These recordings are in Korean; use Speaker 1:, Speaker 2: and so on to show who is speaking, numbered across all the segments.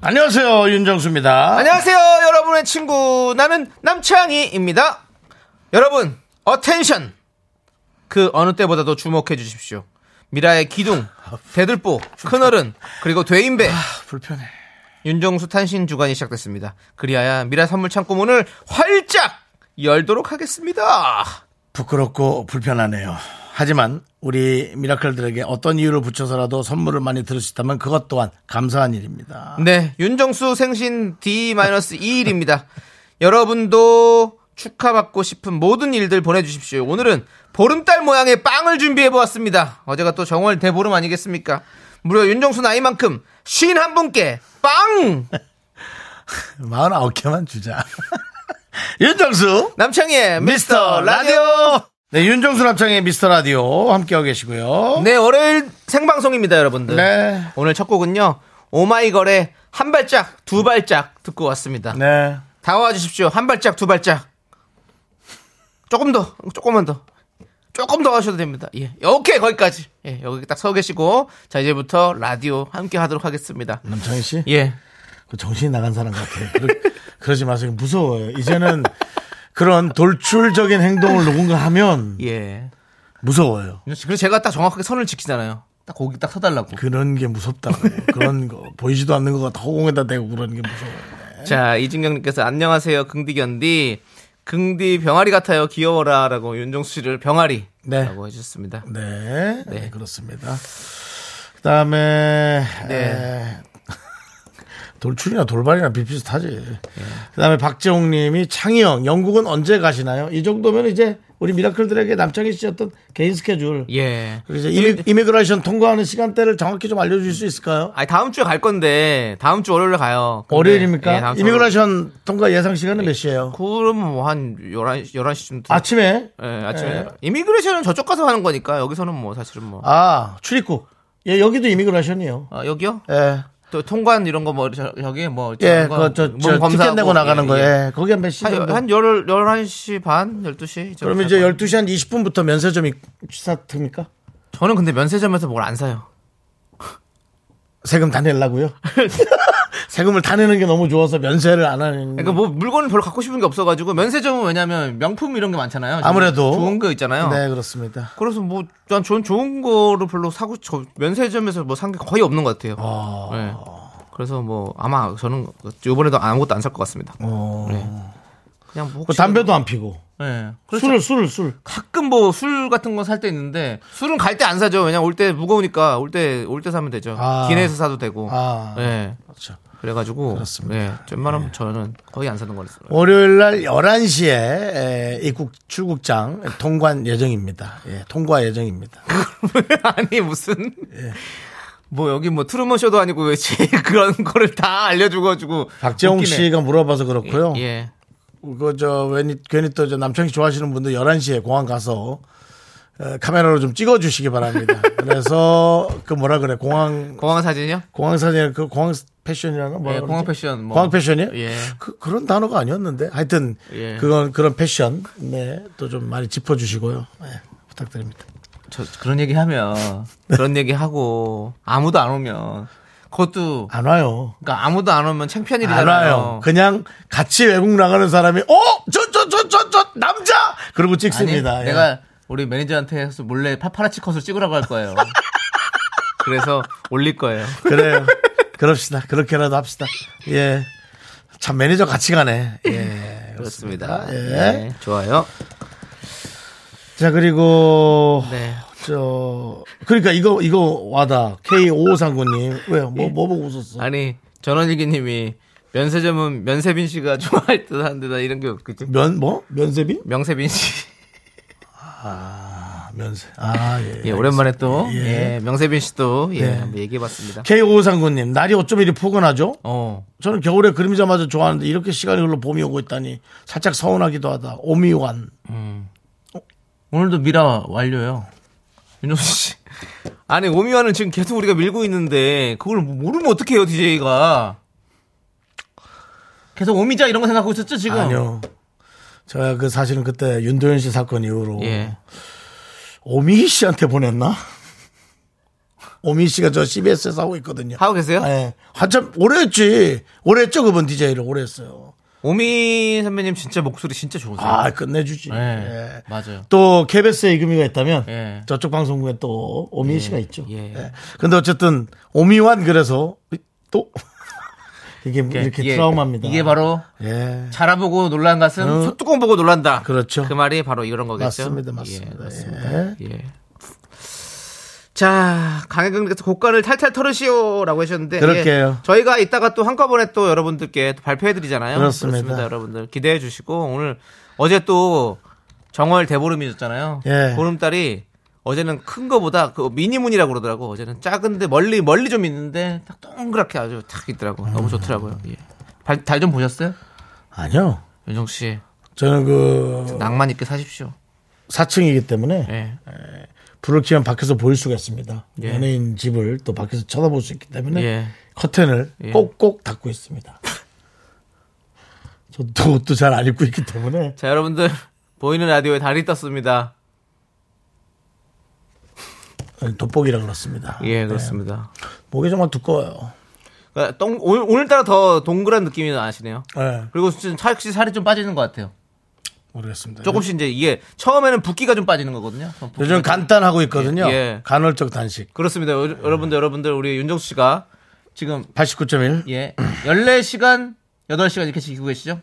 Speaker 1: 안녕하세요 윤정수입니다.
Speaker 2: 안녕하세요, 여러분의 친구. 나는 남창희입니다. 여러분, 어텐션! 그 어느 때보다도 주목해 주십시오. 미라의 기둥, 대들보, 큰어른, 그리고 돼인배.
Speaker 1: 아, 불편해.
Speaker 2: 윤정수 탄신 주간이 시작됐습니다. 그리하여 미라 선물 창고 문을 활짝 열도록 하겠습니다.
Speaker 1: 부끄럽고 불편하네요. 하지만 우리 미라클들에게 어떤 이유를 붙여서라도 선물을 많이 들을 수 있다면 그것 또한 감사한 일입니다.
Speaker 2: 네, 윤정수 생신 D-2일입니다. 여러분도 축하받고 싶은 모든 일들 보내주십시오. 오늘은 보름달 모양의 빵을 준비해보았습니다. 어제가 또 정월 대보름 아니겠습니까? 무려 윤정수 나이만큼 쉰 한 분께 빵!
Speaker 1: 49개만 주자. 윤정수
Speaker 2: 남창희의 미스터 라디오!
Speaker 1: 네, 윤정수 남창의 미스터 라디오 함께하고 계시고요.
Speaker 2: 네, 월요일 생방송입니다, 여러분들.
Speaker 1: 네.
Speaker 2: 오늘 첫 곡은요, 오마이걸의 한 발짝, 두 발짝 듣고 왔습니다.
Speaker 1: 네.
Speaker 2: 다가와 주십시오. 한 발짝, 두 발짝. 조금 더, 조금만 더. 조금 더 가셔도 됩니다. 예. 오케이, 거기까지. 예, 여기 딱 서 계시고, 자, 이제부터 라디오 함께 하도록 하겠습니다.
Speaker 1: 남창희 씨.
Speaker 2: 예.
Speaker 1: 그 정신이 나간 사람 같아요. 그러, 지 마세요. 무서워요. 이제는 그런 돌출적인 행동을 누군가 하면
Speaker 2: 예.
Speaker 1: 무서워요.
Speaker 2: 그래서 제가 딱 정확하게 선을 지키잖아요. 딱 거기 딱 서달라고.
Speaker 1: 그런 게 무섭다고. 그런 거 보이지도 않는 것 같아. 허공에다 대고 그러는 게 무서워요.
Speaker 2: 자, 이진경님께서 안녕하세요, 긍디견디. 긍디 병아리 같아요, 귀여워라. 라고 윤정수 씨를 병아리.
Speaker 1: 네.
Speaker 2: 라고 해주셨습니다.
Speaker 1: 네. 네, 그렇습니다. 그다음에
Speaker 2: 네.
Speaker 1: 에, 돌출이나 돌발이나 비슷하지. 그다음에 박재홍님이 창희형 영국은 언제 가시나요? 이 정도면 이제 우리 미라클들에게 남창희 씨 어떤 개인 스케줄
Speaker 2: 예.
Speaker 1: 그리고 이제 이미, 이미그레이션 통과하는 시간대를 정확히 좀 알려주실 수 있을까요?
Speaker 2: 아니, 다음 주에 갈 건데, 다음 주 월요일에 가요. 근데- 예,
Speaker 1: 월요일입니까?
Speaker 2: 다음 주 월요일.
Speaker 1: 이미그레이션 통과 예상 시간은 몇 시예요?
Speaker 2: 그럼 뭐한 11시, 11시쯤 들
Speaker 1: 아침에?
Speaker 2: 예, 아침에.
Speaker 1: 예.
Speaker 2: 이미그레이션은 저쪽 가서 하는 거니까 여기서는 뭐 사실은 뭐.
Speaker 1: 아 출입국. 예, 여기도 이미그레이션이요.
Speaker 2: 아, 여기요?
Speaker 1: 예,
Speaker 2: 또 통관 이런 거 뭐 여기 뭐
Speaker 1: 예,
Speaker 2: 저런 거
Speaker 1: 그저
Speaker 2: 몸
Speaker 1: 티켓
Speaker 2: 검사하고,
Speaker 1: 내고 나가는
Speaker 2: 예,
Speaker 1: 거예요.
Speaker 2: 예.
Speaker 1: 예, 거기 한몇 시?
Speaker 2: 한,
Speaker 1: 정도?
Speaker 2: 한 열, 11시 반? 12시?
Speaker 1: 그러면 이제 12시 한 20분부터 면세점이 시사트입니까?
Speaker 2: 저는 근데 면세점에서 뭘 안 사요.
Speaker 1: 세금 다 내려고요? 세금을 다 내는 게 너무 좋아서 면세를 안 하는.
Speaker 2: 그러니까 뭐 물건을 별로 갖고 싶은 게 없어가지고 면세점은 왜냐면 명품 이런 게 많잖아요. 좀
Speaker 1: 아무래도.
Speaker 2: 좋은 거 있잖아요.
Speaker 1: 네, 그렇습니다.
Speaker 2: 그래서 뭐난 좋은 좋은 거를 별로 사고 저 면세점에서 뭐 산 게 거의 없는 것
Speaker 1: 어.
Speaker 2: 같아요. 네. 그래서 뭐 아마 저는 이번에도 아무것도 안 살 것 같습니다.
Speaker 1: 어.
Speaker 2: 그냥 뭐
Speaker 1: 그
Speaker 2: 혹시
Speaker 1: 담배도 안 피고.
Speaker 2: 네. 그래서
Speaker 1: 술을, 술을, 술.
Speaker 2: 가끔 뭐 술 같은 거 살 때 있는데 술은 갈 때 안 사죠. 왜냐 올 때 무거우니까 올 때 올 때 사면 되죠.
Speaker 1: 아.
Speaker 2: 기내에서 사도 되고.
Speaker 1: 아.
Speaker 2: 예.
Speaker 1: 그렇죠.
Speaker 2: 그래가지고
Speaker 1: 그렇습니다.
Speaker 2: 예. 웬만하면 저는 거의 안 사는 거랬어요.
Speaker 1: 월요일 날 11시에 입국 출국장 통관 예정입니다. 예, 통과 예정입니다.
Speaker 2: 그 아니 무슨
Speaker 1: 예.
Speaker 2: 뭐 여기 뭐 트루먼 쇼도 아니고 왜 지- 그런 거를 다 알려주고가지고
Speaker 1: 박재홍
Speaker 2: 웃기네.
Speaker 1: 씨가 물어봐서 그렇고요.
Speaker 2: 예.
Speaker 1: 그저 괜히 괜히 또 저 남창희 좋아하시는 분들 11시에 공항 가서 어, 카메라로 좀 찍어 주시기 바랍니다. 그래서 그 뭐라 그래? 공항
Speaker 2: 공항 사진이요?
Speaker 1: 공항 사진 그 공항 패션이라는 뭐라
Speaker 2: 예,
Speaker 1: 그러지?
Speaker 2: 공항 패션 뭐.
Speaker 1: 공항 패션이요?
Speaker 2: 예.
Speaker 1: 그, 그런 단어가 아니었는데 하여튼
Speaker 2: 예.
Speaker 1: 그건 그런 패션 네 또 좀 많이 짚어 주시고요. 네, 부탁드립니다.
Speaker 2: 저 그런 얘기 하면 그런 얘기 하고 아무도 안 오면 그것도
Speaker 1: 안 와요.
Speaker 2: 그러니까 아무도 안 오면 창피한 일이잖아요.
Speaker 1: 안 와요. 그냥 같이 외국 나가는 사람이 어, 저 저 저 저 저 남자 그러고
Speaker 2: 아니,
Speaker 1: 찍습니다. 예.
Speaker 2: 내가 우리 매니저한테 해서 몰래 파파라치 컷을 찍으라고 할 거예요. 그래서 올릴 거예요.
Speaker 1: 그래요. 그럽시다. 그렇게라도 합시다. 예. 참 매니저 같이 가네. 예.
Speaker 2: 그렇습니다.
Speaker 1: 예.
Speaker 2: 네, 좋아요.
Speaker 1: 자 그리고
Speaker 2: 네.
Speaker 1: 저 그러니까 이거 이거 와다 K 5 5 3 9님 왜요?
Speaker 2: 예.
Speaker 1: 뭐 뭐 보고 웃었어?
Speaker 2: 아니 전원일기님이 면세점은 면세빈 씨가 좋아할 듯한 데다 이런 게 없겠지.
Speaker 1: 면 뭐? 면세빈?
Speaker 2: 명세빈 씨.
Speaker 1: 아, 면세. 아, 예.
Speaker 2: 예, 오랜만에 또,
Speaker 1: 예.
Speaker 2: 예, 명세빈 씨도, 예,
Speaker 1: 네.
Speaker 2: 한번 얘기해 봤습니다.
Speaker 1: K5539님, 날이 어쩜 이리 포근하죠?
Speaker 2: 어,
Speaker 1: 저는 겨울에 그림자마저 좋아하는데 이렇게 시간이 흘러 봄이 오고 있다니 살짝 서운하기도 하다. 오미완.
Speaker 2: 오늘도 미라 완료요. 윤정수 씨. 아니, 오미완을 지금 계속 우리가 밀고 있는데, 그걸 모르면 어떡해요, DJ가. 계속 오미자 이런 거 생각하고 있었죠, 지금?
Speaker 1: 아니요. 제가 그 사실은 그때 윤도현 씨 사건 이후로
Speaker 2: 예.
Speaker 1: 오미희 씨한테 보냈나? 오미희 씨가 저 CBS에서 하고 있거든요.
Speaker 2: 하고 계세요?
Speaker 1: 예. 한참 오래 했지. 오래 했죠, 그분 DJ를. 오래 했어요.
Speaker 2: 오미 선배님 진짜 목소리 진짜 좋으세요.
Speaker 1: 아, 끝내주지.
Speaker 2: 예.
Speaker 1: 예.
Speaker 2: 맞아요.
Speaker 1: 또 KBS에 이금희가 있다면
Speaker 2: 예.
Speaker 1: 저쪽 방송국에 또 오미희 씨가 있죠.
Speaker 2: 예.
Speaker 1: 예. 근데 어쨌든 오미완 그래서 또 이게 이렇게
Speaker 2: 이게-
Speaker 1: 트라우마입니다.
Speaker 2: 이게 바로
Speaker 1: 예.
Speaker 2: 자라보고 놀란 것은
Speaker 1: 어.
Speaker 2: 소뚜껑 보고 놀란다.
Speaker 1: 그렇죠.
Speaker 2: 그 말이 바로 이런 거겠죠.
Speaker 1: 맞습니다.
Speaker 2: 예,
Speaker 1: 맞습니다.
Speaker 2: 맞습니다.
Speaker 1: 예.
Speaker 2: 예. 자, 강혜경님께서 곡간을 탈탈 털으시오라고 하셨는데
Speaker 1: 그럴게요.
Speaker 2: 예, 저희가 이따가 또 한꺼번에 또 여러분들께 또 발표해드리잖아요.
Speaker 1: 그렇습니다.
Speaker 2: 여러분들 기대해 주시고 오늘 어제 또 정월 대보름이었잖아요.
Speaker 1: 예.
Speaker 2: 보름달이 어제는 큰 거보다 그 미니문이라고 그러더라고. 어제는 작은데 멀리 멀리 좀 있는데 딱 동그랗게 아주 탁 있더라고. 너무 좋더라고요. 예. 달 좀 보셨어요?
Speaker 1: 아니요.
Speaker 2: 윤정 씨
Speaker 1: 저는 그
Speaker 2: 낭만 있게 사십시오.
Speaker 1: 4층이기 때문에
Speaker 2: 예.
Speaker 1: 불을 켜면 밖에서 보일 수가 있습니다.
Speaker 2: 예.
Speaker 1: 연예인 집을 또 밖에서 쳐다볼 수 있기 때문에
Speaker 2: 예.
Speaker 1: 커튼을
Speaker 2: 예.
Speaker 1: 꼭꼭 닫고 있습니다. 저도 옷도 잘 안 입고 있기 때문에
Speaker 2: 자, 여러분들 보이는 라디오에 달이 떴습니다.
Speaker 1: 돋보기라 그렇습니다.
Speaker 2: 예, 그렇습니다.
Speaker 1: 네. 목이 정말 두꺼워요.
Speaker 2: 그러니까 똥- 오늘, 오늘따라 더 동그란 느낌이 나시네요.
Speaker 1: 예,
Speaker 2: 그리고 지금 차익씨 살이 좀 빠지는 것 같아요.
Speaker 1: 모르겠습니다.
Speaker 2: 조금씩 이제 이게 처음에는 붓기가 좀 빠지는 거거든요.
Speaker 1: 요즘 간단하고 있거든요.
Speaker 2: 예, 예.
Speaker 1: 간헐적 단식
Speaker 2: 그렇습니다. 여- 여러분들, 여러분들, 우리 윤정수 씨가 지금
Speaker 1: 89.1
Speaker 2: 예. 14시간, 8시간 이렇게 지키고 계시죠?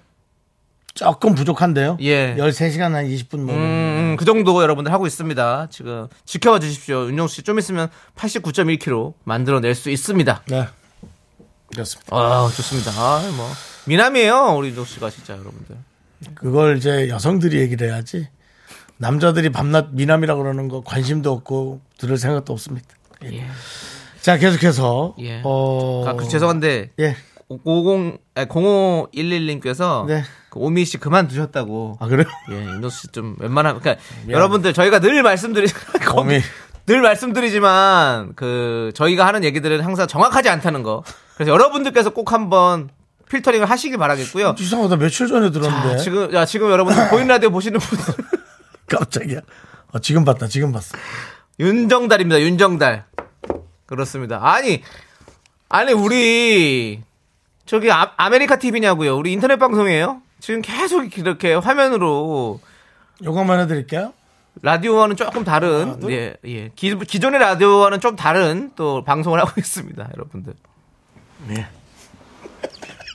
Speaker 1: 조금 부족한데요.
Speaker 2: 예.
Speaker 1: 13시간 한 20분 먹으면
Speaker 2: 음, 그 정도 여러분들 하고 있습니다. 지금 지켜봐 주십시오. 윤정수 씨 좀 있으면 89.1kg 만들어낼 수 있습니다.
Speaker 1: 네. 그렇습니다.
Speaker 2: 아, 좋습니다. 아, 뭐. 미남이에요, 우리 윤정수 씨가 진짜 여러분들.
Speaker 1: 그걸 이제 여성들이 얘기를 해야지. 남자들이 밤낮 미남이라고 그러는 거 관심도 없고 들을 생각도 없습니다. 예.
Speaker 2: 예.
Speaker 1: 자, 계속해서
Speaker 2: 예.
Speaker 1: 어
Speaker 2: 아, 그 죄송한데
Speaker 1: 예.
Speaker 2: 50 아니, 0511님께서
Speaker 1: 네.
Speaker 2: 그 오미 씨 그만 두셨다고.
Speaker 1: 아, 그래요?
Speaker 2: 예, 윤정수 씨 좀 웬만하면 그러니까 여러분들 저희가 늘 말씀드리
Speaker 1: 오미.
Speaker 2: 늘 말씀드리지만 그 저희가 하는 얘기들은 항상 정확하지 않다는 거. 그래서 여러분들께서 꼭 한번 필터링을 하시길 바라겠고요.
Speaker 1: 이상하다. 며칠 전에 들었는데.
Speaker 2: 아, 어. 지금 야, 지금 여러분들 보이는 라디오 보시는 분들
Speaker 1: 깜짝이야. 어, 지금 봤다. 지금 봤어.
Speaker 2: 윤정달입니다. 윤정달. 그렇습니다. 아니, 아니 우리 저기 아, 아메리카 TV냐고요. 우리 인터넷 방송이에요. 지금 계속 이렇게 화면으로
Speaker 1: 요것만 해 드릴게요.
Speaker 2: 라디오와는 조금 다른 예, 예. 기, 기존의 라디오와는 좀 다른 또 방송을 하고 있습니다, 여러분들.
Speaker 1: 예.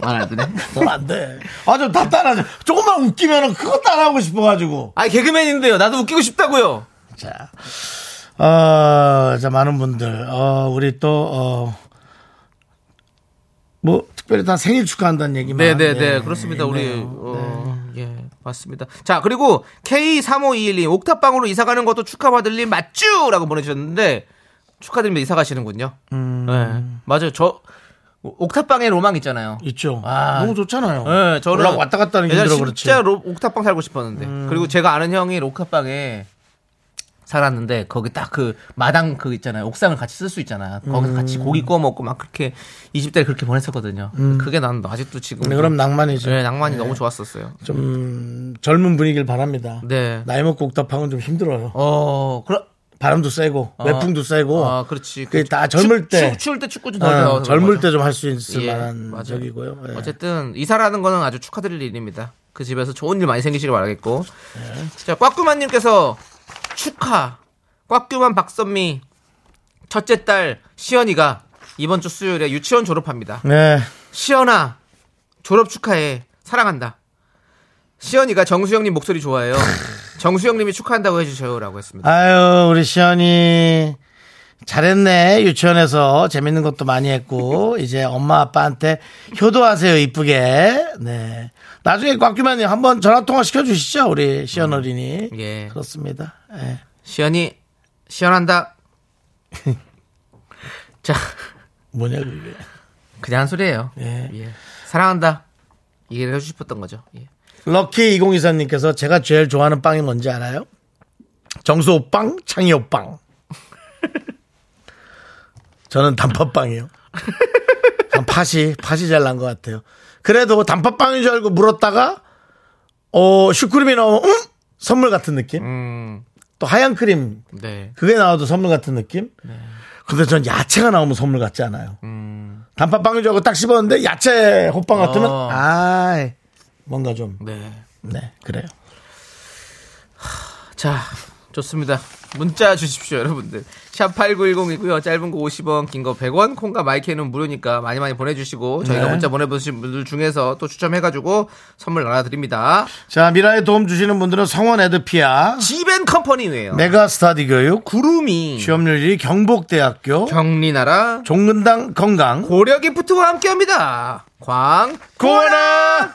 Speaker 2: 말안 되네.
Speaker 1: 그안 돼. 아, 좀 답답하죠. 조금만 웃기면은 그거 따라하고 싶어가지고.
Speaker 2: 아, 개그맨인데요. 나도 웃기고 싶다고요.
Speaker 1: 자, 어, 자, 많은 분들, 어, 우리 또, 어, 뭐, 특별히 다 생일 축하한다는 얘기만.
Speaker 2: 네, 네, 네.
Speaker 1: 예,
Speaker 2: 그렇습니다. 우리
Speaker 1: 있네요.
Speaker 2: 어, 예, 맞습니다. 자, 그리고 K3521님 옥탑방으로 이사 가는 것도 축하받을 일 맞죠라고 보내 주셨는데 축하드립니다. 이사 가시는군요.
Speaker 1: 음.
Speaker 2: 네. 맞아요. 저 옥탑방에 로망 있잖아요.
Speaker 1: 있죠.
Speaker 2: 아.
Speaker 1: 너무 좋잖아요. 네,
Speaker 2: 예, 저는
Speaker 1: 올라 왔다 갔다 하는 게
Speaker 2: 예전에
Speaker 1: 힘들어 그렇지. 음.
Speaker 2: 진짜 로- 옥탑방 살고 싶었는데. 그리고 제가 아는 형이 옥탑방에 살았는데 거기 딱 그 마당 그 있잖아요. 옥상을 같이 쓸 수 있잖아.
Speaker 1: 음.
Speaker 2: 거기서 같이 고기 구워 먹고 막 그렇게 20대를 그렇게 보냈었거든요. 그게 난 아직도 지금
Speaker 1: 음. 네, 그럼 낭만이죠.
Speaker 2: 네, 낭만이 너무 좋았었어요.
Speaker 1: 좀 젊은 분위기를 바랍니다.
Speaker 2: 네.
Speaker 1: 나이 먹고 옥탑방은 좀 힘들어요.
Speaker 2: 어, 그럼
Speaker 1: 바람도 세고, 외풍도 세고.
Speaker 2: 아, 그렇지.
Speaker 1: 그게 다 젊을 때.
Speaker 2: 추, 추울 때 축구 좀
Speaker 1: 어,
Speaker 2: 더.
Speaker 1: 젊을 때 좀 할 수 있을
Speaker 2: 예,
Speaker 1: 만한
Speaker 2: 맞아요.
Speaker 1: 적이고요. 예.
Speaker 2: 어쨌든 이사라는 거는 아주 축하드릴 일입니다. 그 집에서 좋은 일 많이 생기시길 바라겠고. 자, 꽉규만님께서 축하. 꽉규만 박선미 첫째 딸 시연이가 이번 주 수요일에 유치원 졸업합니다.
Speaker 1: 네.
Speaker 2: 시연아 졸업 축하해 사랑한다. 시연이가 정수영님 목소리 좋아해요. 정수영님이 축하한다고 해주셔요라고 했습니다.
Speaker 1: 아유, 우리 시연이 잘했네. 유치원에서 재밌는 것도 많이 했고, 이제 엄마 아빠한테 효도하세요, 이쁘게. 네. 나중에 꽉규만님 한번 전화통화 시켜주시죠, 우리 시연 어린이.
Speaker 2: 음. 예.
Speaker 1: 그렇습니다. 예.
Speaker 2: 시연이 시연한다. 자,
Speaker 1: 뭐냐 그게.
Speaker 2: 그냥 한 소리예요.
Speaker 1: 예.
Speaker 2: 예. 사랑한다. 얘기를 해주고 싶었던 거죠. 예.
Speaker 1: 럭키 2024님께서 제가 제일 좋아하는 빵이 뭔지 알아요? 정수호 빵, 창희호 빵. 저는 단팥빵이요. 전 팥이, 팥이 잘 난 것 같아요. 그래도 단팥빵인 줄 알고 물었다가, 어, 슈크림이 나오면, 음? 선물 같은 느낌?
Speaker 2: 음,
Speaker 1: 또 하얀 크림,
Speaker 2: 네.
Speaker 1: 그게 나와도 선물 같은 느낌? 근데 전 야채가 나오면 선물 같지 않아요.
Speaker 2: 음,
Speaker 1: 단팥빵인 줄 알고 딱 씹었는데, 야채 호빵 같으면,
Speaker 2: 어.
Speaker 1: 아 뭔가 좀,
Speaker 2: 네.
Speaker 1: 네, 그래요.
Speaker 2: 자, 좋습니다. 문자 주십시오, 여러분들. 샵 8910이고요. 짧은 거 50원, 긴 거 100원, 콩과 마이크는 무료니까 많이 많이 보내주시고, 저희가
Speaker 1: 네.
Speaker 2: 문자 보내보신 분들 중에서 또 추첨해가지고 선물 나눠드립니다.
Speaker 1: 자 미라에 도움 주시는 분들은 성원 에드피아
Speaker 2: 지벤 컴퍼니웨요.
Speaker 1: 메가스타디 교육
Speaker 2: 구름이,
Speaker 1: 취업률 1위 경복대학교
Speaker 2: 경리나라,
Speaker 1: 종근당 건강
Speaker 2: 고려기프트와 함께합니다. 광,
Speaker 1: 고원아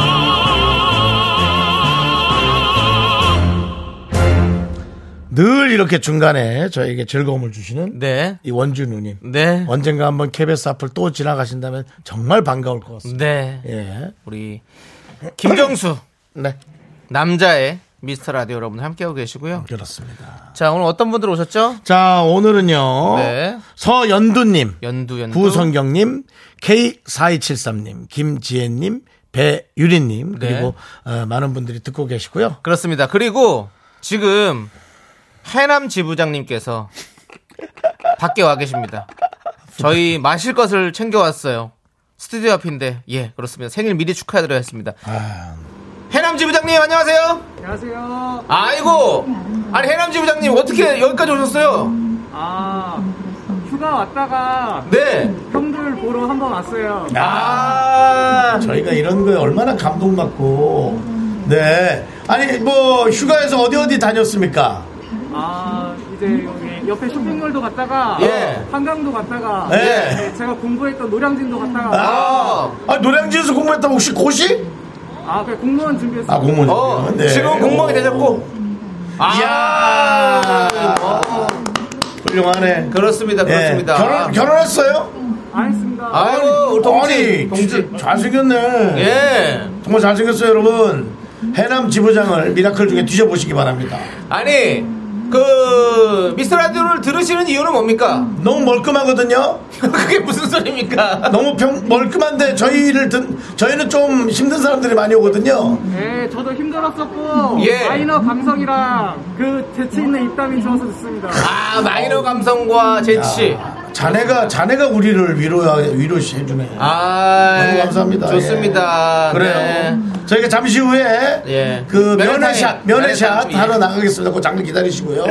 Speaker 1: 늘 이렇게 중간에 저에게 즐거움을 주시는
Speaker 2: 네.
Speaker 1: 이 원주 누님.
Speaker 2: 네.
Speaker 1: 언젠가 한번 KBS 앞을 또 지나가신다면 정말 반가울 것 같습니다.
Speaker 2: 네.
Speaker 1: 예.
Speaker 2: 우리, 김경수,
Speaker 1: 네.
Speaker 2: 남자의 미스터 라디오 여러분 함께하고 계시고요.
Speaker 1: 그렇습니다.
Speaker 2: 자, 오늘 어떤 분들 오셨죠?
Speaker 1: 자, 오늘은요.
Speaker 2: 네.
Speaker 1: 서연두님,
Speaker 2: 연두, 연두.
Speaker 1: 구성경님, K4273님, 김지혜님, 배유리님,
Speaker 2: 네.
Speaker 1: 그리고 어, 많은 분들이 듣고 계시고요.
Speaker 2: 그렇습니다. 그리고 지금 해남 지부장님께서 밖에 와 계십니다. 저희 마실 것을 챙겨왔어요. 스튜디오 앞인데, 예, 그렇습니다. 생일 미리 축하드려야 했습니다.
Speaker 1: 아,
Speaker 2: 해남 지부장님, 안녕하세요. 안녕하세요. 아이고, 아니, 해남 지부장님, 어떻게 여기까지 오셨어요?
Speaker 3: 아, 휴가 왔다가
Speaker 2: 네.
Speaker 3: 형들 보러 한 번 왔어요.
Speaker 2: 아,
Speaker 1: 저희가 이런 거에 얼마나 감동받고, 네. 아니, 뭐, 휴가에서 어디 어디 다녔습니까?
Speaker 3: 아, 이제 여기 옆에 쇼핑몰도 갔다가
Speaker 2: 예.
Speaker 3: 한강도 갔다가
Speaker 1: 예.
Speaker 3: 네, 제가 공부했던 노량진도 갔다가
Speaker 1: 아, 아 노량진에서 공부했다 혹시 고시?
Speaker 3: 아, 그래 공무원 준비했어요.
Speaker 1: 아, 공무원.
Speaker 2: 어, 지금 공무원이 되셨고. 아,
Speaker 1: 이야.
Speaker 2: 어,
Speaker 1: 훌륭하네.
Speaker 2: 그렇습니다, 그렇습니다.
Speaker 1: 예. 결혼 결혼했어요?
Speaker 3: 안 했습니다.
Speaker 2: 아. 아이고, 우리 동지,
Speaker 1: 아니
Speaker 2: 동지.
Speaker 1: 진짜 잘생겼네.
Speaker 2: 예.
Speaker 1: 정말 잘생겼어요, 여러분. 해남 지부장을 미라클 중에 뒤져보시기 바랍니다.
Speaker 2: 아니 그 미스터 라디오를 들으시는 이유는 뭡니까?
Speaker 1: 너무 멀끔하거든요.
Speaker 2: 그게 무슨 소리입니까?
Speaker 1: 너무 평, 멀끔한데 저희를 든 저희는 좀 힘든 사람들이 많이 오거든요.
Speaker 3: 네, 저도 힘들었었고
Speaker 2: 예.
Speaker 3: 마이너 감성이랑 그 재치 있는 입담이 좋아서 듣습니다.
Speaker 2: 아
Speaker 1: 어.
Speaker 2: 마이너 감성과 재치.
Speaker 1: 자네가 자네가 우리를 위로야 위로시 해주네.
Speaker 2: 아
Speaker 1: 너무 감사합니다.
Speaker 2: 좋습니다.
Speaker 1: 예. 그래요.
Speaker 2: 네.
Speaker 1: 저희가 잠시 후에
Speaker 2: 예.
Speaker 1: 그
Speaker 2: 면회타임,
Speaker 1: 면회샷
Speaker 2: 면회타임,
Speaker 1: 면회샷
Speaker 2: 예.
Speaker 1: 하러 나가겠습니다. 그 잠깐 기다리시고요.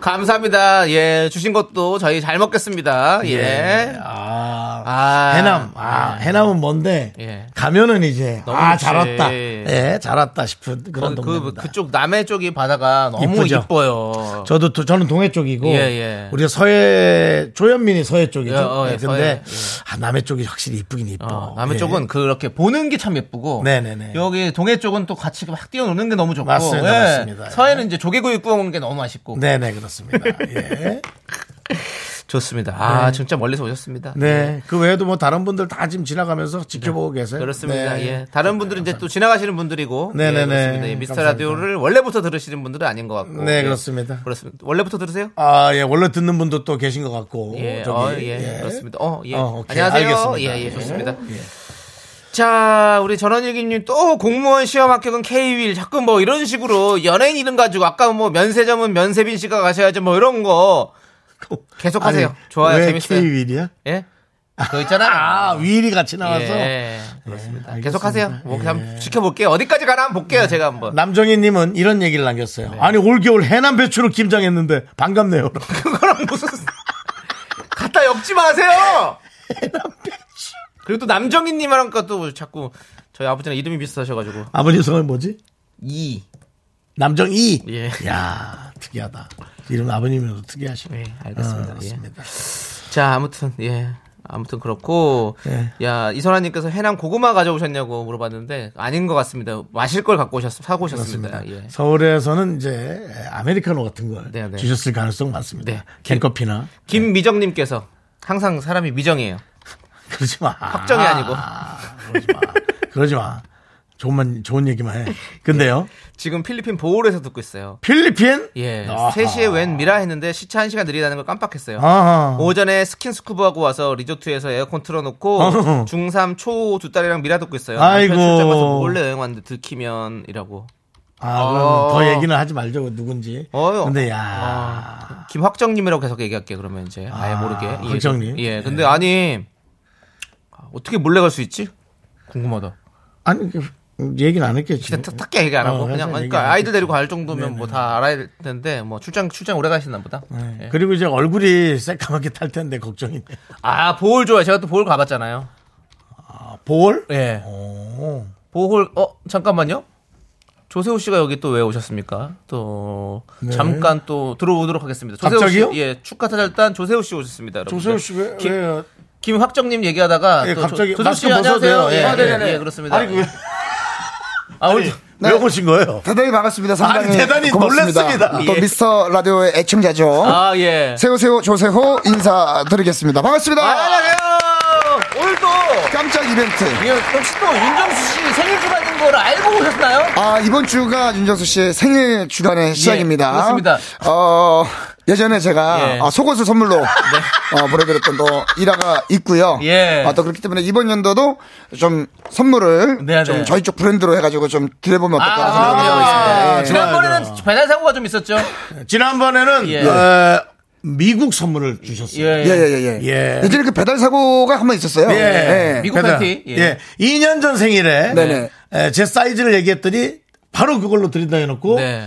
Speaker 2: 감사합니다. 예 주신 것도 저희 잘 먹겠습니다. 예.
Speaker 1: 아,
Speaker 2: 아.
Speaker 1: 해남. 아, 해남은 뭔데?
Speaker 2: 예.
Speaker 1: 가면은 이제
Speaker 2: 너무
Speaker 1: 아,
Speaker 2: 좋지.
Speaker 1: 잘 왔다. 예, 잘 왔다 싶은 그런
Speaker 2: 그, 그
Speaker 1: 동네입니다.
Speaker 2: 그쪽 남해 쪽이 바다가 너무
Speaker 1: 이쁘죠?
Speaker 2: 이뻐요.
Speaker 1: 저도 도- 저는 동해 쪽이고
Speaker 2: 예, 예.
Speaker 1: 우리가 서해 조현민이 서해 쪽이죠.
Speaker 2: 예, 어, 예,
Speaker 1: 예, 근데
Speaker 2: 서해.
Speaker 1: 아, 남해 쪽이 확실히 이쁘긴 이뻐.
Speaker 2: 어, 남해
Speaker 1: 예.
Speaker 2: 쪽은 그렇게 보는 게 참 예쁘고
Speaker 1: 네네네.
Speaker 2: 여기 동해 쪽은 또 같이 막 뛰어노는 게 너무 좋고 예.
Speaker 1: 맞습니다, 맞습니다.
Speaker 2: 서해는 이제 조개구이 구워 먹는 게 너무 맛있고
Speaker 1: 네네 그렇습니다. 예.
Speaker 2: 좋습니다. 아 진짜 멀리서 오셨습니다. 예,
Speaker 1: 네. 그 외에도 뭐 다른 분들 다 지금 지나가면서 지켜보고 계세요.
Speaker 2: 그렇습니다.
Speaker 1: 네.
Speaker 2: 예. 다른 분들은 이제 또 지나가시는 분들이고. 네,
Speaker 1: 네네네.
Speaker 2: 그렇습니다. 예, 미스터
Speaker 1: 감사합니다.
Speaker 2: 라디오를 원래부터 들으시는 분들은 아닌 것 같고.
Speaker 1: 네,
Speaker 2: 예.
Speaker 1: 그렇습니다.
Speaker 2: 그렇습니다. 원래부터 들으세요?
Speaker 1: 아, 예. 원래 듣는 분도 또 계신 것 같고.
Speaker 2: 예,
Speaker 1: 저기,
Speaker 2: 어, 예, 그렇습니다. 어, 예.
Speaker 1: 어, 오케이.
Speaker 2: 안녕하세요.
Speaker 1: 알겠습니다.
Speaker 2: 예, 예, 좋습니다.
Speaker 1: 예.
Speaker 2: 자, 우리 전원일기님 또 공무원 시험 합격은 K1 자꾸 뭐 이런 식으로 연예인 이름 가지고 아까 뭐 면세점은 면세빈 씨가 가셔야죠 뭐 이런 거 계속하세요.
Speaker 1: 아니,
Speaker 2: 좋아요,
Speaker 1: 왜
Speaker 2: 재밌어요.
Speaker 1: K 윌이야?
Speaker 2: 예? 그거 있잖아요.
Speaker 1: 아, 위일이 같이 나와서.
Speaker 2: 예. 그렇습니다.
Speaker 1: 예,
Speaker 2: 계속하세요.
Speaker 1: 알겠습니다.
Speaker 2: 뭐 그냥 지켜볼게요. 어디까지 가나 한번 볼게요. 제가 한번.
Speaker 1: 남정희님은 이런 얘기를 남겼어요.
Speaker 2: 네.
Speaker 1: 아니, 올겨울 해남 배추로 김장했는데, 반갑네요.
Speaker 2: 그거랑 무슨 갖다 엮지 마세요. 그리고 또 남정희님이랑 또 자꾸 저희 아버지랑 이름이 비슷하셔가지고
Speaker 1: 아버지 성은 뭐지?
Speaker 2: 이
Speaker 1: 남정이.
Speaker 2: 예.
Speaker 1: 야 특이하다. 이름 아버님이라도 특이하시네.
Speaker 2: 예, 알겠습니다.
Speaker 1: 어, 그렇습니다.
Speaker 2: 자 아무튼 예 아무튼 그렇고
Speaker 1: 예.
Speaker 2: 야 이선아님께서 해남 고구마 가져오셨냐고 물어봤는데 아닌 것 같습니다. 마실 걸 갖고 오셨 사고 오셨습니다.
Speaker 1: 그렇습니다.
Speaker 2: 예.
Speaker 1: 서울에서는 이제 아메리카노 같은 걸
Speaker 2: 네, 네.
Speaker 1: 주셨을 가능성 많습니다.
Speaker 2: 네.
Speaker 1: 캔커피나
Speaker 2: 김미정님께서 항상 사람이 미정이에요.
Speaker 1: 그러지 마.
Speaker 2: 확정이 아니고.
Speaker 1: 그러지 마. 그러지 마. 좋은 좋은 얘기만 해. 근데요.
Speaker 2: 지금 필리핀 보홀에서 듣고 있어요.
Speaker 1: 필리핀?
Speaker 2: 예.
Speaker 1: 아하.
Speaker 2: 3시에 웬 미라 했는데 시차 1시간 느리다는 걸 깜빡했어요.
Speaker 1: 아하.
Speaker 2: 오전에 스킨스쿠버하고 와서 리조트에서 에어컨 틀어놓고
Speaker 1: 어허.
Speaker 2: 중3 초 두 딸이랑 미라 듣고 있어요.
Speaker 1: 아. 아이고.
Speaker 2: 남편 출장 가서 몰래 여행 왔는데 들키면 이라고.
Speaker 1: 아, 그럼
Speaker 2: 어.
Speaker 1: 더 얘기는 하지 말죠. 누군지.
Speaker 2: 어요. 어.
Speaker 1: 근데 야.
Speaker 2: 김확정님이라고 계속 얘기할게요. 그러면 이제 아예
Speaker 1: 아,
Speaker 2: 모르게. 예,
Speaker 1: 확정님.
Speaker 2: 예. 근데 아니 어떻게 몰래 갈 수 있지? 궁금하다.
Speaker 1: 아니 그, 얘기는 안 했겠지.
Speaker 2: 진짜 탁- 탁게 얘기 안 하고
Speaker 1: 어,
Speaker 2: 그냥
Speaker 1: 그래서
Speaker 2: 그러니까
Speaker 1: 얘기 안
Speaker 2: 아이들 데리고 갈
Speaker 1: 네네.
Speaker 2: 정도면 뭐 다 알아야 될 텐데 뭐 출장 출장 오래 가시나 보다.
Speaker 1: 네.
Speaker 2: 예.
Speaker 1: 그리고 이제 얼굴이 새까맣게 탈 텐데 걱정이네.
Speaker 2: 아 보홀 좋아요. 제가 또 보홀 가봤잖아요.
Speaker 1: 아, 볼?
Speaker 2: 예.
Speaker 1: 오.
Speaker 2: 보홀 어 잠깐만요. 조세호 씨가 여기 또 왜 오셨습니까? 또
Speaker 1: 네.
Speaker 2: 잠깐 또 들어오도록 하겠습니다. 조세호
Speaker 1: 갑자기요?
Speaker 2: 씨, 예, 축하 타절단 조세호 씨 오셨습니다. 여러분들.
Speaker 1: 조세호 씨 왜,
Speaker 2: 김-
Speaker 1: 왜요?
Speaker 2: 김확정님 얘기하다가
Speaker 1: 예,
Speaker 2: 또
Speaker 1: 갑자기
Speaker 2: 조, 조세호
Speaker 1: 마스크
Speaker 2: 씨 안녕하세요.
Speaker 1: 벗어도요. 예,
Speaker 2: 아, 네네네.
Speaker 1: 예, 예.
Speaker 2: 예, 그렇습니다.
Speaker 1: 아니, 그 왜-
Speaker 2: 아, 오늘
Speaker 1: 왜 오신 거예요?
Speaker 4: 대단히 네, 반갑습니다. 상당히
Speaker 1: 아니, 대단히
Speaker 4: 고맙습니다.
Speaker 1: 놀랐습니다.
Speaker 4: 또
Speaker 2: 예.
Speaker 4: 미스터 라디오의 애청자죠.
Speaker 2: 아 예.
Speaker 4: 세호세호 조세호 인사드리겠습니다. 반갑습니다.
Speaker 2: 아, 안녕하세요. 오늘 또
Speaker 4: 깜짝 이벤트.
Speaker 2: 이게 혹시 또 윤정수 씨 생일 주간인 걸 알고 오셨나요?
Speaker 4: 아 이번 주가 윤정수 씨의 생일 주간의 시작입니다.
Speaker 2: 예, 그렇습니다.
Speaker 4: 어 예전에 제가
Speaker 2: 예. 네.
Speaker 4: 아, 속옷을 선물로 어, 보내드렸던 또 일화가 있고요.
Speaker 2: 예.
Speaker 4: 아, 또 그렇기 때문에 이번 연도도 좀 선물을
Speaker 2: 네,
Speaker 4: 좀
Speaker 2: 네.
Speaker 4: 저희 쪽 브랜드로 해가지고 좀 드려보면 어떨까 하는 생각이
Speaker 2: 아, 그럼요.
Speaker 4: 들고 있습니다.
Speaker 2: 예.
Speaker 4: 아, 예.
Speaker 2: 지난번에는 배달 사고가 좀 있었죠.
Speaker 1: 지난번에는
Speaker 2: 예.
Speaker 1: 어, 미국 선물을 주셨어요.
Speaker 2: 예.
Speaker 4: 예, 예, 예,
Speaker 1: 예.
Speaker 4: 예. 예전에 그 배달 사고가 한 번 있었어요.
Speaker 1: 예.
Speaker 2: 미국
Speaker 1: 배달.
Speaker 2: 팬티.
Speaker 1: 예.
Speaker 2: 예.
Speaker 1: 2년 전 생일에
Speaker 4: 네네.
Speaker 1: 예, 제 사이즈를 얘기했더니 바로 그걸로 드린다 해놓고
Speaker 2: 네.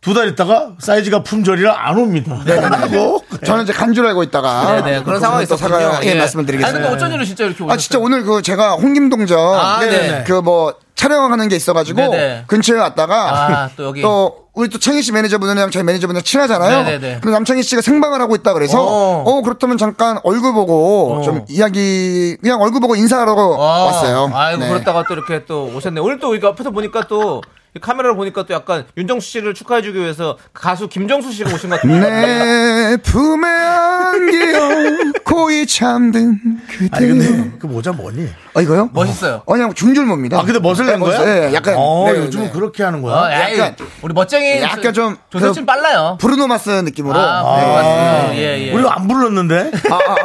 Speaker 1: 두 달 있다가 사이즈가 품절이라 안 옵니다. 그리고
Speaker 4: 네. 저는 이제 간 줄 알고 있다가.
Speaker 2: 아, 네네 그런
Speaker 4: 그래서
Speaker 2: 상황이
Speaker 4: 또
Speaker 2: 있었군요.
Speaker 4: 사과, 예, 말씀을
Speaker 2: 아니 근데
Speaker 4: 드리겠습니다.
Speaker 2: 어쩐 일로 진짜 이렇게 오셨어요?
Speaker 4: 아, 진짜 오늘 그 제가 홍김동전.
Speaker 2: 아,
Speaker 1: 네네.
Speaker 2: 네.
Speaker 4: 그 뭐 촬영하는 게 있어가지고.
Speaker 2: 네네.
Speaker 4: 근처에 왔다가.
Speaker 2: 아, 또 여기.
Speaker 4: 또 우리 또 창희 씨 매니저분이랑 저희 매니저분이랑 친하잖아요.
Speaker 2: 네네네.
Speaker 4: 근데 남창희 씨가 생방을 하고 있다 그래서
Speaker 2: 어.
Speaker 4: 어, 그렇다면 잠깐 얼굴 보고
Speaker 2: 어.
Speaker 4: 좀 이야기 그냥 얼굴 보고 인사하러
Speaker 2: 아,
Speaker 4: 왔어요.
Speaker 2: 아이고
Speaker 4: 네.
Speaker 2: 그렇다가 또 이렇게 또 오셨네. 오늘 또 이거 앞에서 보니까 또 카메라로 보니까 또 약간 윤정수 씨를 축하해주기 위해서 가수 김정수 씨가 오신 것 같은데.
Speaker 4: 네. 내 품에 안겨 고이 잠든 그대.
Speaker 1: 아니 근데 그 모자 뭐니?
Speaker 4: 아 이거요?
Speaker 2: 멋있어요.
Speaker 4: 어, 그냥 중줄모입니다.
Speaker 1: 아 근데 멋을 낸
Speaker 4: 네,
Speaker 1: 거야?
Speaker 4: 멋있어요. 예, 약간.
Speaker 1: 어,
Speaker 4: 네, 네,
Speaker 1: 요즘은
Speaker 4: 네.
Speaker 1: 그렇게 하는
Speaker 2: 어,
Speaker 1: 거야?
Speaker 2: 에이,
Speaker 4: 약간-
Speaker 2: 우리 멋쟁이
Speaker 4: 약간 좀
Speaker 2: 조세호
Speaker 4: 그-
Speaker 2: 씨는 빨라요.
Speaker 4: 브루노마스 느낌으로.
Speaker 2: 아,
Speaker 4: 네.
Speaker 2: 맞습니다. 예, 예.
Speaker 1: 우리가 안 불렀는데?
Speaker 4: 아, 아, 아,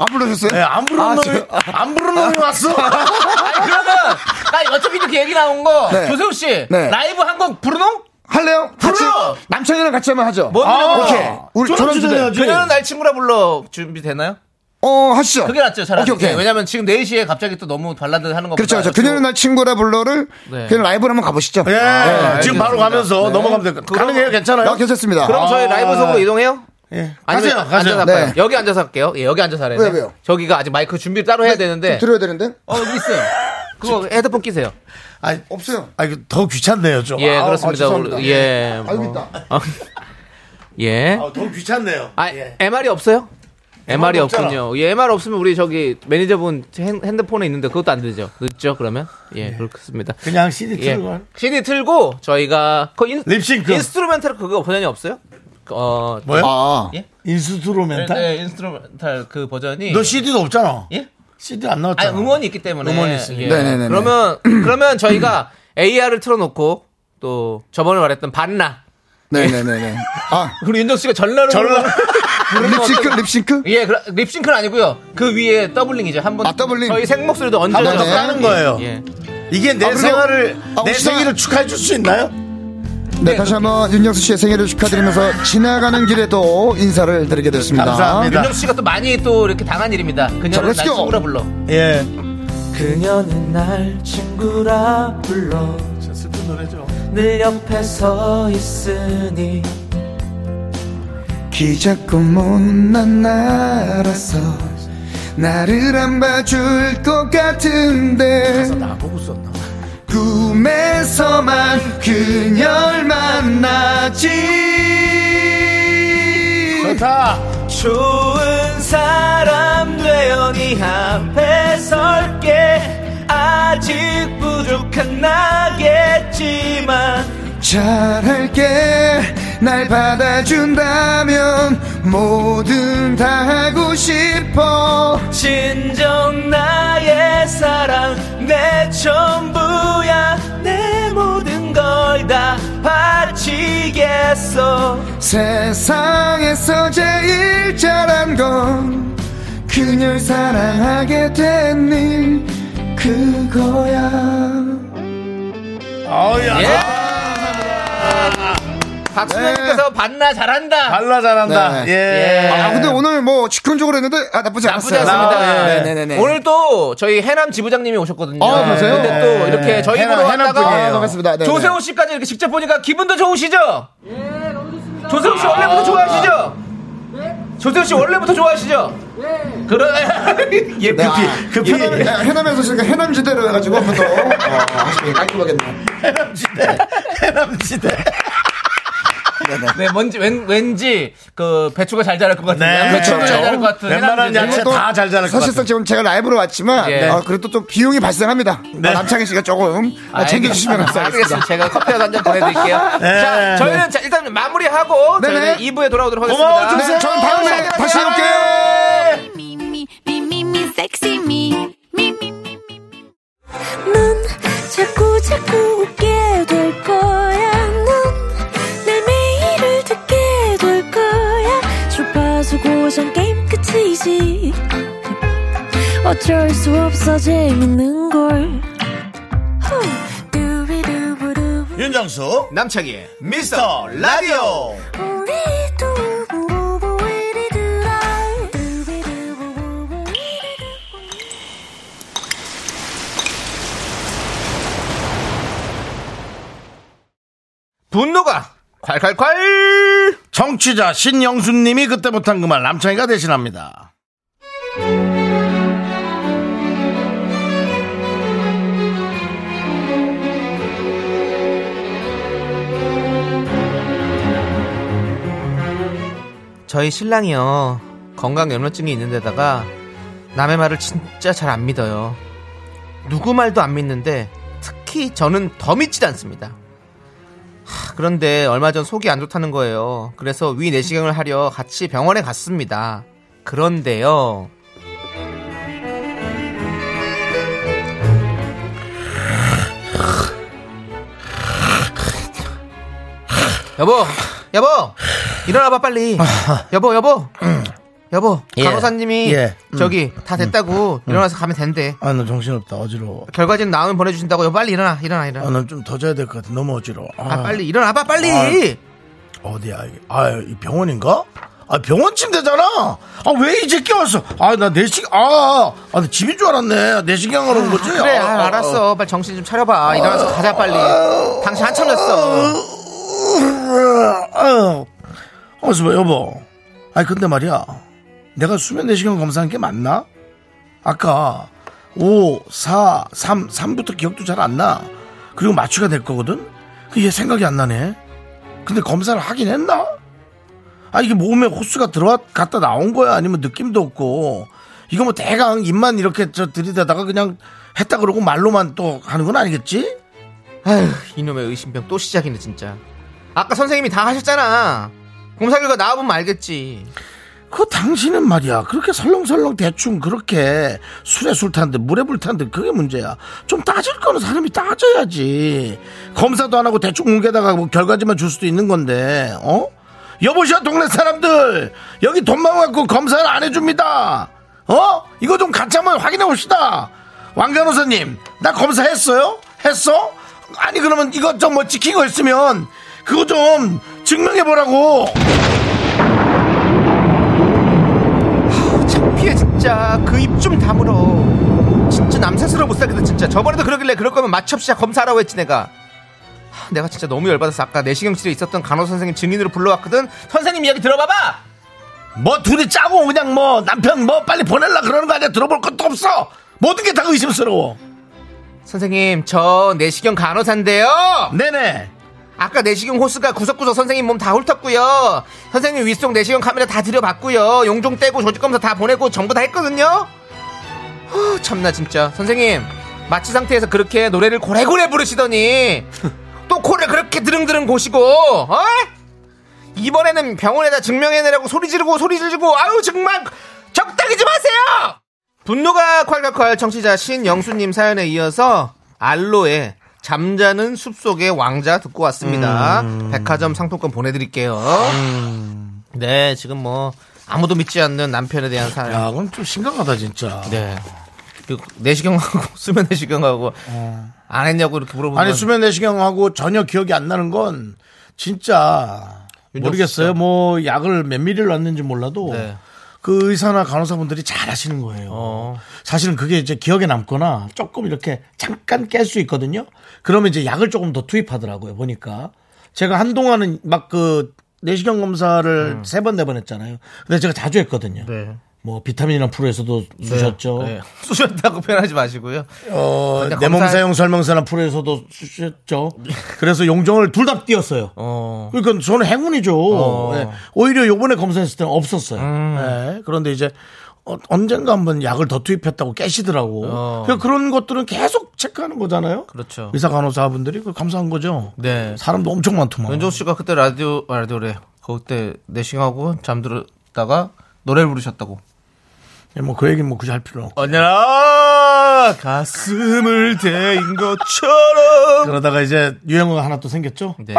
Speaker 4: 안 불러주셨어요?
Speaker 1: 예, 안 부른
Speaker 4: 아,
Speaker 1: 놈이
Speaker 4: 저-
Speaker 1: 안 부른 놈이 왔어.
Speaker 2: 아니, 그러면 나 어차피 이렇게 얘기 나온 거
Speaker 4: 네.
Speaker 2: 조세호 씨
Speaker 4: 네.
Speaker 2: 라이브 한 곡 부르노?
Speaker 1: 어,
Speaker 4: 할래요? 같이
Speaker 2: 불러!
Speaker 4: 남창이랑 같이 한번 하죠.
Speaker 2: 뭔 노래 불러?
Speaker 4: 오케이. 우리
Speaker 1: 졸업
Speaker 4: 졸업주대.
Speaker 1: 아, 축하해야지.
Speaker 2: 그녀는 날 친구라 불러 준비 되나요?
Speaker 4: 어 하시죠.
Speaker 2: 그게 낫죠, 차라리.
Speaker 4: 오케이 오케이.
Speaker 2: 예, 왜냐면 지금 4시에 갑자기 또 너무 발라드 하는 거보다
Speaker 4: 그렇죠, 그렇죠. 그녀는 날 친구라 불러를
Speaker 2: 네.
Speaker 4: 그냥 라이브로 한번 가보시죠.
Speaker 1: 예,
Speaker 2: 아,
Speaker 1: 지금 바로
Speaker 2: 알겠습니다.
Speaker 1: 가면서
Speaker 2: 네.
Speaker 1: 넘어가면 될까?
Speaker 2: 그럼-
Speaker 1: 가능해요? 괜찮아요?
Speaker 4: 나 괜찮습니다.
Speaker 2: 그럼 저희
Speaker 1: 아.
Speaker 2: 라이브석으로 이동해요?
Speaker 1: 예.
Speaker 2: 아니면
Speaker 1: 가세요, 가세요.
Speaker 2: 앉아서 할까요?
Speaker 4: 네.
Speaker 2: 여기 앉아서 할게요. 예, 여기 앉아서 하래요.
Speaker 4: 왜요, 왜요? 네,
Speaker 2: 저기가 아직 마이크 준비를 따로 해야 되는데.
Speaker 4: 들어야 되는데
Speaker 2: 어, 여기 있어요. 그거 헤드폰 끼세요.
Speaker 1: 아니,
Speaker 4: 없어요.
Speaker 1: 아, 이거 더 귀찮네요, 좀.
Speaker 2: 예,
Speaker 1: 아,
Speaker 2: 그렇습니다.
Speaker 1: 아, 죄송합니다.
Speaker 2: 우리- 예.
Speaker 4: 알고
Speaker 2: 뭐.
Speaker 4: 있다.
Speaker 2: 아, 예.
Speaker 1: 아, 더 귀찮네요.
Speaker 2: 아,
Speaker 1: 예.
Speaker 2: MR이 없어요? MR이
Speaker 1: 없잖아.
Speaker 2: 없군요. 예, MR 없으면 우리 저기 매니저분 핸- 핸드폰에 있는데 그것도 안 되죠. 늦죠, 그러면? 예, 그렇습니다.
Speaker 1: 그냥 CD
Speaker 2: 예.
Speaker 1: 틀고 할-
Speaker 2: CD 틀고 저희가 그 인,
Speaker 1: 립싱크.
Speaker 2: 인스트루멘탈 그거 버전이 없어요? 어,
Speaker 1: 뭐요?
Speaker 4: 아,
Speaker 2: 예?
Speaker 1: 인스트루멘탈?
Speaker 2: 네, 인스트루멘탈 그 버전이
Speaker 1: 너 CD도 없잖아.
Speaker 2: 예?
Speaker 1: CD 안
Speaker 2: 아
Speaker 1: 나왔잖아.
Speaker 2: 음원이 있기 때문에
Speaker 1: 음원이 있으니까.
Speaker 2: 예.
Speaker 4: 네네네네.
Speaker 2: 그러면 그러면 저희가 AR을 틀어놓고 또 저번에 말했던 반나
Speaker 4: 네네네네. 아,
Speaker 2: 그리고 윤정 씨가 전라로
Speaker 1: 전라-
Speaker 2: 부르는
Speaker 4: 립싱크,
Speaker 2: 어떤-
Speaker 4: 립싱크.
Speaker 2: 예 그라- 립싱크는 아니고요 그 위에 더블링이죠 한번
Speaker 4: 아, 더블링.
Speaker 2: 저희 생목소리도
Speaker 4: 아,
Speaker 2: 얹어서
Speaker 4: 네.
Speaker 1: 하는 거예요.
Speaker 2: 예.
Speaker 1: 이게 내
Speaker 4: 아, 그래서-
Speaker 1: 생활을
Speaker 4: 아,
Speaker 1: 내
Speaker 4: 혹시나-
Speaker 1: 생일을 축하해 줄 수 있나요?
Speaker 4: 네, 다시 한번 윤정수 씨의 생일을 축하드리면서 지나가는 길에도 인사를 드리게 됐습니다.
Speaker 1: 감사합니다.
Speaker 2: 윤정수 씨가 또 많이 또 이렇게 당한 일입니다.
Speaker 4: 자,
Speaker 2: 그녀는
Speaker 4: let's
Speaker 2: 날
Speaker 4: go.
Speaker 2: 친구라 불러.
Speaker 1: 예.
Speaker 5: 그녀는 날 친구라 불러
Speaker 1: 진짜 슬픈 노래죠.
Speaker 5: 늘 옆에 서 있으니
Speaker 4: 기자고 못난 나라서 나를 안 봐줄 것 같은데
Speaker 1: 나보고 썼나?
Speaker 4: 꿈에서만 그녀를 만나지
Speaker 1: 좋다.
Speaker 5: 좋은 사람 되어 네 앞에 설게 아직 부족한 나겠지만
Speaker 4: 잘할게 날 받아준다면 뭐든 다 하고 싶어
Speaker 5: 진정 나의 사랑 내 전부야 내 모든 걸 다 바치겠어
Speaker 4: 세상에서 제일 잘한 건 그녀를 사랑하게 된 일 그거야
Speaker 1: 아우야.
Speaker 2: 예. 박수현님께서
Speaker 5: 네.
Speaker 2: 봤나 잘한다.
Speaker 1: 발라 잘한다. 예.
Speaker 4: 네. 아 근데 오늘 뭐 즉흥적으로 했는데 아 나쁘지
Speaker 2: 나쁘지
Speaker 4: 않았어요.
Speaker 2: 않습니다.
Speaker 1: 아,
Speaker 2: 예.
Speaker 4: 네네네.
Speaker 2: 오늘 또 저희 해남 지부장님이 오셨거든요.
Speaker 4: 아, 그러세요?
Speaker 2: 근데 또
Speaker 1: 네.
Speaker 2: 이렇게 저희
Speaker 1: 해남-
Speaker 2: 보러
Speaker 1: 해남
Speaker 2: 왔다가
Speaker 1: 분이에요.
Speaker 4: 아, 반갑습니다. 네네.
Speaker 2: 조세호 씨까지 이렇게 직접 보니까 기분도 좋으시죠?
Speaker 6: 네, 너무 좋습니다.
Speaker 2: 조세호 씨 원래부터 좋아하시죠? 조세호 씨 원래부터 좋아하시죠?
Speaker 6: 네.
Speaker 2: 그런 예
Speaker 4: 네, 아,
Speaker 1: 급히, 급히.
Speaker 4: 해남- 네, 해남에서 지금 해남 지대로 해가지고 한번 더 어, 하시길 깔끔하겠네요.
Speaker 1: 해남지대. 해남지대.
Speaker 2: 네, 뭔지 왠, 왠지 그 배추가 잘 자랄 것 같은데
Speaker 1: 네.
Speaker 2: 배추가
Speaker 4: 그렇죠.
Speaker 2: 잘 자랄 것 같은
Speaker 1: 웬만한
Speaker 2: 해남지대.
Speaker 1: 야채-
Speaker 4: 어, 또
Speaker 1: 다잘 자랄 것
Speaker 4: 사실상
Speaker 1: 같아요.
Speaker 4: 지금 제가 라이브로 왔지만
Speaker 2: 예.
Speaker 4: 어, 그래도 좀 비용이 발생합니다.
Speaker 1: 네.
Speaker 4: 남창희 씨가 조금
Speaker 2: 아,
Speaker 4: 챙겨주시면
Speaker 2: 알겠습니다.
Speaker 4: 감사하겠습니다.
Speaker 2: 알겠습니다. 제가 커피 한잔 보내드릴게요.
Speaker 1: 네.
Speaker 2: 자, 저희는 자, 일단 마무리하고 저희는
Speaker 4: 네네.
Speaker 2: 2부에 돌아오도록 하겠습니다.
Speaker 1: 고마워, 조세호.
Speaker 4: 네, 저는 다음에 다시 올게요.
Speaker 7: me, me, me, me, me, sexy me. Me, me, me, me, me. 넌 자꾸, 자꾸 웃게 될 거야. 넌내 매일을 듣게 될 거야. 주파수 고정 게임 끝이지. 어쩔 수 없어, 재밌는 걸. 후. 두비두부두부.
Speaker 1: 윤정수.
Speaker 2: 남창희의 미스터 라디오.
Speaker 7: 우리 두부부부 우리 두라. 두비두부부부 우리 두부.
Speaker 2: 분노가 콸콸콸!
Speaker 1: 정취자 신영수님이 그때 못한 그 말 남창희가 대신합니다.
Speaker 2: 저희 신랑이요 건강염려증이 있는데다가 남의 말을 진짜 잘 안 믿어요 누구 말도 안 믿는데 특히 저는 더 믿지 않습니다 하, 그런데 얼마 전 속이 안 좋다는 거예요 그래서 위 내시경을 하려 같이 병원에 갔습니다 그런데요 여보 여보 일어나봐 빨리 여보 여보 여보
Speaker 1: 아. 음. 예.
Speaker 2: 간호사님이
Speaker 1: 예. 음.
Speaker 2: 저기 다 됐다고 일어나서 가면 된대
Speaker 1: 아, 나 정신없다. 어지러워.
Speaker 2: 결과지는 나오면 보내주신다고 여 빨리 일어나 일어나
Speaker 1: 아,
Speaker 2: 일어나
Speaker 1: 난 좀 더 자야 될 것 같아. 너무 어지러워.
Speaker 2: 아, 빨리 일어나봐 빨리
Speaker 1: 아유. 어디야 이게? 아, 이 병원인가? 아, 병원 침대잖아. 아, 왜 이제 깨웠어? 아, 나 내시 아, 아, 나 집인 줄 알았네. 내시경하러 온 거지.
Speaker 2: 그래
Speaker 1: 아,
Speaker 2: 아,
Speaker 1: 아, 아.
Speaker 2: 알았어 빨리 정신 좀 차려봐 일어나서 가자 빨리 당신 한참 잤어
Speaker 1: 어, 어서 봐, 여보. 아니 근데 말이야, 내가 수면 내시경 검사한 게 맞나? 아까 5, 4, 3, 3부터 기억도 잘 안 나. 그리고 마취가 될 거거든. 그얘 생각이 안 나네. 근데 검사를 하긴 했나? 아 이게 몸에 호수가 들어갔다 나온 거야 아니면 느낌도 없고 이거 뭐 대강 입만 이렇게 저 들이대다가 그냥 했다 그러고 말로만 또 하는 건 아니겠지?
Speaker 2: 아휴 이놈의 의심병 또 시작이네 진짜 아까 선생님이 다 하셨잖아 검사 결과 나와보면 알겠지
Speaker 1: 그 당신은 말이야 그렇게 설렁설렁 대충 그렇게 술에 술 탄 듯 물에 불 탄 듯 그게 문제야 좀 따질 거는 사람이 따져야지 검사도 안 하고 대충 뭉개다가 뭐 결과지만 줄 수도 있는 건데 어 여보시오 동네 사람들 여기 돈만 갖고 검사를 안 해줍니다 어 이거 좀 같이 한번 확인해 봅시다 왕 변호사님 나 검사했어요 했어 아니 그러면 이것 좀 뭐 찍힌 거 있으면 그거 좀 증명해 보라고.
Speaker 2: 창피해 진짜 그 입 좀 다물어 진짜 남사스러워 못살겠다 진짜 저번에도 그러길래 그럴 거면 마취업시자 검사하라고 했지 내가 하, 내가 진짜 너무 열받아서 아까 내시경실에 있었던 간호사 선생님 증인으로 불러왔거든 선생님 이야기 들어봐봐
Speaker 1: 뭐 둘이 짜고 그냥 뭐 남편 뭐 빨리 보낼라 그러는 거 아니야? 들어볼 것도 없어. 모든 게 다 의심스러워.
Speaker 2: 선생님 저 내시경 간호사인데요
Speaker 1: 네네.
Speaker 2: 아까 내시경 호스가 구석구석 선생님 몸 다 훑었고요. 선생님 윗속 내시경 카메라 다 들여봤고요. 용종 떼고 조직 검사 다 보내고 전부 다 했거든요. 후, 참나 진짜 선생님 마취 상태에서 그렇게 노래를 고래고래 부르시더니 또 코를 그렇게 드릉드릉 고시고 어? 이번에는 병원에다 증명해내라고 소리 지르고 소리 지르고 아유 정말 적당히 좀 하세요. 분노가 콸콸콸 청취자 신영수님 사연에 이어서 알로에 잠자는 숲속의 왕자 듣고 왔습니다. 백화점 상품권 보내드릴게요. 네, 지금 뭐 아무도 믿지 않는 남편에 대한 사연.
Speaker 1: 야, 그건 좀 심각하다 진짜.
Speaker 2: 네. 그리고 내시경하고 수면 내시경하고 안 했냐고 이렇게 물어보는
Speaker 1: 네. 아니
Speaker 2: 건
Speaker 1: 수면 내시경하고 전혀 기억이 안 나는 건 진짜
Speaker 2: 윤정수
Speaker 1: 모르겠어요.
Speaker 2: 씨죠.
Speaker 1: 뭐 약을 몇 미리를 놨는지 몰라도
Speaker 2: 네.
Speaker 1: 그 의사나 간호사분들이 잘 하시는 거예요.
Speaker 2: 어.
Speaker 1: 사실은 그게 이제 기억에 남거나 조금 이렇게 잠깐 깰 수 있거든요. 그러면 이제 약을 조금 더 투입하더라고요. 보니까 제가 한동안은 막 그 내시경 검사를 세 번 네 번 했잖아요. 근데 제가 자주 했거든요.
Speaker 2: 음. 네.
Speaker 1: 뭐 비타민이랑 프로에서도 주셨죠.
Speaker 2: 네. 쑤셨다고 표현하지 마시고요.
Speaker 1: 어,
Speaker 2: 근데 검사- 네.
Speaker 1: 내몸 사용 설명서나 프로에서도 쓰셨죠. 그래서 용종을 둘 다 띄었어요.
Speaker 2: 어.
Speaker 1: 그러니까 저는 행운이죠.
Speaker 2: 어. 음.
Speaker 1: 예. 오히려 요번에 검사했을 때는 없었어요. 예. 그런데 이제 어, 언젠가 한번 약을 더 투입했다고 깨시더라고.
Speaker 2: 어.
Speaker 1: 그러니까 그런 것들은 계속 체크하는 거잖아요.
Speaker 2: 그렇죠.
Speaker 1: 의사 간호사분들이 그걸 감사한 거죠.
Speaker 2: 네.
Speaker 1: 사람도 엄청 많더만.
Speaker 2: 연정 씨가 그때 라디오 아, 라디오래. 그때 내시경하고 잠들었다가 노래를 부르셨다고.
Speaker 1: 예, 뭐그 얘기는 뭐 굳이 할 필요 없고.
Speaker 2: 언제나 가슴을 대인 것처럼.
Speaker 1: 그러다가 이제 유행어가 하나 또 생겼죠.
Speaker 2: 네.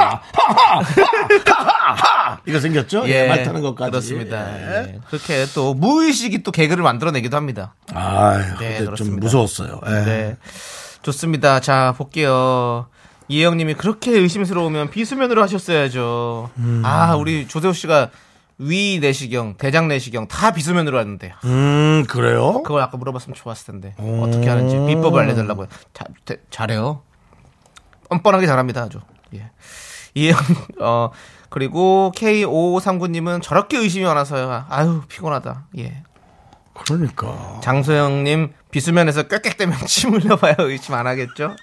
Speaker 1: 이거 생겼죠. 예, 말 타는 것까지.
Speaker 2: 그렇습니다.
Speaker 1: 예.
Speaker 2: 예. 그렇게 또 무의식이 또 개그를 만들어내기도 합니다.
Speaker 1: 아유,
Speaker 2: 네,
Speaker 1: 근데 좀
Speaker 2: 그렇습니다.
Speaker 1: 무서웠어요. 예.
Speaker 2: 네. 좋습니다. 자, 볼게요. 이혜영님이 그렇게 의심스러우면 비수면으로 하셨어야죠. 아, 우리 조세호 씨가 위 내시경, 대장 내시경 다 비수면으로 하는데
Speaker 1: 음, 그래요?
Speaker 2: 그걸 아까 물어봤으면 좋았을 텐데 어떻게 하는지 비법을 알려달라고요. 자, 대- 잘해요. 뻔뻔하게 잘합니다, 아주. 예. 이혜영, 어 그리고 K5539님은 저렇게 의심이 많아서요. 아유 피곤하다. 예.
Speaker 1: 그러니까.
Speaker 2: 장소영님 비수면에서 꽥꽥대면 침 흘려봐야 의심 안 하겠죠?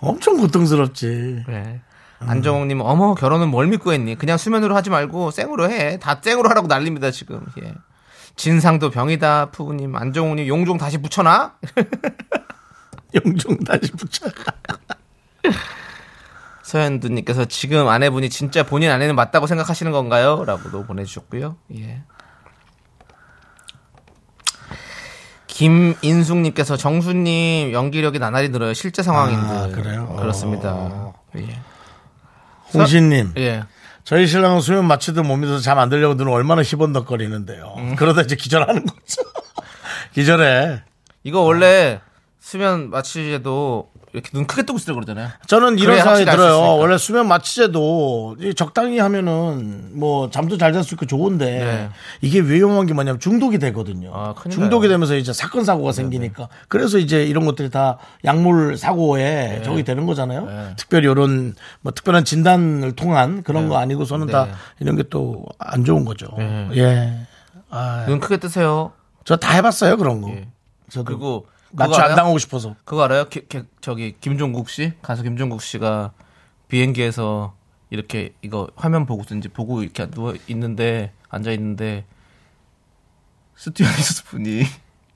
Speaker 1: 엄청 고통스럽지.
Speaker 2: 그래. 네.
Speaker 1: 음.
Speaker 2: 안정홍님, 어머, 결혼은 뭘 믿고 했니? 그냥 수면으로 하지 말고 생으로 해. 다 생으로 하라고 난립니다, 지금. 예. 진상도 병이다, 푸우님. 안정홍님, 용종 다시 붙여놔?
Speaker 1: 영종 다시 붙여.
Speaker 2: 서현두님께서 지금 아내분이 진짜 본인 아내는 맞다고 생각하시는 건가요? 라고도 보내주셨고요. 예. 김인숙님께서 정수님 연기력이 나날이 늘어요. 실제 상황인데.
Speaker 1: 아, 그래요? 어.
Speaker 2: 그렇습니다. 예.
Speaker 1: 홍신님,
Speaker 2: 예.
Speaker 1: 저희 신랑은 수면 마취도 못 믿어서 잠 안 들려고 눈을 얼마나 희번덕거리는데요.
Speaker 2: 음.
Speaker 1: 그러다 이제 기절하는 거죠. 기절해.
Speaker 2: 이거
Speaker 1: 네.
Speaker 2: 원래 수면 마취제도 이렇게 눈 크게 뜨고 쓰라 그러잖아요.
Speaker 1: 저는 이런
Speaker 2: 그래야
Speaker 1: 생각이
Speaker 2: 확실히 알수
Speaker 1: 들어요.
Speaker 2: 있으니까.
Speaker 1: 원래 수면 마취제도 이 적당히 하면은 뭐 잠도 잘 잘 수 있고 좋은데
Speaker 2: 네.
Speaker 1: 이게 위험한 게 뭐냐면 중독이 되거든요.
Speaker 2: 아, 큰일
Speaker 1: 중독이
Speaker 2: 나요. 네,
Speaker 1: 되면서 이제 사건 사고가 생기니까 그래서 이제 이런 것들이 다 약물
Speaker 2: 네.
Speaker 1: 사고에 적용이 되는 거잖아요. 특별히 이런 뭐 특별한 진단을 통한 그런 거 아니고서는 다
Speaker 2: 네.
Speaker 1: 이런 게 또 안 좋은 거죠.
Speaker 2: 네.
Speaker 1: 예. 아,
Speaker 2: 눈 크게 뜨세요.
Speaker 1: 저 다 해봤어요 그런 거.
Speaker 2: 예.
Speaker 1: 저도
Speaker 2: 그리고 그거
Speaker 1: 마취 안
Speaker 2: 알아요?
Speaker 1: 당하고 싶어서.
Speaker 2: 그거 알아요? 기- 기- 저기 김종국 씨 가수 김종국 씨가 비행기에서 이렇게 이거 화면 보고 든지 보고 이렇게 누워 있는데 앉아 있는데 스튜어디스 분이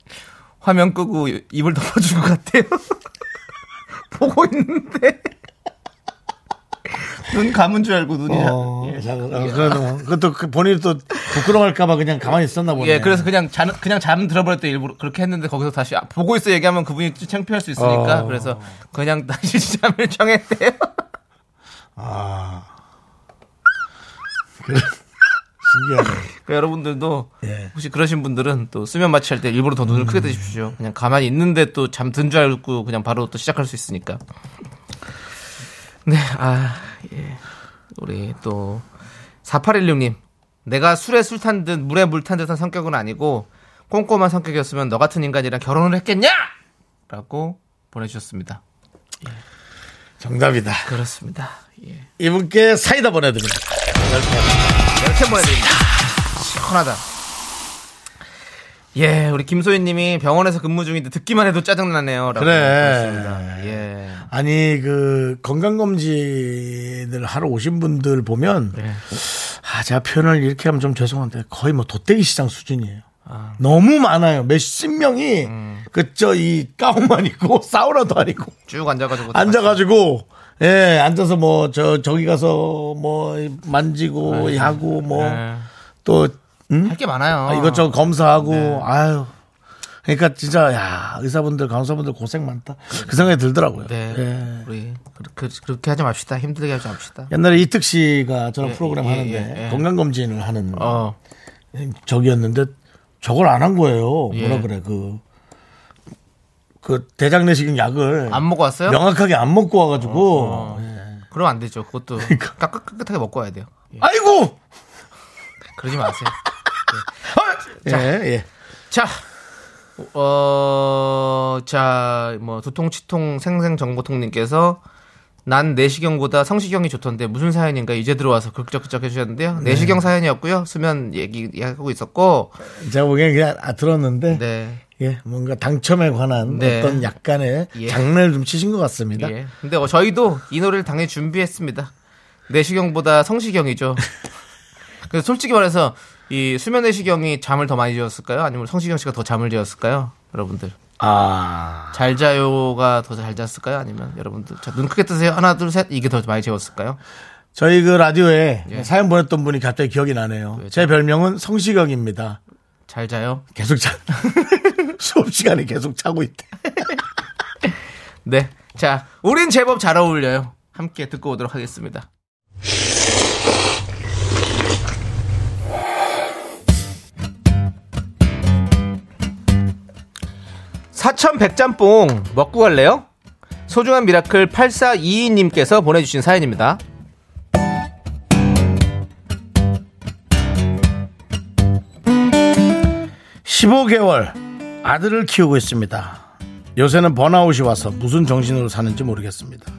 Speaker 2: 화면 끄고 입을 덮어준 것 같아요. 보고 있는데 눈 감은 줄 알고 눈이
Speaker 1: 어, 자, 어, 그래도 그것도 그 본인이 또 부끄러워할까봐 그냥 가만히 있었나 보네.
Speaker 2: 예, 그래서 그냥 잠 그냥 잠 들어버렸대 일부러 그렇게 했는데 거기서 다시 아, 보고 있어 얘기하면 그분이 좀 창피할 수 있으니까
Speaker 1: 어.
Speaker 2: 그래서 그냥 다시 잠을 청했대요.
Speaker 1: 아. 그래. 신기하네.
Speaker 2: 그러니까 여러분들도
Speaker 1: 예.
Speaker 2: 혹시 그러신 분들은 또 수면 마취할 때 일부러 더 눈을 크게 뜨십시오. 그냥 가만히 있는데 또 잠 든 줄 알고 그냥 바로 또 시작할 수 있으니까. 네, 아 예. 우리 또 4816님. 내가 술에 술 탄 듯 물에 물 탄 듯한 성격은 아니고 꼼꼼한 성격이었으면 너 같은 인간이랑 결혼을 했겠냐? 라고 보내주셨습니다.
Speaker 1: 정답이다.
Speaker 2: 그렇습니다. 예.
Speaker 1: 이분께 사이다 보내드립니다.
Speaker 2: 이렇게 보내드립니다. 시원하다. 예, 우리 김소희님이 병원에서 근무 중인데 듣기만 해도 짜증나네요. 라고
Speaker 1: 그래.
Speaker 2: 보내주셨습니다. 예.
Speaker 1: 아니 그 건강검진을 하러 오신 분들 보면
Speaker 2: 예.
Speaker 1: 아 제가 표현을 이렇게 하면 좀 죄송한데 거의 뭐 돗대기 시장 수준이에요.
Speaker 2: 아.
Speaker 1: 너무 많아요. 몇십 명이
Speaker 2: 음.
Speaker 1: 그저 이 가운만 입고 사우나도 아니고
Speaker 2: 쭉 앉아가지고.
Speaker 1: 앉아가지고 예 앉아서 뭐 저 저기 가서 뭐 만지고 하고
Speaker 2: 아, 예.
Speaker 1: 뭐 또 음?
Speaker 2: 할게 네. 많아요.
Speaker 1: 아, 이것저것 검사하고 아유 그러니까 진짜 야 의사분들 간호사분들 고생 많다 그 생각이 들더라고요.
Speaker 2: 네.
Speaker 1: 예.
Speaker 2: 우리 그, 그, 렇게 하지 맙시다. 힘들게 하지 맙시다.
Speaker 1: 옛날에 이특 씨가 저랑 프로그램
Speaker 2: 예,
Speaker 1: 하는데
Speaker 2: 예, 예.
Speaker 1: 건강검진을 하는
Speaker 2: 어.
Speaker 1: 적이었는데 저걸 안 한 거예요.
Speaker 2: 예.
Speaker 1: 뭐라 그래 그. 그 대장내시경 약을
Speaker 2: 안 먹고 왔어요? 어,
Speaker 1: 명확하게 안 먹고 와가지고 예.
Speaker 2: 그럼 안 되죠. 그것도
Speaker 1: 그러니까.
Speaker 2: 깍- 깨끗하게 먹고 와야 돼요.
Speaker 1: 아이고
Speaker 2: 그러지 마세요.
Speaker 1: 예, 예.
Speaker 2: 자, 어, 자, 뭐 두통치통 생생정보통님께서 난 내시경보다 성시경이 좋던데 무슨 사연인가 이제 들어와서 극적극적 해주셨는데요. 내시경 사연이었고요. 수면 얘기하고 있었고,
Speaker 1: 제가 보기엔 그냥 아, 들었는데
Speaker 2: 네.
Speaker 1: 예, 뭔가 당첨에 관한
Speaker 2: 네.
Speaker 1: 어떤 약간의
Speaker 2: 예.
Speaker 1: 장난을 좀 치신 것 같습니다.
Speaker 2: 예. 근데 어, 저희도 이 노래를 당연히 준비했습니다. 내시경보다 성시경이죠. 그래서 솔직히 말해서 이 수면 내시경이 잠을 더 많이 지었을까요? 아니면 성시경 씨가 더 잠을 지었을까요? 여러분들.
Speaker 1: 아
Speaker 2: 잘 자요가 더 잘 잤을까요? 아니면 여러분들 자, 눈 크게 뜨세요. 하나 둘 셋 이게 더 많이 재웠을까요?
Speaker 1: 저희 그 라디오에
Speaker 2: 예.
Speaker 1: 사연 보냈던 분이 갑자기 기억이 나네요.
Speaker 2: 왜죠?
Speaker 1: 제 별명은 성시경입니다.
Speaker 2: 잘 자요.
Speaker 1: 계속 자 수업 시간에 계속 자고 있대.
Speaker 2: 네. 자, 우린 제법 잘 어울려요. 함께 듣고 오도록 하겠습니다. 사천 백짬뽕 먹고 갈래요? 소중한 미라클 8422님께서 보내주신 사연입니다.
Speaker 1: 십오 개월 아들을 키우고 있습니다. 요새는 번아웃이 와서 무슨 정신으로 사는지 모르겠습니다.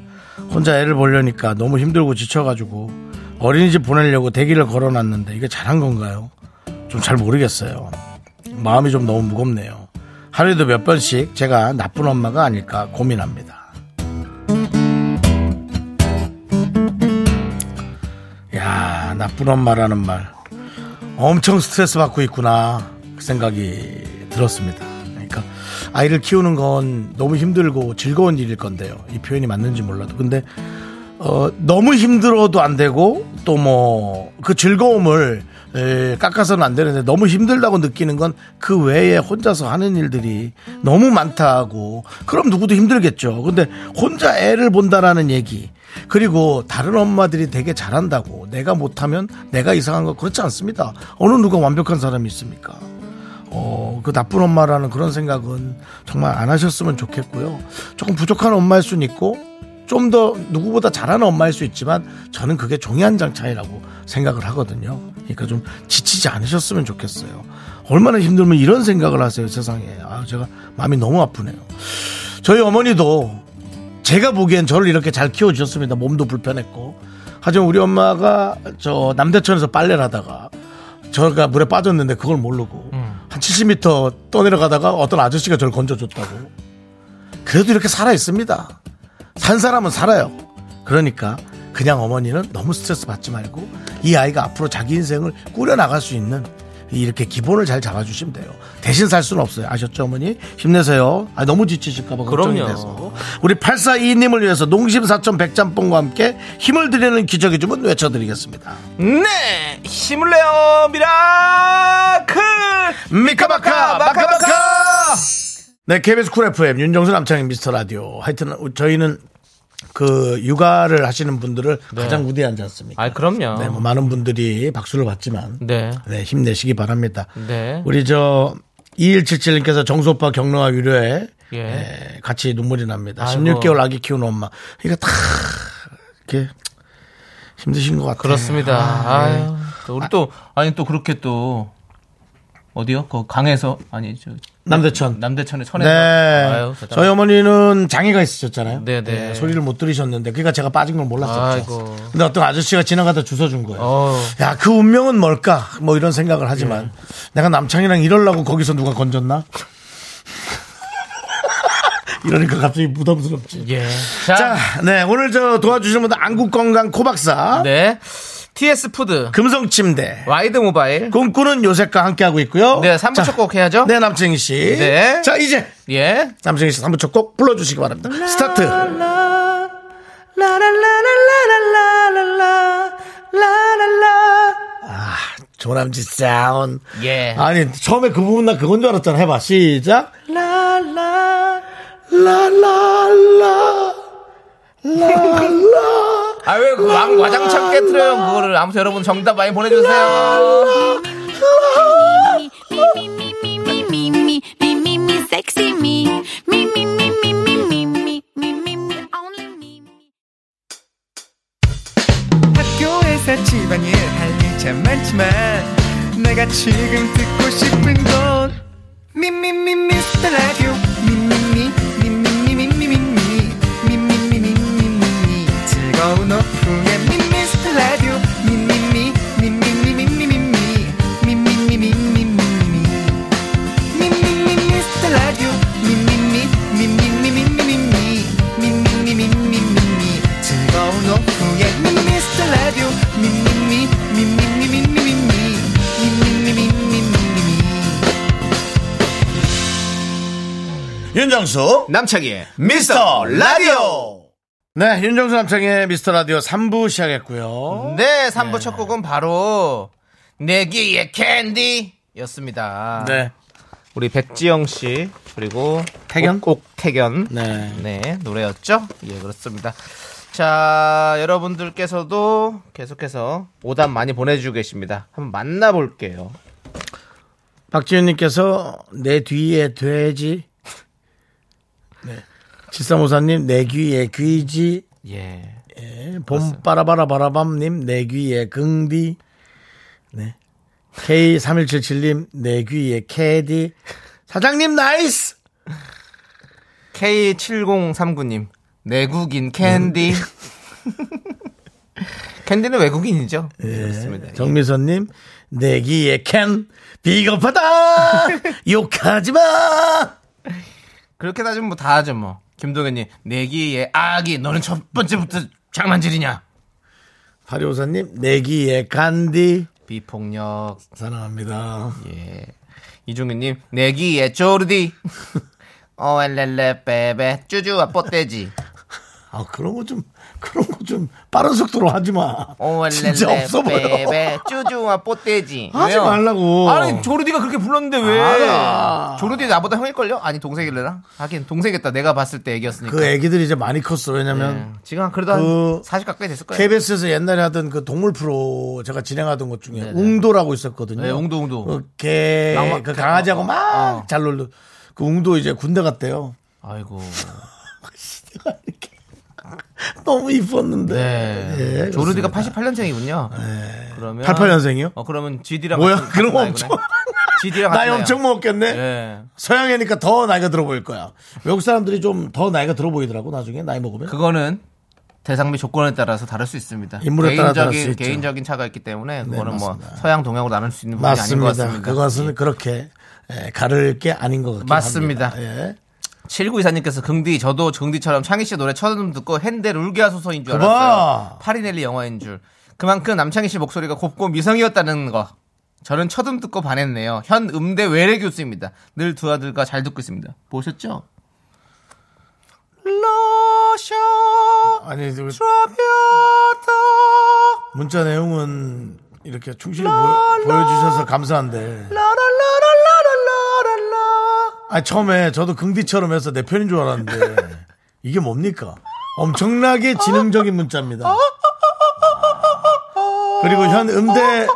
Speaker 1: 혼자 애를 보려니까 너무 힘들고 지쳐가지고 어린이집 보내려고 대기를 걸어놨는데 이게 잘한 건가요? 좀 잘 모르겠어요. 마음이 좀 너무 무겁네요. 하루에도 몇 번씩 제가 나쁜 엄마가 아닐까 고민합니다. 야, 나쁜 엄마라는 말. 엄청 스트레스 받고 있구나 그 생각이 들었습니다. 그러니까 아이를 키우는 건 너무 힘들고 즐거운 일일 건데요. 이 표현이 맞는지 몰라도 근데 어, 너무 힘들어도 안 되고 또 뭐 그 즐거움을 에, 깎아서는 안 되는데 너무 힘들다고 느끼는 건 그 외에 혼자서 하는 일들이 너무 많다고 그럼 누구도 힘들겠죠. 근데 혼자 애를 본다라는 얘기 그리고 다른 엄마들이 되게 잘한다고 내가 못하면 내가 이상한 거 그렇지 않습니다. 어느 누가 완벽한 사람이 있습니까? 어, 그 나쁜 엄마라는 그런 생각은 정말 안 하셨으면 좋겠고요. 조금 부족한 엄마일 수는 있고, 좀 더 누구보다 잘하는 엄마일 수 있지만, 저는 그게 종이 한 장 차이라고 생각을 하거든요. 그러니까 좀 지치지 않으셨으면 좋겠어요. 얼마나 힘들면 이런 생각을 하세요, 세상에. 아, 제가 마음이 너무 아프네요. 저희 어머니도 제가 보기엔 저를 이렇게 잘 키워주셨습니다. 몸도 불편했고. 하지만 우리 엄마가 저 남대천에서 빨래를 하다가 저가 물에 빠졌는데 그걸 모르고
Speaker 2: 음.
Speaker 1: 한 70m 떠내려가다가 어떤 아저씨가 저를 건져줬다고. 그래도 이렇게 살아 있습니다. 산 사람은 살아요. 그러니까 그냥 어머니는 너무 스트레스 받지 말고 이 아이가 앞으로 자기 인생을 꾸려나갈 수 있는 이렇게 기본을 잘 잡아주시면 돼요. 대신 살 수는 없어요. 아셨죠, 어머니? 힘내세요. 아, 너무 지치실까봐 걱정이
Speaker 2: 그럼요.
Speaker 1: 돼서. 우리 8422님을 위해서 농심 사천 백짬뽕과 함께 힘을 드리는 기적의 주문 외쳐드리겠습니다.
Speaker 2: 네! 힘을 내요! 미라클!
Speaker 1: 미카마카! 마카마카! 네, KBS 쿨 FM 윤정수 남창인 미스터 라디오. 하여튼 저희는 그 육아를 하시는 분들을 가장 우대하지 않습니까?
Speaker 2: 네. 아, 그럼요.
Speaker 1: 네, 뭐 많은 분들이 박수를 받지만
Speaker 2: 네.
Speaker 1: 네, 힘내시기 바랍니다.
Speaker 2: 네.
Speaker 1: 우리 저 2177님께서 정수 오빠 경로와 유료에
Speaker 2: 예.
Speaker 1: 예, 같이 눈물이 납니다.
Speaker 2: 아이고.
Speaker 1: 16개월 아기 키우는 엄마. 이거 다 이렇게 힘드신 것 같아요.
Speaker 2: 그렇습니다.
Speaker 1: 아, 예.
Speaker 2: 아유, 또 우리 또 아니 또 그렇게 또 어디요? 그 강에서 아니 저
Speaker 1: 남대천.
Speaker 2: 남대천에 천에서
Speaker 1: 네.
Speaker 2: 대단하다.
Speaker 1: 저희 어머니는 장애가 있으셨잖아요.
Speaker 2: 네, 네.
Speaker 1: 소리를 못 들으셨는데, 그러니까 제가 빠진 걸 몰랐었죠.
Speaker 2: 아이고.
Speaker 1: 근데 어떤 아저씨가 지나가다 주워준 거예요.
Speaker 2: 어우.
Speaker 1: 야, 그 운명은 뭘까? 뭐 이런 생각을 하지만,
Speaker 2: 예.
Speaker 1: 내가 남창이랑 이럴라고 거기서 누가 건졌나? 이러니까 갑자기 부담스럽지.
Speaker 2: 예.
Speaker 1: 자,
Speaker 2: 자,
Speaker 1: 네. 오늘 저 도와주신 분들 안국건강 코박사,
Speaker 2: 네. TS 푸드
Speaker 1: 금성침대,
Speaker 2: 와이드 모바일.
Speaker 1: 꿈꾸는 요셉과 함께하고 있고요.
Speaker 2: 네, 3부 첫 곡 해야죠.
Speaker 1: 네, 남창희 씨.
Speaker 2: 네.
Speaker 1: 자, 이제
Speaker 2: 예.
Speaker 1: 남정희 씨 3부 첫 곡 불러주시기 바랍니다. 스타트. 아, 조남지 사운.
Speaker 2: 예.
Speaker 1: 아니, 처음에 그 부분 나 그건 줄 알았잖아. 해봐. 시작. 라라라라라. 라라.
Speaker 2: 아, 왜, 그 왕, 와장창 깨트려요, 그거를. 아무튼 여러분 정답 많이 보내주세요.
Speaker 5: 학교에서 집안일 할 일 참 많지만 내가 지금 듣고 싶은 건 미미미 미스터 라디오 미미미 미미미 미미미 미미미 미미미 즐거운 오후에 미미스터 라디오 미미미 미미미 미미미 미미미 미미미 미미미 미스터 라디오 미미미 미미미 미미미 미미미 미미미 즐거운 오후에 미스터 라디오 미미미 미미미 미미미 미미미 미미미
Speaker 1: 윤정수.
Speaker 2: 남창희의
Speaker 1: 미스터 라디오. 네, 윤정수 남창의 미스터 라디오 3부 시작했고요.
Speaker 2: 네, 3부 첫 곡은 바로 내기의 캔디 였습니다.
Speaker 1: 네.
Speaker 2: 우리 백지영 씨, 그리고
Speaker 1: 태견?
Speaker 2: 옥, 태견.
Speaker 1: 네.
Speaker 2: 네, 노래였죠? 예, 그렇습니다. 자, 여러분들께서도 계속해서 오답 많이 보내주고 계십니다. 한번 만나볼게요.
Speaker 1: 박지윤님께서 내 뒤에 돼지. 네. 칠삼오사님 내 귀에 귀지.
Speaker 2: 예.
Speaker 1: 네, 봄 빠라바라 바라밤님 내 귀에 긍디. 네. K 3177님 내 귀에 캐디. 사장님 나이스.
Speaker 2: K7039님, 내국인 캔디.
Speaker 1: 네.
Speaker 2: 캔디는 외국인이죠? 예, 그렇습니다. 예.
Speaker 1: 정미선님 내 귀에 캔 비겁하다. 욕하지 마.
Speaker 2: 그렇게 따지면 뭐 다 하죠, 뭐. 김동현님, 내기의 아기, 너는 첫 번째부터 장난질이냐?
Speaker 1: 파리오사님 내 귀에 간디.
Speaker 2: 비폭력.
Speaker 1: 사랑합니다.
Speaker 2: 예. 이종현님, 내기의 조르디. 어엘렐레 빼베, 쭈쭈와 뽀떼지.
Speaker 1: 아 그런 거 좀 그런 거 좀 빠른 속도로 하지 마. 진짜
Speaker 2: 오엘렐레
Speaker 1: 없어 보여.
Speaker 2: 빼베, 쭈쭈와 뽀떼지.
Speaker 1: 하지
Speaker 2: 왜요?
Speaker 1: 말라고.
Speaker 2: 아니 조르디가 그렇게 불렀는데 왜?
Speaker 1: 알아.
Speaker 2: 조르디 나보다 형일걸요? 아니 동생일래나? 하긴 동생이겠다. 내가 봤을 때 애기였으니까.
Speaker 1: 그 애기들이 이제 많이 컸어. 왜냐면
Speaker 2: 예. 지금 한- 그래도 한
Speaker 1: 그
Speaker 2: 40 가까이 됐을 거예요.
Speaker 1: KBS에서 옛날에 하던 그 동물 프로 제가 진행하던 것 중에 웅도라고 있었거든요.
Speaker 2: 네, 웅도, 웅도.
Speaker 1: 그 개,
Speaker 2: 막-
Speaker 1: 그 강아지하고 막
Speaker 2: 어.
Speaker 1: 잘 놀러. 그 웅도 이제 군대 갔대요.
Speaker 2: 아이고.
Speaker 1: 내가 이렇게 너무 이뻤는데.
Speaker 2: 네.
Speaker 1: 예,
Speaker 2: 조르디가
Speaker 1: 그렇습니다.
Speaker 2: 88년생이군요. 그러면
Speaker 1: 88년생이요?
Speaker 2: 어 그러면 GD랑
Speaker 1: 뭐야? 그럼 엄청-
Speaker 2: GD랑
Speaker 1: 나이 엄청 먹었겠네.
Speaker 2: 예.
Speaker 1: 서양이니까 더 나이가 들어 보일 거야. 외국 사람들이 좀 더 나이가 들어 보이더라고 나중에 나이 먹으면.
Speaker 2: 그거는 대상 및 조건에 따라서 다를 수 있습니다.
Speaker 1: 인물에 따라 다를 수
Speaker 2: 개인적인
Speaker 1: 있죠. 네,
Speaker 2: 개인적인 차가 있기 때문에 그거는 뭐
Speaker 1: 맞습니다.
Speaker 2: 서양 동양으로 나눌 수 있는 부분이 아닌 것
Speaker 1: 맞습니다.
Speaker 2: 같습니다.
Speaker 1: 그것은
Speaker 2: 예.
Speaker 1: 그렇게 예, 가를 게 아닌 것 같긴
Speaker 2: 맞습니다.
Speaker 1: 합니다. 예.
Speaker 2: 7924님께서 긍디 저도 긍디처럼 창희 씨 노래 처음 듣고 핸델 울게 하소서인 줄
Speaker 1: 그거.
Speaker 2: 알았어요. 파리넬리 영화인 줄. 그만큼 남창희 씨 목소리가 곱고 미성이었다는 거. 저는 처음 듣고 반했네요. 현 음대 외래 교수입니다. 늘 두 아들과 잘 듣고 있습니다. 보셨죠? 러시아
Speaker 1: 아니 저
Speaker 2: 트라비아타
Speaker 1: 문자 내용은 이렇게 충실히 보여, 보여주셔서 감사한데.
Speaker 2: 라라라라라라라
Speaker 1: 아 처음에 저도 긍디처럼 해서 내 편인 줄 알았는데 이게 뭡니까? 엄청나게 지능적인 문자입니다. 그리고 현 음대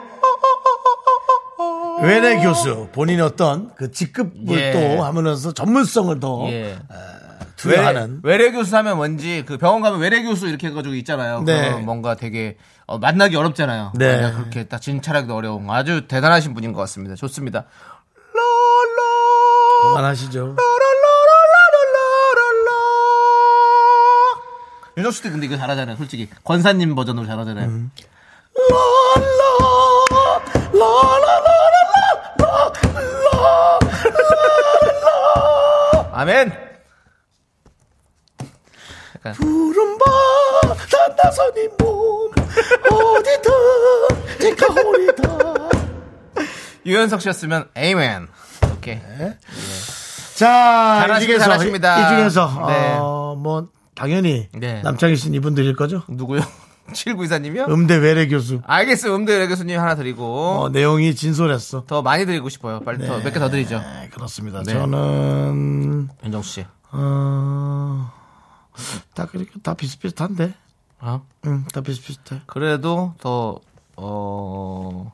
Speaker 1: 외래 교수 본인의 어떤 그 직급을
Speaker 2: 예.
Speaker 1: 어. 또 하면서 전문성을 더
Speaker 2: 예.
Speaker 1: 그 두려워하는.
Speaker 2: 외래 교수 하면 뭔지 그 병원 가면 외래 교수 이렇게 해가지고 있잖아요.
Speaker 1: 네.
Speaker 2: 그러면 뭔가 되게 어, 만나기 어렵잖아요.
Speaker 1: 네.
Speaker 2: 만약 그렇게 딱 진찰하기도 어려운 아주 대단하신 분인 것 같습니다. 좋습니다. 랄라.
Speaker 1: 그만하시죠.
Speaker 2: 라라라라라라라. 윤정수 씨 근데 이거 잘하잖아요. 솔직히 권사님 버전으로 잘하잖아요.
Speaker 1: 음.
Speaker 2: 아멘.
Speaker 1: 푸른 바다 나선이 몸 어디든 제가 홀이다.
Speaker 2: 유연석 씨였으면 에이맨. 오케이.
Speaker 1: 자,
Speaker 2: 잘하시긴
Speaker 1: 이 중에서
Speaker 2: 잘하십니다.
Speaker 1: 이 중에서
Speaker 2: 네.
Speaker 1: 어, 뭐 당연히
Speaker 2: 네.
Speaker 1: 남창희 씨는 이분들일 거죠.
Speaker 2: 누구요? 7924님이요?
Speaker 1: 음대 외래 교수.
Speaker 2: 알겠어요. 음대외래 교수님 하나 드리고
Speaker 1: 어, 내용이 진솔했어.
Speaker 2: 더 많이 드리고 싶어요. 빨리 더 몇 개 더 드리죠.
Speaker 1: 네, 그렇습니다.
Speaker 2: 네.
Speaker 1: 저는
Speaker 2: 윤정수 씨.
Speaker 1: 어, 다 그렇게 다 비슷비슷한데.
Speaker 2: 어?
Speaker 1: 응, 다 비슷비슷해.
Speaker 2: 그래도 더 어.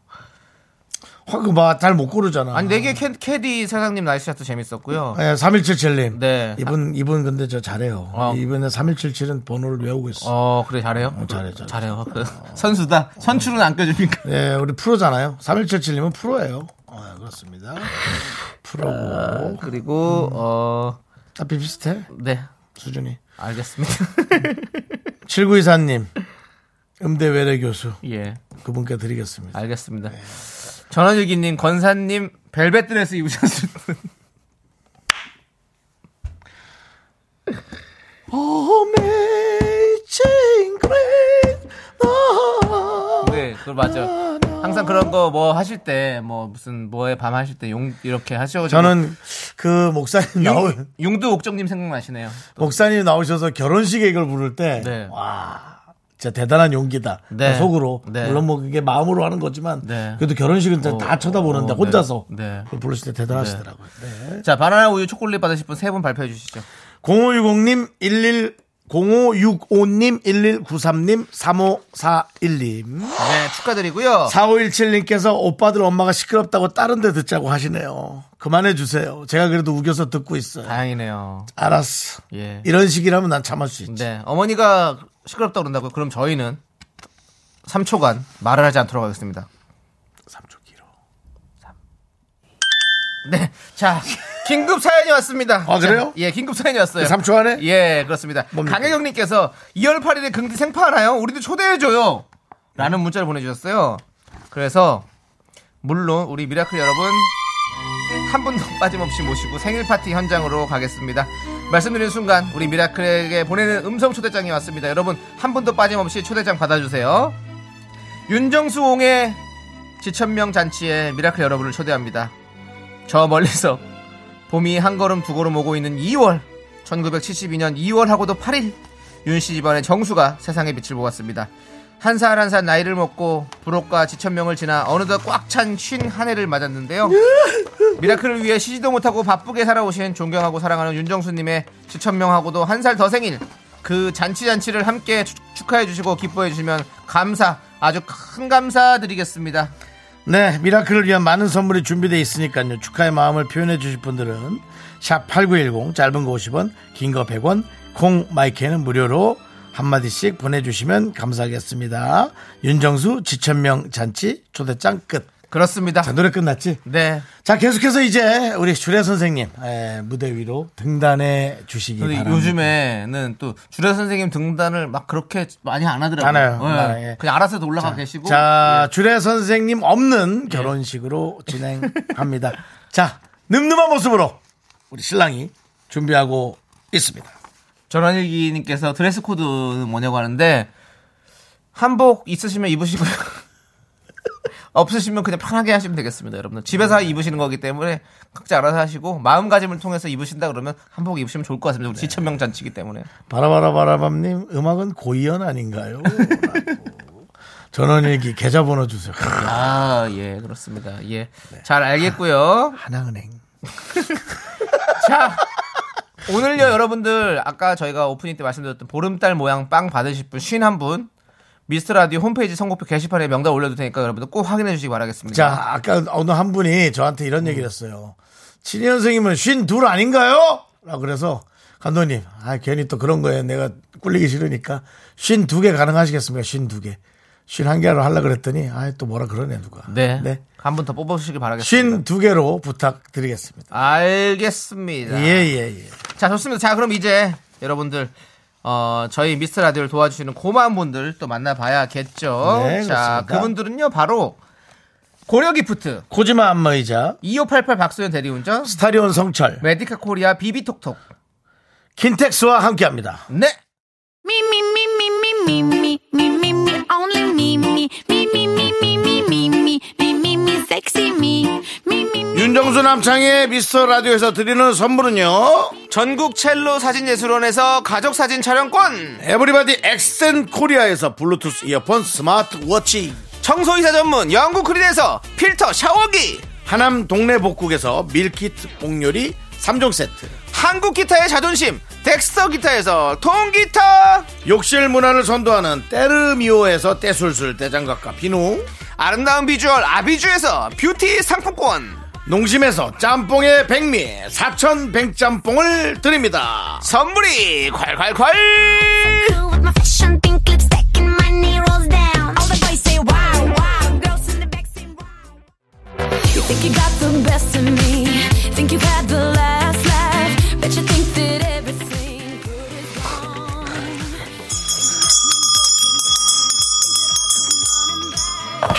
Speaker 1: 확, 막, 잘 못 고르잖아.
Speaker 2: 아니 네개 캐디 사장님 나이스샷도 재밌었고요.
Speaker 1: 네, 3177님.
Speaker 2: 네.
Speaker 1: 이분, 이분 근데 저 잘해요.
Speaker 2: 어.
Speaker 1: 이번에 3177은 번호를 외우고 있어.
Speaker 2: 어 그래 잘해요.
Speaker 1: 잘해, 잘해.
Speaker 2: 잘해요. 음. 그 선수다. 선출은 안 껴줍니까?
Speaker 1: 네, 우리 프로잖아요. 3177님은 프로예요. 어, 그렇습니다. 프로고.
Speaker 2: 그리고 어
Speaker 1: 다 비슷해,
Speaker 2: 네.
Speaker 1: 수준이.
Speaker 2: 알겠습니다.
Speaker 1: 7924님. 음대 외래 교수.
Speaker 2: 예.
Speaker 1: 그분께 드리겠습니다.
Speaker 2: 알겠습니다. 전원일기님, 권사님, 벨벳 드레스 입으셨을 분.
Speaker 1: Amazing Grace. 아.
Speaker 2: 네, 그거 맞아. 항상 그런 거 뭐 하실 때, 뭐 무슨 뭐에 밤 하실 때 용 이렇게 하셔가지고.
Speaker 1: 저는 그 목사님 나오,
Speaker 2: 용, 용두 옥정님 생각나시네요.
Speaker 1: 목사님 나오셔서 결혼식에 이걸 부를 때.
Speaker 2: 네.
Speaker 1: 와. 진짜 대단한 용기다.
Speaker 2: 네.
Speaker 1: 속으로.
Speaker 2: 네.
Speaker 1: 물론 뭐 그게 마음으로 하는 거지만.
Speaker 2: 네.
Speaker 1: 그래도 결혼식은 다, 다 쳐다보는데
Speaker 2: 어,
Speaker 1: 혼자서.
Speaker 2: 네. 네.
Speaker 1: 그걸 부르실 때 대단하시더라고요. 네.
Speaker 2: 자, 바나나 우유 초콜릿 받으실 분 세 분 발표해 주시죠.
Speaker 1: 0560님 11 0565님 1193님 3541님
Speaker 2: 네, 축하드리고요.
Speaker 1: 4517님께서 오빠들 엄마가 시끄럽다고 다른 데 듣자고 하시네요. 그만해 주세요. 제가 그래도 우겨서 듣고 있어요.
Speaker 2: 다행이네요.
Speaker 1: 알았어.
Speaker 2: 아, 예.
Speaker 1: 이런 식이라면 난 참을 수 있지.
Speaker 2: 네, 어머니가 시끄럽다 그런다고요. 그럼 저희는 3초간 말을 하지 않도록 하겠습니다.
Speaker 1: 3초 길어.
Speaker 2: 네. 자, 긴급 사연이 왔습니다.
Speaker 1: 아, 그래요?
Speaker 2: 자, 예, 긴급 사연이 왔어요.
Speaker 1: 삼초 안에?
Speaker 2: 예, 그렇습니다.
Speaker 1: 네? 뭡니까?
Speaker 2: 강혜경님께서 2월 8일에 긍디 생파하나요? 우리도 초대해줘요. 라는 문자를 보내주셨어요. 그래서, 물론, 우리 미라클 여러분, 한 분도 빠짐없이 모시고 생일 파티 현장으로 가겠습니다. 말씀드린 순간, 우리 미라클에게 보내는 음성 초대장이 왔습니다. 여러분, 한 분도 빠짐없이 초대장 받아주세요. 윤정수 옹의 지천명 잔치에 미라클 여러분을 초대합니다. 저 멀리서 봄이 한 걸음 두 걸음 오고 있는 2월 1972년 2월하고도 8일 윤씨 집안의 정수가 세상의 빛을 보았습니다 한 살 한 살 나이를 먹고 불혹과 지천명을 지나 어느덧 꽉 찬 쉰 한 해를 맞았는데요 미라클을 위해 쉬지도 못하고 바쁘게 살아오신 존경하고 사랑하는 윤정수님의 지천명하고도 한 살 더 생일 그 잔치잔치를 함께 축- 축하해 주시고 기뻐해 주시면 감사 아주 큰 감사 드리겠습니다
Speaker 1: 네, 미라클을 위한 많은 선물이 준비되어 있으니까요. 축하의 마음을 표현해 주실 분들은 샵 8910 짧은 거 50원, 긴 거 100원, 콩 마이크는 무료로 한마디씩 보내주시면 감사하겠습니다. 윤정수 지천명 잔치 초대장 끝.
Speaker 2: 그렇습니다
Speaker 1: 자, 노래 끝났지?
Speaker 2: 네
Speaker 1: 자, 계속해서 이제 우리 주례 선생님 에, 무대 위로 등단해 주시기
Speaker 2: 근데
Speaker 1: 바랍니다.
Speaker 2: 요즘에는 또 주례 선생님 등단을 막 그렇게 많이 안 하더라고요.
Speaker 1: 안 해요.
Speaker 2: 예.
Speaker 1: 아, 예.
Speaker 2: 그냥 알아서 올라가 계시고.
Speaker 1: 자, 주례 선생님 없는 결혼식으로 진행합니다. 자, 늠름한 모습으로 우리 신랑이 준비하고 있습니다.
Speaker 2: 전원일기님께서 드레스 코드는 뭐냐고 하는데 한복 있으시면 입으시고요. 없으시면 그냥 편하게 하시면 되겠습니다, 여러분들. 집에서
Speaker 1: 네.
Speaker 2: 입으시는 거기 때문에 각자 알아서 하시고 마음가짐을 통해서 입으신다 그러면 한복 입으시면 좋을 것 같습니다.
Speaker 1: 네.
Speaker 2: 우리 지천명 잔치기 때문에.
Speaker 1: 바라바라바라밤님, 음악은 고이연 아닌가요? 라고. 전원일기 계좌번호 주세요.
Speaker 2: 아, 예, 그렇습니다. 예.
Speaker 1: 네.
Speaker 2: 잘 알겠고요.
Speaker 1: 하나은행.
Speaker 2: 자, 오늘요 여러분들 아까 저희가 오프닝 때 말씀드렸던 보름달 모양 빵 받으실 분 쉰 한 분. 미스터 라디오 홈페이지 선곡표 게시판에 명단 올려둘 테니까 여러분들 꼭 확인해 주시기 바라겠습니다.
Speaker 1: 자, 아까 어느 한 음. 분이 저한테 이런 얘기를 했어요. 7년생이면 52 아닌가요? 라고 그래서 감독님, 아, 괜히 또 그런 거에 내가 꿀리기 싫으니까, 쉰 두 개 가능하시겠습니까? 쉰 두 개. 쉰 한 개로 하려고 그랬더니, 아, 또 뭐라 그러네, 누가.
Speaker 2: 네. 한 분 더 뽑아주시길 바라겠습니다.
Speaker 1: 쉰두 개로 부탁드리겠습니다.
Speaker 2: 알겠습니다.
Speaker 1: 예, 예, 예.
Speaker 2: 자, 좋습니다. 자, 그럼 이제 여러분들 어, 저희 미스터 라디오를 도와주시는 고마운 분들 또 만나봐야겠죠.
Speaker 1: 네,
Speaker 2: 자,
Speaker 1: 그렇습니다.
Speaker 2: 그분들은요, 바로 고려기프트,
Speaker 1: 코지마 안마의자,
Speaker 2: 2588 박소연 대리운전,
Speaker 1: 스타리온 성철,
Speaker 2: 메디카 코리아 비비톡톡.
Speaker 1: 킨텍스와 함께 합니다.
Speaker 2: 네.
Speaker 7: Me, me, me, me, me, me, me, me, me, me, only me, me, me, me, me, me, me, me, me, me, me, me, sexy me, me, me, me.
Speaker 1: 윤정수 남창의 미스터 라디오에서 드리는 선물은요,
Speaker 2: 전국 첼로 사진예술원에서 가족사진 촬영권.
Speaker 1: 에브리바디 엑센 코리아에서 블루투스 이어폰 스마트워치,
Speaker 2: 청소이사 전문 영국 크린에서 필터 샤워기.
Speaker 1: 하남 동네 복국에서 밀키트 복요리 3종 세트,
Speaker 2: 한국 기타의 자존심. 덱스터 기타에서 통기타.
Speaker 1: 욕실 문화를 선도하는 때르미오에서 때술술 때장갑과 비누,
Speaker 2: 아름다운 비주얼 아비주에서 뷰티 상품권.
Speaker 1: 농심에서 짬뽕의 백미 사천 백짬뽕을 드립니다.
Speaker 2: 선물이 콸콸콸!
Speaker 7: Cool with my fashion, pink lipstick, and my knee rolls down. All the boys say wow, wow. Girls in the back say wow. You think you got the best of me? Think you've had the last laugh? Bet you think that everything good is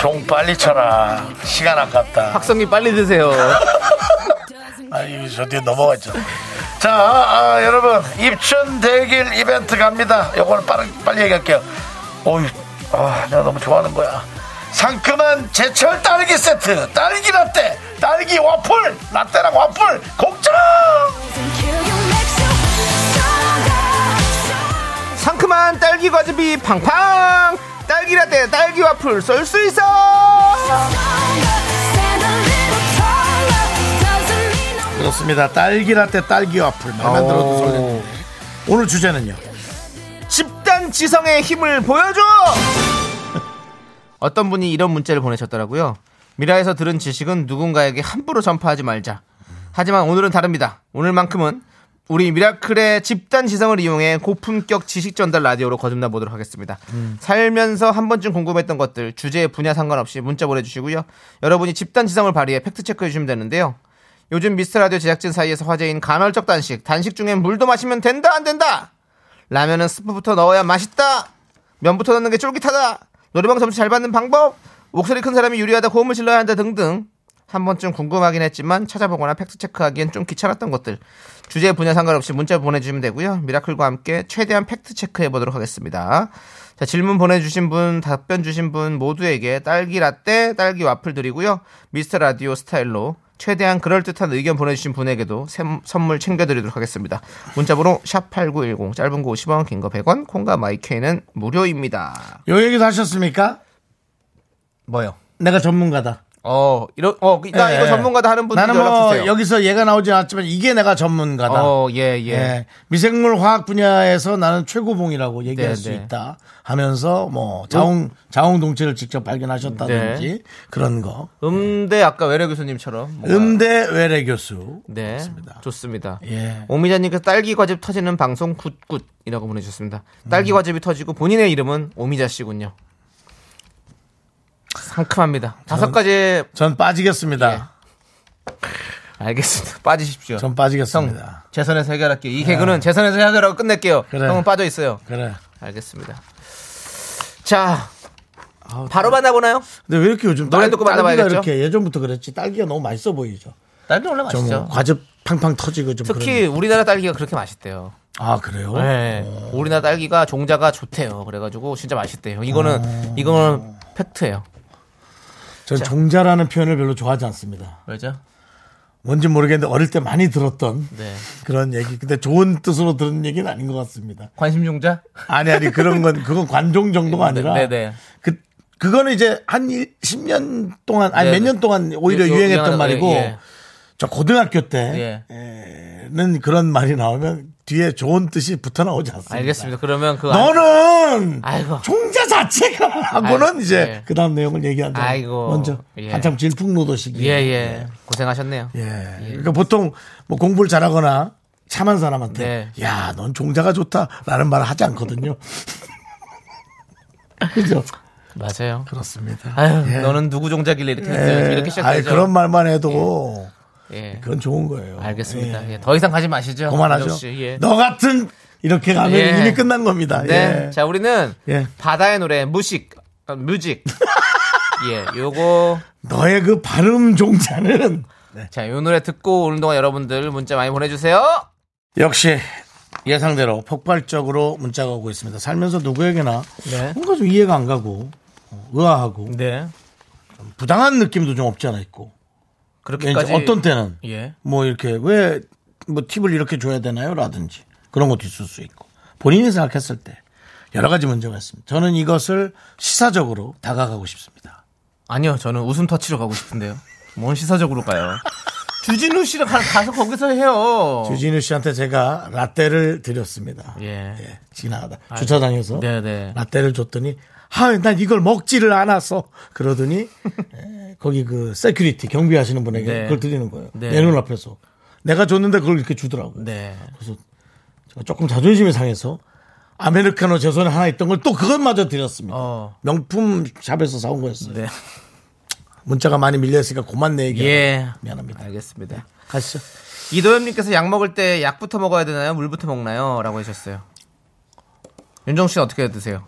Speaker 7: gone.
Speaker 1: 종 빨리 쳐라. 시간 아깝다.
Speaker 2: 박성기 빨리 드세요.
Speaker 1: 아니 저 뒤에 넘어갔죠. 자 아, 아, 여러분 입춘 대길 이벤트 갑니다. 요거는 빠르, 빨리 얘기할게요. 어이 아, 내가 너무 좋아하는 거야. 상큼한 제철 딸기 세트, 딸기 라떼, 딸기 와플, 라떼랑 와플, 공짜!
Speaker 7: Kill you makes you stronger.
Speaker 2: 상큼한 딸기 과즙이 팡팡! 딸기 라떼, 딸기 와플 쏠 수 있어!
Speaker 1: 그렇습니다. 딸기 라떼, 딸기 와플. 말만 들어도 설레는데. 오늘 주제는요.
Speaker 2: 집단 지성의 힘을 보여줘! 어떤 분이 이런 문자를 보내셨더라고요. 미라에서 들은 지식은 누군가에게 함부로 전파하지 말자. 하지만 오늘은 다릅니다. 오늘만큼은 우리 미라클의 집단 지성을 이용해 고품격 지식 전달 라디오로 거듭나 보도록 하겠습니다. 살면서 한 번쯤 궁금했던 것들 주제 분야 상관없이 문자 보내주시고요. 여러분이 집단 지성을 발휘해 팩트 체크해 주시면 되는데요. 요즘 미스터 라디오 제작진 사이에서 화제인 간헐적 단식, 단식 중엔 물도 마시면 된다 안 된다. 라면은 스프부터 넣어야 맛있다. 면부터 넣는 게 쫄깃하다. 노래방 점수 잘 받는 방법. 목소리 큰 사람이 유리하다 고음을 질러야 한다 등등. 한 번쯤 궁금하긴 했지만 찾아보거나 팩트 체크하기엔 좀 귀찮았던 것들. 주제 분야 상관없이 문자 보내주시면 되고요. 미라클과 함께 최대한 팩트 체크해 보도록 하겠습니다. 자, 질문 보내주신 분, 답변 주신 분 모두에게 딸기 라떼, 딸기 와플 드리고요. 미스터 라디오 스타일로 최대한 그럴듯한 의견 보내주신 분에게도 샘- 선물 챙겨드리도록 하겠습니다. 문자번호 샵8910, 짧은 거 50원, 긴 거 100원, 콩과 마이케이는 무료입니다.
Speaker 1: 요 얘기도 하셨습니까?
Speaker 2: 뭐요?
Speaker 1: 내가 전문가다.
Speaker 2: 어, 이런, 어, 나
Speaker 1: 예,
Speaker 2: 이거
Speaker 1: 예.
Speaker 2: 전문가다 하는 분들
Speaker 1: 나는 뭐
Speaker 2: 연락주세요.
Speaker 1: 여기서 얘가 나오지 않았지만 이게 내가 전문가다.
Speaker 2: 어, 예, 예.
Speaker 1: 예. 미생물 화학 분야에서 나는 최고봉이라고 얘기할
Speaker 2: 네,
Speaker 1: 수
Speaker 2: 네.
Speaker 1: 있다 하면서 뭐 자웅 자웅 동체를 직접 발견하셨다든지
Speaker 2: 네.
Speaker 1: 그런 거
Speaker 2: 음대 아까 외래 교수님처럼. 뭔가-
Speaker 1: 음대 외래 교수
Speaker 2: 네.
Speaker 1: 그렇습니다.
Speaker 2: 좋습니다.
Speaker 1: 예.
Speaker 2: 오미자님께서 딸기 과즙 터지는 방송 굿굿이라고 보내주셨습니다. 딸기 과즙이 터지고 본인의 이름은 오미자 씨군요. 상큼합니다. 다섯 가지
Speaker 1: 전 빠지겠습니다.
Speaker 2: 알겠습니다. 빠지십시오. 네. 예.
Speaker 1: 전
Speaker 2: 형
Speaker 1: 빠지겠습니다.
Speaker 2: 재선에서 해결할게요. 이 개그는 재선에서 해결하고 끝낼게요.
Speaker 1: 그래.
Speaker 2: 형은 빠져 있어요.
Speaker 1: 그래.
Speaker 2: 알겠습니다. 자, 바로 만나보나요?
Speaker 1: 근데 왜 이렇게 요즘
Speaker 2: 노래
Speaker 1: 딸-
Speaker 2: 듣고
Speaker 1: 딸기가
Speaker 2: 만나봐야겠죠?
Speaker 1: 이렇게 예전부터 그랬지 딸기가 너무 맛있어 보이죠.
Speaker 2: 딸기 원래
Speaker 1: 좀뭐
Speaker 2: 맛있죠.
Speaker 1: 과즙 팡팡 터지고 좀
Speaker 2: 특히 우리나라 딸기가 그렇게 맛있대요.
Speaker 1: 그런... 아 그래요?
Speaker 2: 네. 우리나라 딸기가 종자가 좋대요. 그래가지고 진짜 맛있대요. 이거는
Speaker 1: 음.
Speaker 2: 이거는 팩트예요.
Speaker 1: 전 종자라는 표현을 별로 좋아하지 않습니다.
Speaker 2: 왜죠?
Speaker 1: 뭔지 모르겠는데 어릴 때 많이 들었던
Speaker 2: 네.
Speaker 1: 그런 얘기. 근데 좋은 뜻으로 들은 얘기는 아닌 것 같습니다.
Speaker 2: 관심 종자?
Speaker 1: 아니 아니 그런 건 그건 관종 정도가 아니라
Speaker 2: 네, 네.
Speaker 1: 그 그거는 이제 한 10년 동안 아니
Speaker 2: 네,
Speaker 1: 몇 년
Speaker 2: 네.
Speaker 1: 동안 오히려
Speaker 2: 요- 요-
Speaker 1: 유행했던
Speaker 2: 요-
Speaker 1: 말이고
Speaker 2: 예.
Speaker 1: 저 고등학교
Speaker 2: 예.
Speaker 1: 때는 그런 말이 나오면 뒤에 좋은 뜻이 붙어 나오지 않습니다.
Speaker 2: 알겠습니다. 그러면 그
Speaker 1: 너는
Speaker 2: 아이고.
Speaker 1: 종자 자체가 하고는
Speaker 2: 아이고,
Speaker 1: 이제
Speaker 2: 예.
Speaker 1: 그다음 내용을 얘기한다.
Speaker 2: 아이고,
Speaker 1: 먼저
Speaker 2: 예.
Speaker 1: 한참 예. 질풍노도시기.
Speaker 2: 네. 예예 예, 고생하셨네요.
Speaker 1: 예. 그러니까 보통 뭐 공부를 잘하거나 참한 사람한테
Speaker 2: 네.
Speaker 1: 야 넌 종자가 좋다라는 말을 하지 않거든요. 그죠?
Speaker 2: 맞아요.
Speaker 1: 그렇습니다.
Speaker 2: 아유,
Speaker 1: 예.
Speaker 2: 너는 누구 종자길래 이렇게
Speaker 1: 예.
Speaker 2: 이렇게
Speaker 1: 아이,
Speaker 2: 시작되죠.
Speaker 1: 그런 말만 해도
Speaker 2: 예.
Speaker 1: 그건 좋은 거예요.
Speaker 2: 알겠습니다.
Speaker 1: 예.
Speaker 2: 예, 더 이상 가지 마시죠.
Speaker 1: 그만하죠.
Speaker 2: 역시, 예.
Speaker 1: 너 같은 이렇게 가면
Speaker 2: 예.
Speaker 1: 이미 끝난 겁니다.
Speaker 2: 네.
Speaker 1: 예.
Speaker 2: 자, 우리는
Speaker 1: 예.
Speaker 2: 바다의 노래 무식 어, 뮤직. 예, 요거
Speaker 1: 너의 그 발음 종자는
Speaker 2: 자, 요 노래 듣고 오는 동안 여러분들 문자 많이 보내 주세요.
Speaker 1: 역시 예상대로 폭발적으로 문자가 오고 있습니다. 살면서 누구에게나
Speaker 2: 네.
Speaker 1: 뭔가 좀 이해가 안 가고 어, 의아하고
Speaker 2: 네.
Speaker 1: 부당한 느낌도 좀 없지 않아 있고 그러니까
Speaker 2: 그렇게까지
Speaker 1: 이제 어떤 때는
Speaker 2: 예.
Speaker 1: 뭐 이렇게 왜 뭐 팁을 이렇게 줘야 되나요? 라든지 그런 것도 있을 수 있고 본인이 생각했을 때 여러 가지 문제가 있습니다. 저는 이것을 시사적으로 다가가고 싶습니다.
Speaker 2: 아니요, 저는 웃음 터치로 가고 싶은데요. 뭔 시사적으로 가요? 주진우 씨랑 가- 가서 거기서 해요.
Speaker 1: 주진우 씨한테 제가 라떼를 드렸습니다.
Speaker 2: 어. 예.
Speaker 1: 예, 지나가다 주차장에서
Speaker 2: 네네.
Speaker 1: 라떼를 줬더니 아, 난 이걸 먹지를 않았어. 그러더니 에, 거기 그 세큐리티 경비하시는 분에게
Speaker 2: 네.
Speaker 1: 그걸 드리는 거예요.
Speaker 2: 네.
Speaker 1: 내 눈 앞에서 내가 줬는데 그걸 이렇게 주더라고. 요
Speaker 2: 네.
Speaker 1: 그래서 제가 조금 자존심이 상해서 아메리카노 제 손에 하나 있던 걸 또 그것마저 드렸습니다.
Speaker 2: 어.
Speaker 1: 명품 샵에서 사온 거였어요.
Speaker 2: 네.
Speaker 1: 문자가 많이 밀려있으니까 고만 내 얘기.
Speaker 2: 예.
Speaker 1: 미안합니다.
Speaker 2: 알겠습니다.
Speaker 1: 가시죠.
Speaker 2: 이도현님께서 약 먹을 때 약부터 먹어야 되나요? 물부터 먹나요? 라고 하셨어요. 윤정 씨는 어떻게 드세요?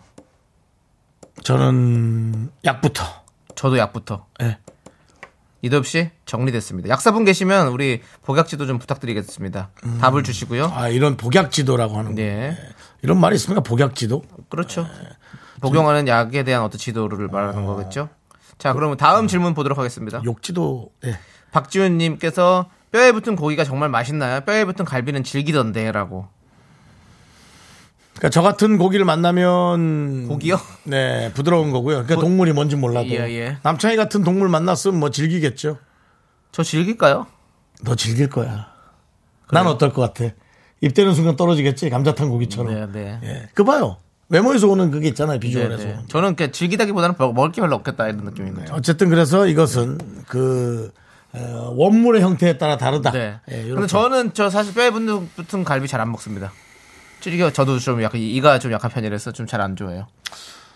Speaker 1: 저는 약부터.
Speaker 2: 저도 약부터.
Speaker 1: 예.
Speaker 2: 이도엽 씨 정리됐습니다. 약사분 계시면 우리 복약지도 좀 부탁드리겠습니다. 답을 주시고요.
Speaker 1: 음. 아 이런 복약지도라고 하는 거.
Speaker 2: 네,
Speaker 1: 이런 말이 있습니까? 복약지도?
Speaker 2: 그렇죠. 복용하는 약에 대한 어떤 지도를 말하는 거겠죠. 자, 그러면 다음 질문 보도록 하겠습니다.
Speaker 1: 욕지도. 예.
Speaker 2: 박지훈님께서 뼈에 붙은 고기가 정말 맛있나요? 뼈에 붙은 갈비는 질기던데라고.
Speaker 1: 그러니까 저 같은 고기를 만나면
Speaker 2: 고기요? 뭐-
Speaker 1: 네 부드러운 거고요. 그러니까 동물이 뭔지 몰라도
Speaker 2: 예, 예.
Speaker 1: 남창희 같은 동물 만났으면 뭐 즐기겠죠.
Speaker 2: 저 질길까요?
Speaker 1: 너 즐길 거야. 난 어떨 것 같아? 입대는 순간 떨어지겠지 감자탕 고기처럼.
Speaker 2: 네, 네.
Speaker 1: 예, 그 봐요. 외모에서 오는 그게 있잖아요 비주얼에서.
Speaker 2: 네, 네. 저는 이렇게 즐기다기보다는 먹- 먹을 게 별로 없겠다 이런 느낌인 거예요.
Speaker 1: 어쨌든 그래서 이것은 그 어, 원물의 형태에 따라 다르다.
Speaker 2: 네.
Speaker 1: 예, 요렇게.
Speaker 2: 근데 저는 저 사실 뼈에 붙는, 붙은 갈비 잘 안 먹습니다. 찔겨 저도 좀 약간 이- 이가 좀 약한 편이라서 좀 잘 안 좋아해요.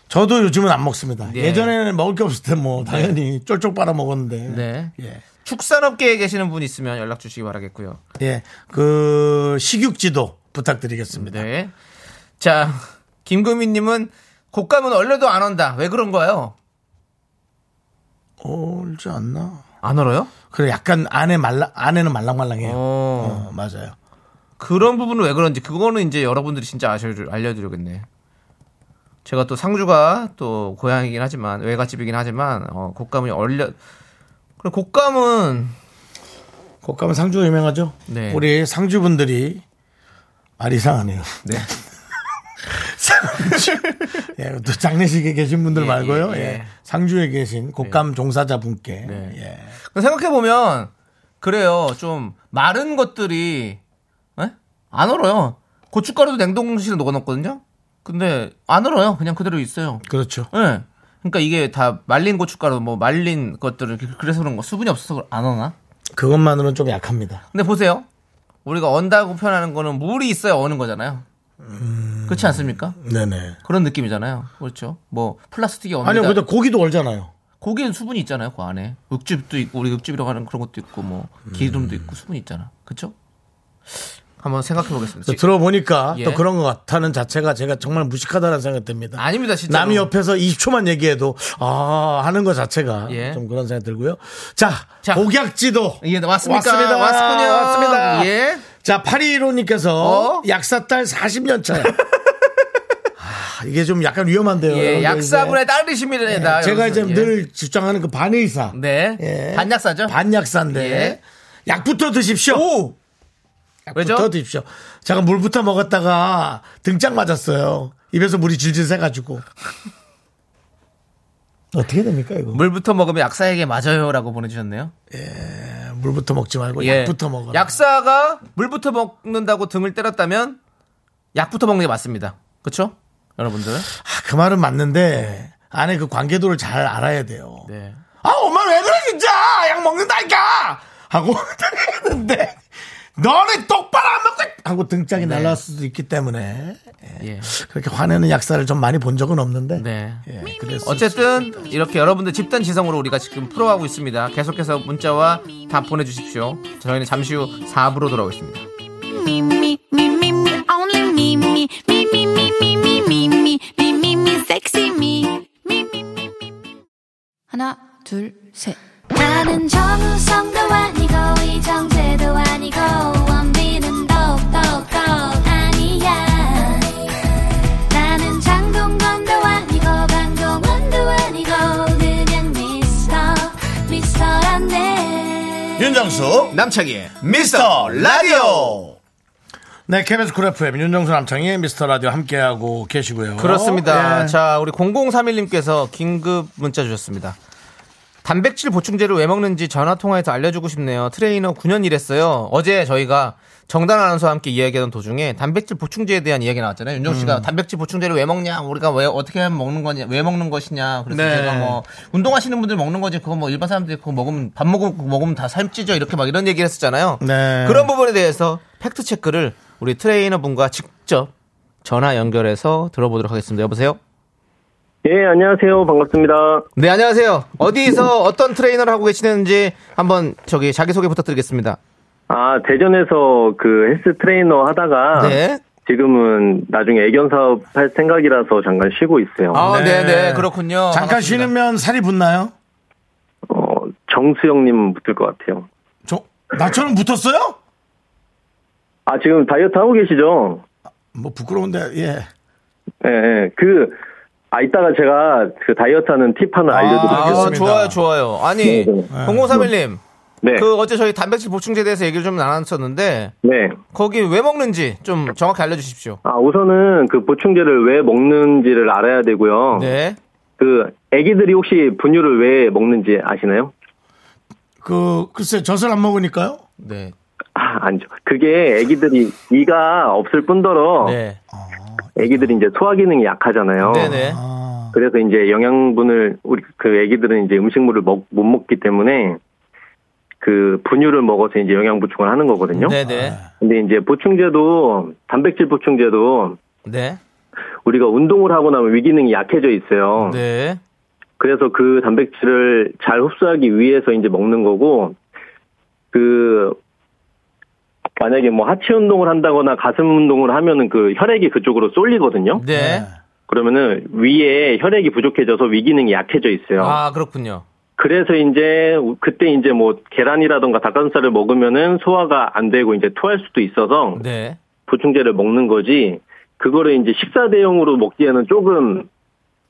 Speaker 1: 저도 요즘은 안 먹습니다.
Speaker 2: 네.
Speaker 1: 예전에는 먹을 게 없을 때 뭐 당연히 쫄쫄 빨아 먹었는데.
Speaker 2: 네.
Speaker 1: 예.
Speaker 2: 축산업계에 계시는 분 있으면 연락 주시기 바라겠고요.
Speaker 1: 예. 그 식육지도 부탁드리겠습니다.
Speaker 2: 네. 자, 김금희님은 곶감은 얼려도 안 온다. 왜 그런 거예요?
Speaker 1: 얼지 않나?
Speaker 2: 안 얼어요?
Speaker 1: 그래 약간 안에 말라 안에는 말랑말랑해요.
Speaker 2: 어.
Speaker 1: 어, 맞아요.
Speaker 2: 그런 부분은 왜 그런지 그거는 이제 여러분들이 진짜 아셔 알려드려야겠네. 제가 또 상주가 또 고향이긴 하지만 외갓집이긴 하지만 어, 곶감이 얼려. 그래 곶감은
Speaker 1: 곶감은 상주가 유명하죠?
Speaker 2: 네.
Speaker 1: 우리 상주분들이 말 이상하네요.
Speaker 2: 네.
Speaker 1: 상주. 예, 또 장례식에 계신 분들
Speaker 2: 예,
Speaker 1: 말고요.
Speaker 2: 예,
Speaker 1: 예,
Speaker 2: 예.
Speaker 1: 상주에 계신 곶감 종사자분께
Speaker 2: 네.
Speaker 1: 예.
Speaker 2: 생각해 보면 그래요. 좀 마른 것들이 에? 안 얼어요. 고춧가루도 냉동실에 녹아놨거든요. 근데 안 얼어요. 그냥 그대로 있어요.
Speaker 1: 그렇죠.
Speaker 2: 예. 그러니까 이게 다 말린 고춧가루 뭐 말린 것들을 그- 그래서 그런 거 수분이 없어서 안 어나?
Speaker 1: 그것만으로는 좀 약합니다.
Speaker 2: 근데 보세요. 우리가 언다고 표현하는 거는 물이 있어야 어는 거잖아요. 그렇지 않습니까?
Speaker 1: 네네.
Speaker 2: 그런 느낌이잖아요. 그렇죠. 뭐 플라스틱이 어는
Speaker 1: 아니요, 근데 고기도 얼잖아요.
Speaker 2: 고기는 수분이 있잖아요, 그 안에. 육즙도 있고, 우리 육즙이라고 하는 그런 것도 있고, 뭐, 기름도 있고, 수분이 있잖아. 그렇죠? 그쵸? 한번 생각해 보겠습니다.
Speaker 1: 그래서 들어보니까
Speaker 2: 그렇죠. 예.
Speaker 1: 또 그런 것 같다는 자체가 제가 정말 무식하다는 생각이 듭니다.
Speaker 2: 아닙니다, 진짜.
Speaker 1: 남이 옆에서 20초만 얘기해도 아 하는 것 자체가
Speaker 2: 예.
Speaker 1: 좀 그런 생각이 들고요. 자,
Speaker 2: 자.
Speaker 1: 복약지도
Speaker 2: 예, 왔습니까?
Speaker 1: 왔습니다.
Speaker 2: 왔군요.
Speaker 1: 왔습니다.
Speaker 2: 예.
Speaker 1: 자, 815님께서
Speaker 2: 어?
Speaker 1: 약사딸 40년 차요. 아, 이게 좀 약간 위험한데요.
Speaker 2: 예,
Speaker 1: 여러분들
Speaker 2: 약사분의
Speaker 1: 이제.
Speaker 2: 딸이십니다. 나
Speaker 1: 제가 이제
Speaker 2: 여기서. 예.
Speaker 1: 늘 주장하는 그 반의사.
Speaker 2: 네.
Speaker 1: 예.
Speaker 2: 반약사죠?
Speaker 1: 반약사인데
Speaker 2: 예.
Speaker 1: 약부터 드십시오. 약부터
Speaker 2: 왜죠?
Speaker 1: 드십시오. 제가 물부터 먹었다가 등짝 맞았어요. 입에서 물이 질질 새가지고. 어떻게 됩니까 이거?
Speaker 2: 물부터 먹으면 약사에게 맞아요. 라고 보내주셨네요.
Speaker 1: 물, 부터 먹지 말고
Speaker 2: 예.
Speaker 1: 약부터 먹어라.
Speaker 2: 약사가 물부터 먹는다고 등을 때렸다면, 약부터 먹는 게 맞습니다. 그쵸? 여러분들.
Speaker 1: 아, 그 말은 맞는데 안에 그 관계도를 잘 알아야 돼요.
Speaker 2: 네.
Speaker 1: 아 엄마 왜 그래 진짜 약 먹는다니까 하고 했는데 너는 똑바로 안 먹고 하고 등짝이
Speaker 2: 네.
Speaker 1: 날라올 수도 있기 때문에
Speaker 2: 예.
Speaker 1: 그렇게 화내는 약사를 좀 많이 본 적은 없는데
Speaker 2: 네.
Speaker 1: 예, 그래서
Speaker 2: 어쨌든 이렇게 여러분들 집단 지성으로 우리가 지금 풀어가고 있습니다. 계속해서 문자와 답 보내주십시오. 저희는 잠시 후 4부로 돌아오겠습니다.
Speaker 7: Me, me, me, me, me, only me, me, me, me, me, me, me, me, me, me, me, me, sexy me. Me, me, me, me, me.
Speaker 8: 하나, 둘, 셋.
Speaker 7: 나는 정우성도 아니고 이정재도 아니고 원빈은 더욱더 아니야 나는 장동건도 아니고 강동원도 아니고 그냥 미스터 미스터란데
Speaker 1: 윤정수
Speaker 2: 남창희의 미스터 라디오!
Speaker 1: 네 KBS 쿨 FM 윤정수 남창희 미스터 라디오 함께하고 계시고요
Speaker 2: 그렇습니다.
Speaker 1: 예.
Speaker 2: 자, 우리 0031님께서 긴급 문자 주셨습니다. 단백질 보충제를 왜 먹는지 전화 통화해서 알려주고 싶네요. 트레이너 9년 일했어요. 어제 저희가 정단 아나운서와 함께 이야기하던 도중에 단백질 보충제에 대한 이야기 나왔잖아요. 윤정 씨가
Speaker 1: 음.
Speaker 2: 단백질 보충제를 왜 먹냐, 우리가 왜 어떻게 하면 먹는 거냐, 왜 먹는 것이냐. 그래서
Speaker 1: 네.
Speaker 2: 제가 뭐 운동하시는 분들 먹는 거지, 그거 뭐 일반 사람들이 그거 먹으면 밥 먹으면 그거 먹으면 다 살찌죠. 이렇게 막 이런 얘기를 했었잖아요.
Speaker 1: 네.
Speaker 2: 그런 부분에 대해서 팩트 체크를 우리 트레이너 분과 직접 전화 연결해서 들어보도록 하겠습니다. 여보세요?
Speaker 9: 예, 안녕하세요. 반갑습니다.
Speaker 2: 네, 안녕하세요. 어디서 어떤 트레이너를 하고 계시는지 한번 저기 자기소개 부탁드리겠습니다.
Speaker 9: 아, 대전에서 그 헬스 트레이너
Speaker 1: 아.
Speaker 9: 하다가
Speaker 2: 네.
Speaker 9: 지금은 나중에 애견 사업 할 생각이라서 잠깐 쉬고 있어요.
Speaker 2: 아, 네, 네, 그렇군요.
Speaker 1: 잠깐
Speaker 2: 반갑습니다.
Speaker 1: 쉬면 살이 붙나요?
Speaker 9: 어, 정수영님 붙을 것 같아요.
Speaker 1: 저 나처럼 붙었어요?
Speaker 9: 아, 지금 다이어트 하고 계시죠?
Speaker 1: 뭐 부끄러운데 예.
Speaker 9: 예, 예. 그, 아, 이따가 제가 그 다이어트 하는 팁 하나 알려드릴게요.
Speaker 2: 아,
Speaker 1: 알겠습니다.
Speaker 2: 좋아요, 좋아요. 아니,
Speaker 9: 네, 네.
Speaker 2: 0031님.
Speaker 9: 네.
Speaker 2: 그 어제 저희 단백질 보충제에 대해서 얘기를 좀 나눴었는데
Speaker 9: 네.
Speaker 2: 거기 왜 먹는지 좀 정확히 알려주십시오.
Speaker 9: 아, 우선은 그 보충제를 왜 먹는지를 알아야 되고요.
Speaker 2: 네.
Speaker 9: 그, 애기들이 혹시 분유를 왜 먹는지 아시나요?
Speaker 1: 그 글쎄 젖을 안 먹으니까요.
Speaker 2: 네.
Speaker 9: 아, 아니죠. 그게 애기들이 이가 없을 뿐더러
Speaker 2: 네.
Speaker 9: 아기들이 이제 소화 기능이 약하잖아요.
Speaker 2: 네네.
Speaker 1: 어, 아,
Speaker 9: 그래서 이제 영양분을 우리 그 아기들은 이제 음식물을 먹, 못 먹기 때문에 그 분유를 먹어서 이제 영양 보충을 하는 거거든요.
Speaker 2: 네네.
Speaker 9: 근데 이제 보충제도 단백질 보충제도
Speaker 2: 네.
Speaker 9: 우리가 운동을 하고 나면 위기능이 약해져 있어요.
Speaker 2: 네.
Speaker 9: 그래서 그 단백질을 잘 흡수하기 위해서 이제 먹는 거고 그 만약에 뭐 하체 운동을 한다거나 가슴 운동을 하면은 그 혈액이 그쪽으로 쏠리거든요.
Speaker 2: 네.
Speaker 1: 예.
Speaker 9: 그러면은 위에 혈액이 부족해져서 위기능이 약해져 있어요.
Speaker 2: 아, 그렇군요.
Speaker 9: 그래서 이제 우- 그때 이제 뭐 계란이라던가 닭가슴살을 먹으면은 소화가 안 되고 이제 토할 수도 있어서
Speaker 2: 네.
Speaker 9: 보충제를 먹는 거지 그거를 이제 식사 대용으로 먹기에는 조금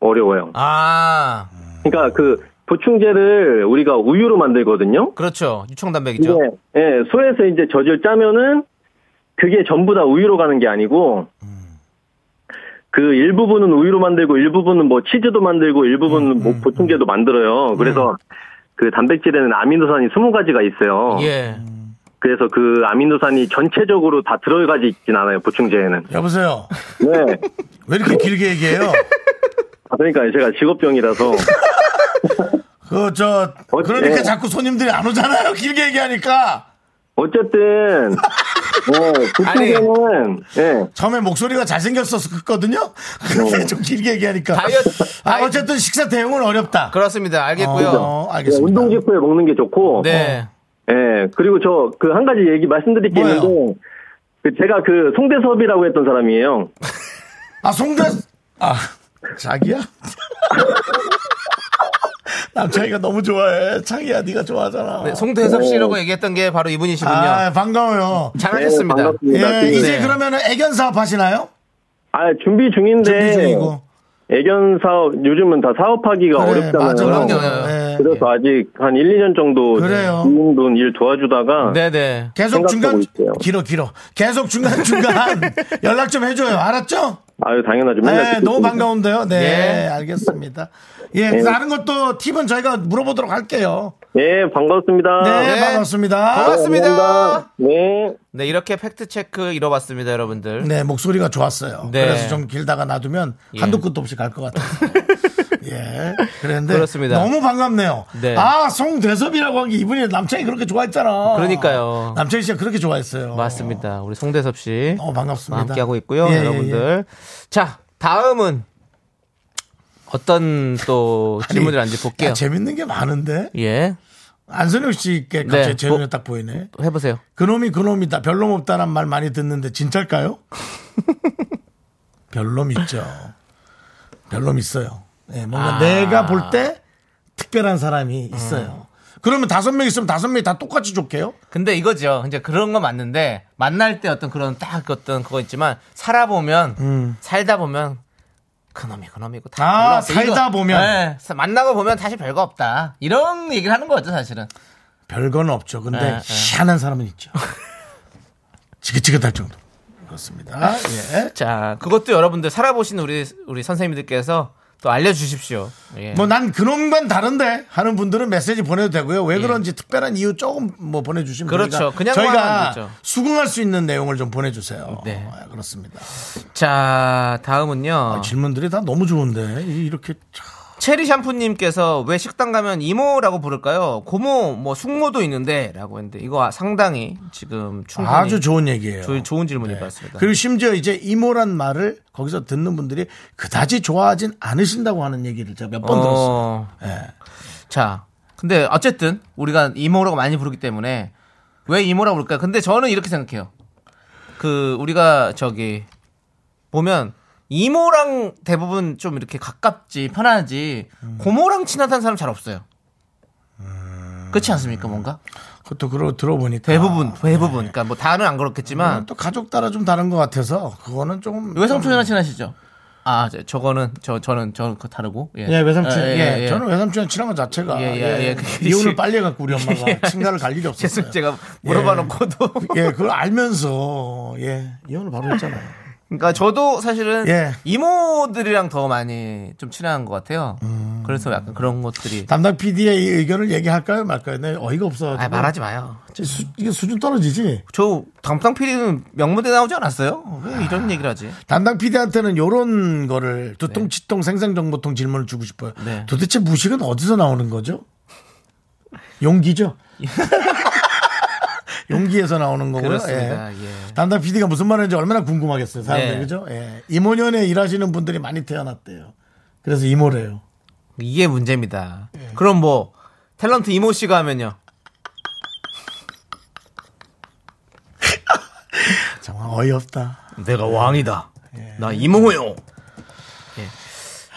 Speaker 9: 어려워요.
Speaker 2: 아,
Speaker 9: 그러니까 그 보충제를 우리가 우유로 만들거든요.
Speaker 2: 그렇죠. 유청단백이죠.
Speaker 9: 이게 예, 소에서 이제 젖을 짜면은 그게 전부 다 우유로 가는 게 아니고 그 일부분은 우유로 만들고 일부분은 뭐 치즈도 만들고 일부분은
Speaker 2: 음,
Speaker 9: 뭐 보충제도 만들어요. 그래서 그 단백질에는 아미노산이 20가지가 있어요.
Speaker 2: 예.
Speaker 9: 그래서 그 아미노산이 전체적으로 다 들어가 있진 않아요. 보충제에는.
Speaker 1: 여보세요.
Speaker 9: 네.
Speaker 1: 왜 이렇게 길게 얘기해요?
Speaker 9: 아, 그러니까 제가 직업병이라서
Speaker 1: 그 저
Speaker 9: 어,
Speaker 1: 그러니까
Speaker 9: 예.
Speaker 1: 자꾸 손님들이 안 오잖아요. 길게 얘기하니까
Speaker 9: 어쨌든 네, 보충제는 예.
Speaker 1: 처음에 목소리가 잘생겼었거든요.
Speaker 9: 네.
Speaker 1: 근데 좀 길게 얘기하니까.
Speaker 2: 다이어트-
Speaker 1: 아 어쨌든 식사 대응은 어렵다.
Speaker 2: 그렇습니다. 알겠고요.
Speaker 1: 어, 알겠습니다.
Speaker 9: 네, 운동 직후에 먹는 게 좋고 어,
Speaker 2: 네.
Speaker 9: 예, 그리고 저 그 한 가지 얘기 말씀드릴 게
Speaker 1: 뭐예요?
Speaker 9: 있는데 그 제가 그 송대섭이라고 했던 사람이에요.
Speaker 1: 아 송대 아 자기야? 남창이가 너무 좋아해. 창이야 네가 좋아하잖아.
Speaker 2: 네, 송대섭 씨라고 얘기했던 게 바로 이분이시군요.
Speaker 1: 아 반가워요.
Speaker 2: 잘하셨습니다.
Speaker 9: 네, 반갑습니다.
Speaker 1: 예,
Speaker 9: 지금-
Speaker 1: 이제
Speaker 2: 네.
Speaker 1: 그러면 애견 사업 하시나요?
Speaker 9: 아, 준비 중인데
Speaker 1: 준비 중이고.
Speaker 9: 애견 사업 요즘은 다 사업하기가 어렵잖아요.
Speaker 2: 그럼요.
Speaker 1: 예.
Speaker 9: 그래서 아직 한 1, 2년 정도
Speaker 1: 그래요.
Speaker 9: 운동 일 도와주다가
Speaker 2: 네네.
Speaker 1: 계속 중간
Speaker 9: 생각하고 있어요.
Speaker 1: 길어 길어. 계속 중간 중간 연락 좀 해줘요. 알았죠?
Speaker 9: 아유 당연하죠. 맨날
Speaker 1: 네,
Speaker 9: 듣고
Speaker 1: 너무
Speaker 9: 있습니다. 네.
Speaker 1: 반가운데요. 네,
Speaker 2: 예.
Speaker 1: 알겠습니다. 예, 그래서 다른 것도 팁은 저희가 물어보도록 할게요.
Speaker 9: 예, 반갑습니다.
Speaker 1: 네,
Speaker 2: 예.
Speaker 1: 반갑습니다.
Speaker 2: 고맙습니다.
Speaker 9: 네.
Speaker 2: 네, 이렇게 팩트체크 이뤄봤습니다, 여러분들.
Speaker 1: 네, 목소리가 네, 좋았어요.
Speaker 2: 네.
Speaker 1: 그래서 좀 길다가 놔두면 한두 끝도 없이 갈 것 같아요. 예. 그랬는데
Speaker 2: 그렇습니다.
Speaker 1: 너무 반갑네요.
Speaker 2: 네.
Speaker 1: 아, 송대섭이라고 한 게 이분이 남창이 그렇게 좋아했잖아.
Speaker 2: 그러니까요.
Speaker 1: 남창이 씨가 그렇게 좋아했어요.
Speaker 2: 맞습니다. 우리 송대섭 씨
Speaker 1: 어, 반갑습니다.
Speaker 2: 함께 하고 있고요,
Speaker 1: 예, 예,
Speaker 2: 여러분들. 자, 다음은 어떤 또
Speaker 1: 아니,
Speaker 2: 질문을 안지 볼게요.
Speaker 1: 야, 재밌는 게 많은데
Speaker 2: 예,
Speaker 1: 안선혁 씨께 갑자기
Speaker 2: 네,
Speaker 1: 제 눈에
Speaker 2: 뭐-
Speaker 1: 딱 보이네.
Speaker 2: 해보세요.
Speaker 1: 그놈이 그놈이다 별놈 없다란 말 많이 듣는데 진짜일까요? 별놈 있죠. 별놈 있어요. 예,
Speaker 2: 아.
Speaker 1: 뭔가 내가 볼 때 특별한 사람이 있어요.
Speaker 2: 음.
Speaker 1: 그러면 다섯 명 있으면 다섯 명이 다 똑같이 좋게요?
Speaker 2: 근데 이거죠. 이제 그런 건 맞는데 만날 때 어떤 그런 딱 어떤 그거 있지만 살아보면 살다 보면 그놈이 그놈이고 다
Speaker 1: 음. 아,
Speaker 2: 별로 없다.
Speaker 1: 살다 보면.
Speaker 2: 네, 사- 만나고 보면 사실 별거 없다 이런 얘기를 하는 거죠 사실은
Speaker 1: 별건 없죠. 근데
Speaker 2: 네, 네.
Speaker 1: 희한한 사람은 있죠. 지긋지긋할 정도. 그렇습니다. 예.
Speaker 2: 자 그것도 여러분들 살아보신 우리 우리 선생님들께서 또 알려주십시오 예.
Speaker 1: 뭐 난 그놈과는 다른데 하는 분들은 메시지 보내도 되고요. 왜 그런지 특별한 이유 조금 뭐 보내주시면
Speaker 2: 예. 그렇죠.
Speaker 1: 저희가-
Speaker 2: 그냥 하면
Speaker 1: 저희가
Speaker 2: 되죠.
Speaker 1: 수긍할 수 있는 내용을 좀 보내주세요.
Speaker 2: 네.
Speaker 1: 아, 그렇습니다.
Speaker 2: 자 다음은요
Speaker 1: 아, 질문들이 다 너무 좋은데 이- 이렇게 참-
Speaker 2: 체리 샴푸님께서 왜 식당 가면 이모라고 부를까요 고모 뭐 숙모도 있는데라고 했는데 이거 아, 상당히 지금 충분히
Speaker 1: 아주 좋은 얘기예요. 네.
Speaker 2: 조- 좋은 질문인 것 같습니다.
Speaker 1: 그리고 심지어 이제 이모란 말을 거기서 듣는 분들이 그다지 좋아하진 않으신다고 하는 얘기를 제가 몇 번 들었어요.
Speaker 2: 어. 자, 근데 어쨌든 우리가 이모라고 많이 부르기 때문에 왜 이모라고 부를까? 요 근데 저는 이렇게 생각해요. 그 우리가 저기 보면 이모랑 대부분 좀 이렇게 가깝지 편하지
Speaker 1: 음.
Speaker 2: 고모랑 친하다는 사람 잘 없어요.
Speaker 1: 음.
Speaker 2: 그렇지 않습니까 뭔가
Speaker 1: 그것도 그러, 들어보니까 아,
Speaker 2: 대부분 대부분
Speaker 1: 네.
Speaker 2: 그러니까 뭐 다는 안 그렇겠지만
Speaker 1: 또 가족 따라 좀 다른 것 같아서 그거는 조금
Speaker 2: 외삼촌이랑 친하시죠? 아 저- 저거는 저 저는 저는 그거 다르고 예,
Speaker 1: 예, 외삼촌.
Speaker 2: 예,
Speaker 1: 예,
Speaker 2: 예, 예.
Speaker 1: 저는 외삼촌이랑 친한 것 자체가
Speaker 2: 예, 예,
Speaker 1: 예,
Speaker 2: 예. 그게 예.
Speaker 1: 이혼을
Speaker 2: 지-
Speaker 1: 빨리 해갖고 우리 엄마가 친가를 갈 일이 없었어요.
Speaker 2: 계속 제가 물어봐 놓고도
Speaker 1: 예, 그걸 알면서 예 이혼을 바로 했잖아요.
Speaker 2: 그러니까 저도 사실은
Speaker 1: 예.
Speaker 2: 이모들이랑 더 많이 좀 친한 것 같아요. 그래서 약간 그런 것들이
Speaker 1: 담당 PD의 의견을 얘기할까요 말까요? 네, 어이가 없어.
Speaker 2: 아 말하지 마요.
Speaker 1: 수, 이게 수준 떨어지지.
Speaker 2: 저 담당 PD는 명문대 나오지 않았어요? 왜 이런 얘기를 하지?
Speaker 1: 담당 PD한테는 요런 거를 두통치통 생생정보통 질문을 주고 싶어요.
Speaker 2: 네.
Speaker 1: 도대체 무식은 어디서 나오는 거죠? 용기죠. 용기에서 나오는 거고요.
Speaker 2: 그렇습니다. 예.
Speaker 1: 담당 PD가 무슨 말하는지 얼마나 궁금하겠어요. 사람들
Speaker 2: 네.
Speaker 1: 그죠? 예. 이모년에 일하시는 분들이 많이 태어났대요. 그래서 이모래요.
Speaker 2: 이게 문제입니다. 그럼 뭐 탤런트 이모 씨가 하면요.
Speaker 1: 정말 어이없다.
Speaker 2: 내가 왕이다.
Speaker 1: 예.
Speaker 2: 나 이모요. 예.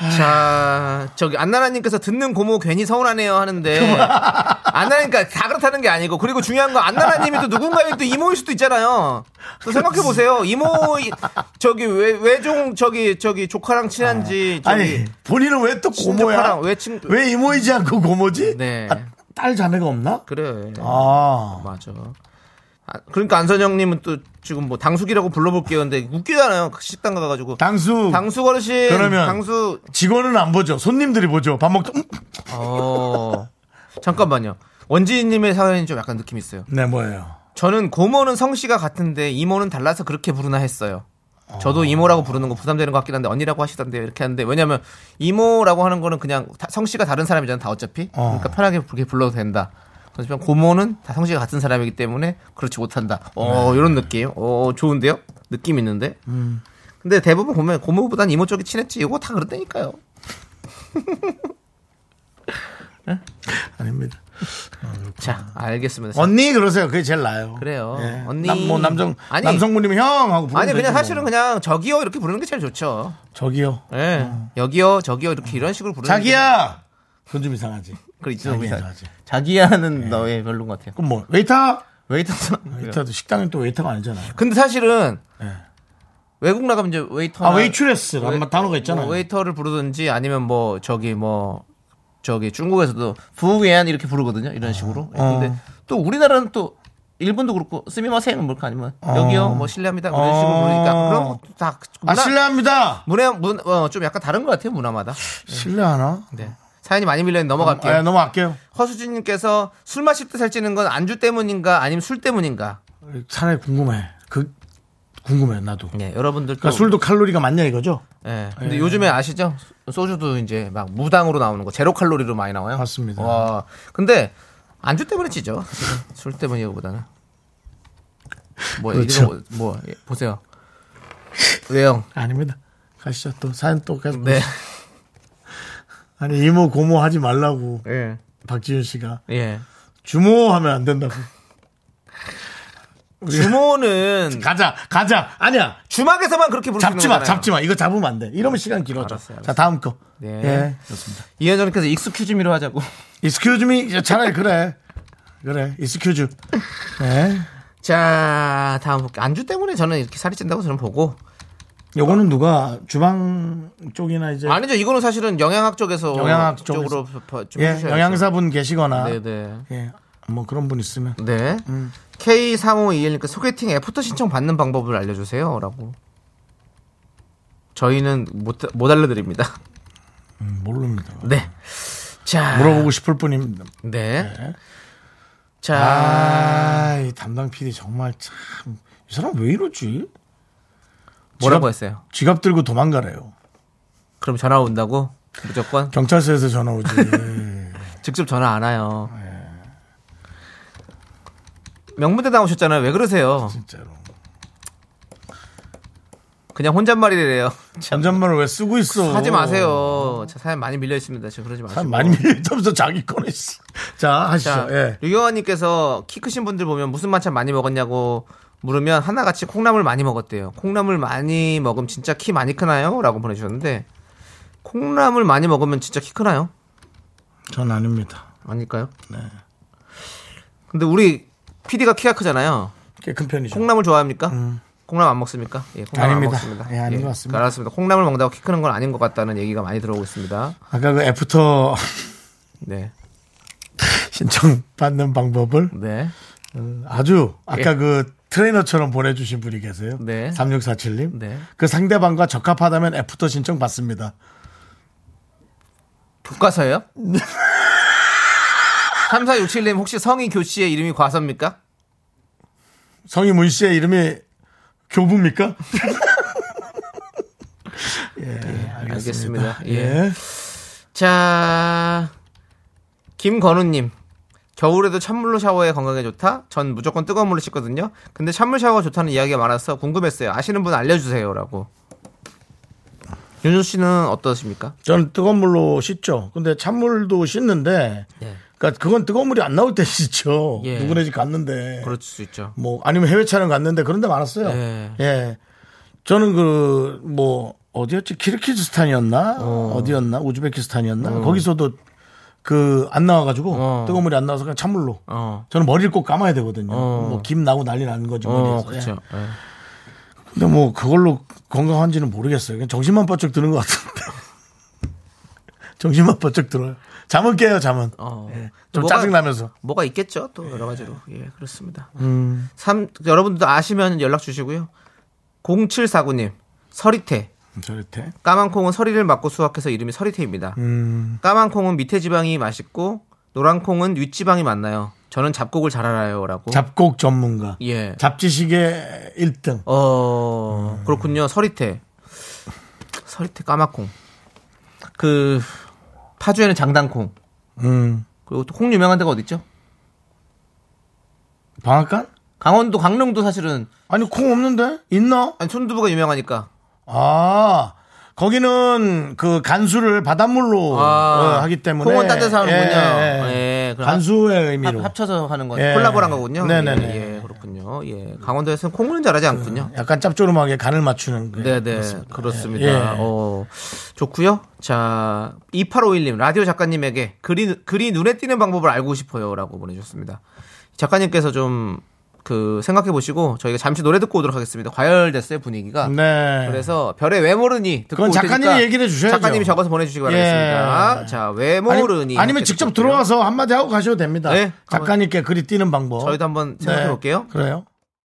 Speaker 1: 아.
Speaker 2: 자, 저기 안나라님께서 듣는 고모 괜히 서운하네요 하는데
Speaker 1: 뭐.
Speaker 2: 안나라니까 다 그렇다는 게 아니고 그리고 중요한 건 안나라님이 또 누군가의 또 이모일 수도 있잖아요. 또 생각해 보세요. 이모 이- 저기 외, 외종 저기 저기 조카랑 친한지 네, 저기
Speaker 1: 아니 본인은 왜 또 고모야?
Speaker 2: 친척하랑 왜 친-
Speaker 1: 왜 이모이지 않고 고모지?
Speaker 2: 네.
Speaker 1: 아, 딸 자매가 없나?
Speaker 2: 그래.
Speaker 1: 아
Speaker 2: 맞아. 아, 그러니까 안선영님은 또 지금 뭐 당숙이라고 불러볼게요. 근데 웃기잖아요. 그 식당 가가지고
Speaker 1: 당수
Speaker 2: 당숙 어르신,
Speaker 1: 음. 그러면-
Speaker 2: 당수
Speaker 1: 직원은 안 보죠. 손님들이 보죠. 밥 먹다. 음.
Speaker 2: 어, 잠깐만요. 원지님의 사연이 좀 약간 느낌 있어요.
Speaker 1: 네 뭐예요?
Speaker 2: 저는 고모는 성씨가 같은데 이모는 달라서 그렇게 부르나 했어요. 저도 이모라고 부르는 거 부담되는 것 같긴 한데 언니라고 하시던데 이렇게 하는데 왜냐면 이모라고 하는 거는 그냥 다- 성씨가 다른 사람이잖아 다 어차피 그러니까 편하게 그렇게 불러도 된다. 그렇지만 고모는 다 성씨가 같은 사람이기 때문에 그렇지 못한다. 어
Speaker 1: 네.
Speaker 2: 이런 느낌. 어 좋은데요? 느낌 있는데.
Speaker 1: 음.
Speaker 2: 근데 대부분 보면 고모보단 이모 쪽이 친했지 이거 다 그렇다니까요.
Speaker 1: 아닙니다.
Speaker 2: 자 알겠습니다.
Speaker 1: 언니 그러세요. 그게 제일 나요.
Speaker 2: 그래요. 언니.
Speaker 1: 뭐 남성
Speaker 2: 아니.
Speaker 1: 남성분이면 형 하고 부르면
Speaker 2: 음. 아니 그냥
Speaker 1: 되지
Speaker 2: 사실은
Speaker 1: 뭐.
Speaker 2: 그냥 저기요 이렇게 부르는 게 제일 좋죠.
Speaker 1: 저기요.
Speaker 2: 예. 여기요 저기요 이렇게 이런 식으로 부르는 게
Speaker 1: 음. 자기야. 그건 좀 이상하지.
Speaker 2: 그 있죠.
Speaker 1: 자기야, 예.
Speaker 2: 자기야.
Speaker 1: 자기.
Speaker 2: 자기야는 너의 별론 것 같아요.
Speaker 1: 그럼 뭐 웨이터?
Speaker 2: 웨이터.
Speaker 1: 웨이터도 식당은 또 웨이터가 아니잖아요.
Speaker 2: 근데 사실은
Speaker 1: 예.
Speaker 2: 외국 나가면 이제 웨이터.
Speaker 1: 아 웨이트레스라는
Speaker 2: 웨-
Speaker 1: 단어가 있잖아요.
Speaker 2: 뭐 웨이터를 부르든지 아니면 뭐 저기 뭐 저기 중국에서도 부위안 이렇게 부르거든요.
Speaker 1: 아.
Speaker 2: 이런 식으로. 예,
Speaker 1: 어.
Speaker 2: 근데 또 우리나라는 또 일본도 그렇고 스미마셍 뭐 아니면 여기요 뭐 실례합니다 이런 식으로 부르니까 그럼 다
Speaker 1: 어. 아
Speaker 2: 문화-
Speaker 1: 실례합니다.
Speaker 2: 문화 문, 어, 좀 약간 다른 것 같아요 문화마다.
Speaker 1: 실례하나?
Speaker 2: 네. 사연이 많이 밀려는 넘어갈게요.
Speaker 1: 예, 넘어갈게요.
Speaker 2: 허수진님께서 술 마실 때 살찌는 건 안주 때문인가 아니면 술 때문인가?
Speaker 1: 차라리 궁금해. 그 궁금해 나도.
Speaker 2: 네, 여러분들도
Speaker 1: 그러니까 술도 아, 칼로리가 많냐 이거죠?
Speaker 2: 예. 근데 요즘에 아시죠? 소주도 이제 막 무당으로 나오는 거 제로 칼로리로 많이 나와요.
Speaker 1: 맞습니다.
Speaker 2: 와. 근데 안주 때문에 찌죠. 사실은. 술 때문이보다는. 뭐
Speaker 1: 그렇죠.
Speaker 2: 이거 뭐, 뭐, 예, 보세요. 왜요?
Speaker 1: 아닙니다. 가시죠 또 사연 또 계속.
Speaker 2: 네.
Speaker 1: 아니 이모 고모 하지 말라고
Speaker 2: 예.
Speaker 1: 박지윤 씨가
Speaker 2: 예.
Speaker 1: 주모 하면 안 된다고.
Speaker 2: 주모는
Speaker 1: 가자 가자 아니야
Speaker 2: 주막에서만 그렇게 부르는
Speaker 1: 잡지 마
Speaker 2: 거잖아요. 아,
Speaker 1: 잡지 마 이거 잡으면 안 돼. 이러면 시간 길어져.
Speaker 2: 알았어요, 알았어요.
Speaker 1: 자 다음 거.
Speaker 2: 네.
Speaker 1: 예 좋습니다.
Speaker 2: 이현정님께서 익스큐즈미로 하자고.
Speaker 1: 이스큐즈미 차라리 그래 그래 이스큐즈. 네.
Speaker 2: 자, 다음 볼게요. 안주 때문에 저는 이렇게 살이 찐다고 저는 보고.
Speaker 1: 요거는 누가 주방 쪽이나 이제
Speaker 2: 아니죠. 이거는 사실은 영양학 쪽에서
Speaker 1: 영양학
Speaker 2: 쪽으로
Speaker 1: 쪽에서.
Speaker 2: 좀
Speaker 1: 예,
Speaker 2: 해주셔야죠.
Speaker 1: 영양사분 계시거나
Speaker 2: 네, 네.
Speaker 1: 예, 뭐 그런 분 있으면
Speaker 2: 네.
Speaker 1: 음.
Speaker 2: K3521니까 소개팅 애프터 신청 받는 방법을 알려주세요. 라고. 저희는 못, 못 알려드립니다.
Speaker 1: 음, 모릅니다.
Speaker 2: 네. 자.
Speaker 1: 물어보고 싶을 뿐입니다.
Speaker 2: 네. 자.
Speaker 1: 아, 이 담당 PD 정말 참. 이 사람 왜 이러지?
Speaker 2: 뭐라고
Speaker 1: 지갑-
Speaker 2: 했어요?
Speaker 1: 지갑 들고 도망가래요.
Speaker 2: 그럼 전화 온다고? 무조건?
Speaker 1: 경찰서에서 전화 오지.
Speaker 2: 직접 전화 안 와요.
Speaker 1: 네.
Speaker 2: 명문대 나오셨잖아요. 왜 그러세요?
Speaker 1: 진짜로.
Speaker 2: 그냥 혼잣말이래요.
Speaker 1: 잠잠만을 왜 쓰고 있어?
Speaker 2: 하지 마세요. 자, 사연 많이 밀려 있습니다. 지금 그러지 마시고.
Speaker 1: 사람 많이 밀리면서 자기 꺼내 있어. 자, 하시죠.
Speaker 2: 자,
Speaker 1: 예.
Speaker 2: 류경아님께서 키 크신 분들 보면 무슨 반찬 많이 먹었냐고 물으면 하나같이 콩나물 많이 먹었대요. 콩나물 많이 먹으면 진짜 키 많이 크나요? 라고 보내주셨는데 콩나물 많이 먹으면 진짜 키 크나요?
Speaker 1: 전 아닙니다.
Speaker 2: 아닐까요? 네. 근데 우리 PD가 키가 크잖아요.
Speaker 1: 꽤 큰 편이죠.
Speaker 2: 콩나물 좋아합니까? 콩나물 안 먹습니까? 예, 콩나물
Speaker 1: 음. 아닙니다.
Speaker 2: 안 먹습니다.
Speaker 1: 예, 아닌 것 같습니다.
Speaker 2: 알았습니다. 콩나물 먹는다고 키 크는 건 아닌 것 같다는 얘기가 많이 들어오고 있습니다.
Speaker 1: 아까 그 애프터
Speaker 2: 네.
Speaker 1: 신청 받는 방법을
Speaker 2: 네.
Speaker 1: 아주 아까
Speaker 2: 예.
Speaker 1: 그 트레이너처럼 보내주신 분이 계세요.
Speaker 2: 네.
Speaker 1: 3647님.
Speaker 2: 네.
Speaker 1: 그 상대방과 적합하다면 애프터 신청 받습니다.
Speaker 2: 교과서예요? 3467님 혹시 성인 교씨의 이름이 과서입니까?
Speaker 1: 성희 문 씨의 이름이 교부입니까?
Speaker 2: 알겠습니다.
Speaker 1: 예.
Speaker 2: 예. 자, 김건우님. 겨울에도 찬물로 샤워해 건강에 좋다? 전 무조건 뜨거운 물로 씻거든요. 근데 찬물 샤워가 좋다는 이야기가 많아서 궁금했어요. 아시는 분 알려주세요. 라고. 윤수 씨는 어떠십니까?
Speaker 1: 저는 뜨거운 물로 씻죠. 근데 찬물도 씻는데,
Speaker 2: 예.
Speaker 1: 그러니까 그건 뜨거운 물이 안 나올 때 씻죠.
Speaker 2: 예.
Speaker 1: 누구네 집 갔는데,
Speaker 2: 그럴 수 있죠.
Speaker 1: 뭐 아니면 해외 촬영 갔는데 그런 데 많았어요.
Speaker 2: 예.
Speaker 1: 예. 저는 그 뭐 어디였지 키르키즈스탄이었나 어. 디였나 우즈베키스탄이었나 거기서도 그 안 나와가지고
Speaker 2: 어.
Speaker 1: 뜨거운 물이 안 나와서 그냥 찬물로.
Speaker 2: 어.
Speaker 1: 저는 머리를 꼭 감아야 되거든요.
Speaker 2: 어.
Speaker 1: 뭐 김 나고 난리 나는 거지
Speaker 2: 어,
Speaker 1: 머리에서.
Speaker 2: 그렇죠.
Speaker 1: 예. 근데 뭐 그걸로 건강한지는 모르겠어요. 그냥 정신만 번쩍 드는 것 같은데. 정신만 번쩍 들어요. 잠은 깨요 잠은.
Speaker 2: 어.
Speaker 1: 예. 좀
Speaker 2: 뭐가-
Speaker 1: 짜증 나면서.
Speaker 2: 뭐가 있겠죠
Speaker 1: 네.
Speaker 2: 또 여러 가지로 예 그렇습니다
Speaker 1: 음.
Speaker 2: 삼 여러분들도 아시면 연락 주시고요 0749님 서리태
Speaker 1: 음, 저렇대.
Speaker 2: 까만콩은 서리를 맞고 수확해서 이름이 서리태입니다
Speaker 1: 음.
Speaker 2: 까만콩은 밑에 지방이 맛있고 노란콩은 윗지방이 맞나요 저는 잡곡을 잘 알아요 라고
Speaker 1: 잡곡 음. 전문가.
Speaker 2: 뭐? 예.
Speaker 1: 잡지식의 1등.
Speaker 2: 어 그렇군요 서리태 서리태 까만콩 그 파주에는 장단콩
Speaker 1: 음.
Speaker 2: 그리고 또 콩 유명한 데가 어딨죠
Speaker 1: 방앗간?
Speaker 2: 강원도 강릉도 사실은
Speaker 1: 아니 콩 없는데 있나?
Speaker 2: 아니, 손두부가 유명하니까
Speaker 1: 아 거기는 그 간수를 바닷물로
Speaker 2: 아,
Speaker 1: 어, 하기 때문에
Speaker 2: 콩은 딴 데서 하는군요. 예, 그럼
Speaker 1: 간수의 의미로
Speaker 2: 합, 쳐서 하는 건
Speaker 1: 예.
Speaker 2: 콜라보란 거군요.
Speaker 1: 네네네. 음.
Speaker 2: 예, 예, 그렇군요. 예, 강원도에서는 콩은 잘하지 않군요.
Speaker 1: 약간 짭조름하게 간을 맞추는 거.
Speaker 2: 네네 그렇습니다.
Speaker 1: 예.
Speaker 2: 어, 좋고요. 자 2851님 라디오 작가님에게 글이 글이 눈에 띄는 방법을 알고 싶어요라고 보내주셨습니다. 작가님께서 좀 그 생각해 보시고 저희가 잠시 노래 듣고 오도록 하겠습니다. 과열됐어요 분위기가.
Speaker 1: 네.
Speaker 2: 그래서 별의 왜 모르니 듣고
Speaker 1: 그건
Speaker 2: 올
Speaker 1: 작가님이
Speaker 2: 테니까
Speaker 1: 얘기를 해주셔야죠.
Speaker 2: 작가님이 적어서 보내주시기 바라겠습니다.
Speaker 1: 예.
Speaker 2: 자왜 모르니
Speaker 1: 아니, 아니면 직접 들어와서 한마디 하고 가셔도 됩니다.
Speaker 2: 네.
Speaker 1: 작가님께 글이 띄는 방법. 네.
Speaker 2: 저희도 한번 생각해 볼게요.
Speaker 1: 그래요.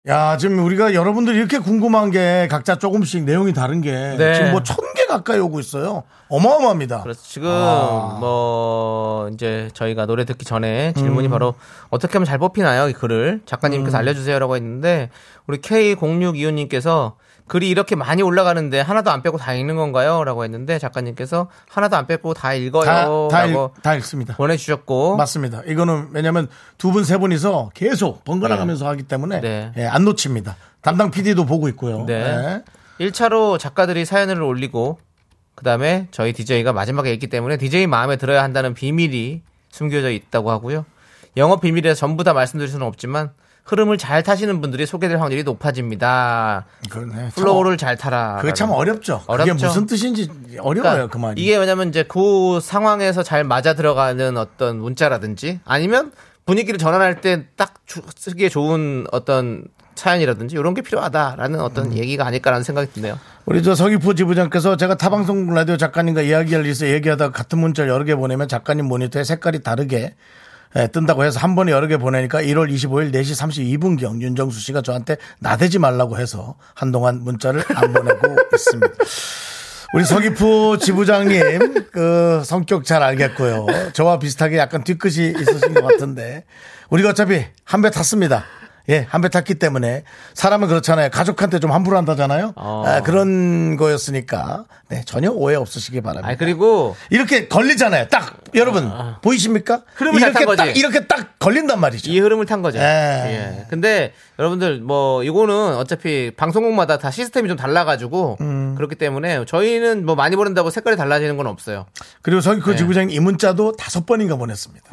Speaker 1: 야, 지금 우리가 여러분들이 이렇게 궁금한 게 각자 조금씩 내용이 다른 게
Speaker 2: 네.
Speaker 1: 지금 뭐 천 개가 가까이 오고 있어요. 어마어마합니다.
Speaker 2: 그래서 지금
Speaker 1: 아.
Speaker 2: 뭐 이제 저희가 노래 듣기 전에 질문이
Speaker 1: 음.
Speaker 2: 바로 어떻게 하면 잘 뽑히나요? 이 글을 작가님께서 알려주세요라고 했는데 우리 K0625님께서 글이 이렇게 많이 올라가는데 하나도 안 빼고 다 읽는 건가요? 라고 했는데 작가님께서 하나도 안 빼고 다 읽어요.
Speaker 1: 다, 다, 읽,
Speaker 2: 라고 어?
Speaker 1: 다 읽습니다.
Speaker 2: 보내주셨고
Speaker 1: 맞습니다. 이거는 왜냐면 두 분, 세 분이서 계속 번갈아
Speaker 2: 네.
Speaker 1: 가면서 하기 때문에
Speaker 2: 네.
Speaker 1: 예, 안 놓칩니다. 담당 PD도 보고 있고요.
Speaker 2: 네. 1차로 작가들이 사연을 올리고 그다음에 저희 DJ가 마지막에 있기 때문에 DJ 마음에 들어야 한다는 비밀이 숨겨져 있다고 하고요. 영업 비밀이라 전부 다 말씀드릴 수는 없지만 흐름을 잘 타시는 분들이 소개될 확률이 높아집니다.
Speaker 1: 그러네.
Speaker 2: 플로우를 잘 타라.
Speaker 1: 그게 참 어렵죠.
Speaker 2: 어렵죠. 그러니까
Speaker 1: 그게 무슨 뜻인지 어려워요, 그 말이.
Speaker 2: 이게 왜냐면 이제 그 상황에서 잘 맞아 들어가는 어떤 문자라든지 아니면 분위기를 전환할 때 딱 쓰기에 좋은 어떤 사연이라든지 이런 게 필요하다라는 어떤
Speaker 1: 음.
Speaker 2: 얘기가 아닐까라는 생각이 드네요.
Speaker 1: 우리 저 서귀포 지부장께서 제가 타방송 라디오 작가님과 이야기할 일에서 얘기하다가 같은 문자를 여러 개 보내면 작가님 모니터에 색깔이 다르게 예, 뜬다고 해서 한 번에 여러 개 보내니까 1월 25일 4시 32분경 윤정수 씨가 저한테 나대지 말라고 해서 한동안 문자를 안 보내고 있습니다. 우리 서귀포 지부장님 그 성격 잘 알겠고요. 저와 비슷하게 약간 뒤끝이 있으신 것 같은데 우리가 어차피 한 배 탔습니다. 예, 한 배 탔기 때문에 사람은 그렇잖아요. 가족한테 좀 함부로 한다잖아요.
Speaker 2: 어.
Speaker 1: 아, 그런 거였으니까 네, 전혀 오해 없으시기 바랍니다.
Speaker 2: 아 그리고
Speaker 1: 이렇게 걸리잖아요. 딱 여러분 보이십니까?
Speaker 2: 흐름을 잘
Speaker 1: 이렇게
Speaker 2: 탄
Speaker 1: 딱
Speaker 2: 거지.
Speaker 1: 이렇게 딱 걸린단 말이죠.
Speaker 2: 이 흐름을 탄 거죠.
Speaker 1: 예.
Speaker 2: 예. 근데 여러분들 뭐 이거는 어차피 방송국마다 다 시스템이 좀 달라가지고 그렇기 때문에 저희는 뭐 많이 보낸다고 색깔이 달라지는 건 없어요.
Speaker 1: 그리고 서귀포
Speaker 2: 네.
Speaker 1: 지부장님 이 문자도 다섯 번인가 보냈습니다.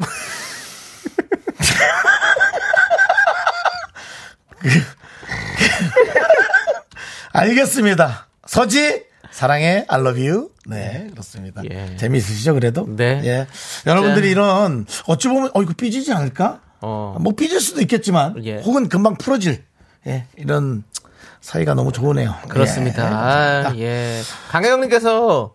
Speaker 1: 그, 알겠습니다. 서지 사랑해 알러뷰 네 그렇습니다.
Speaker 2: 예.
Speaker 1: 재미있으시죠 그래도?
Speaker 2: 네.
Speaker 1: 예. 여러분들이 이런 어찌 보면 어 이거 삐지지 않을까?
Speaker 2: 어.
Speaker 1: 뭐 삐질 수도 있겠지만
Speaker 2: 예.
Speaker 1: 혹은 금방 풀어질 예, 이런 사이가 너무 좋으네요. 예.
Speaker 2: 그렇습니다. 아, 예. 강혜영님께서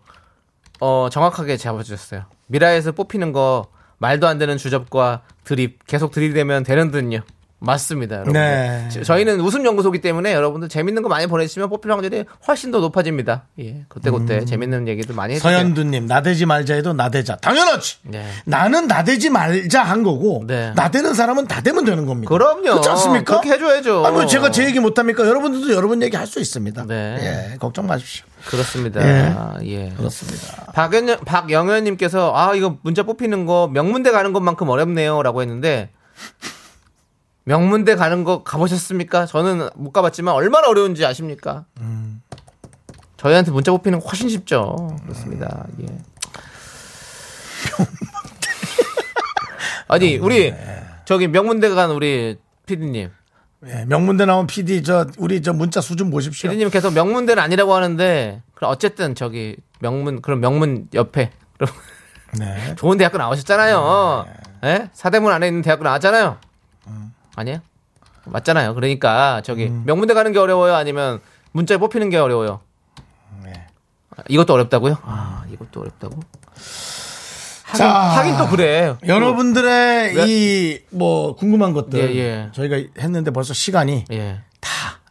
Speaker 2: 어, 정확하게 잡아주셨어요. 미라에서 뽑히는 거 말도 안 되는 주접과 드립 계속 들이대면 되는 듯요. 맞습니다, 여러분.
Speaker 1: 네.
Speaker 2: 저희는 웃음 연구소기 때문에 여러분들 재밌는 거 많이 보내주시면 뽑힐 확률이 훨씬 더 높아집니다. 예, 그때 그때 재밌는 얘기도 많이 해주세요.
Speaker 1: 서현두님 나대지 말자 해도 나대자 당연하지.
Speaker 2: 네.
Speaker 1: 나는 나대지 말자 한 거고
Speaker 2: 네.
Speaker 1: 나대는 사람은 나대면 되는 겁니다.
Speaker 2: 그럼요.
Speaker 1: 그렇지 않습니까?
Speaker 2: 그렇게 해줘야죠.
Speaker 1: 아니 왜 제가 제 얘기 못합니까? 여러분들도 여러분 얘기 할 수 있습니다.
Speaker 2: 네.
Speaker 1: 예, 걱정 마십시오.
Speaker 2: 그렇습니다. 예.
Speaker 1: 그렇습니다.
Speaker 2: 박연영, 박영현님께서 아 이거 문자 뽑히는 거 명문대 가는 것만큼 어렵네요라고 했는데 명문대 가는 거 가보셨습니까? 저는 못 가봤지만 얼마나 어려운지 아십니까?
Speaker 1: 음.
Speaker 2: 저희한테 문자 뽑히는 거 훨씬 쉽죠.
Speaker 1: 음.
Speaker 2: 그렇습니다. 예. 아니 우리 저기 명문대 간 우리 피디님
Speaker 1: 예, 명문대 나온 PD 저 우리 저 문자 수준 보십시오.
Speaker 2: 피디님 계속 명문대는 아니라고 하는데 그럼 어쨌든 저기 명문 그럼 명문 옆에 그럼
Speaker 1: 네.
Speaker 2: 좋은 대학교 나오셨잖아요. 예? 사대문 안에 있는 대학교 나왔잖아요. 음. 아니에요? 맞잖아요. 그러니까 저기 명문대 가는 게 어려워요? 아니면 문자에 뽑히는 게 어려워요? 아, 이것도 어렵다고요? 아, 이것도 어렵다고? 하긴,
Speaker 1: 자.
Speaker 2: 하긴 또 그래. 왜?
Speaker 1: 여러분들의 이 뭐 궁금한 것들
Speaker 2: 네. 예, 예.
Speaker 1: 저희가 했는데 벌써 시간이
Speaker 2: 예.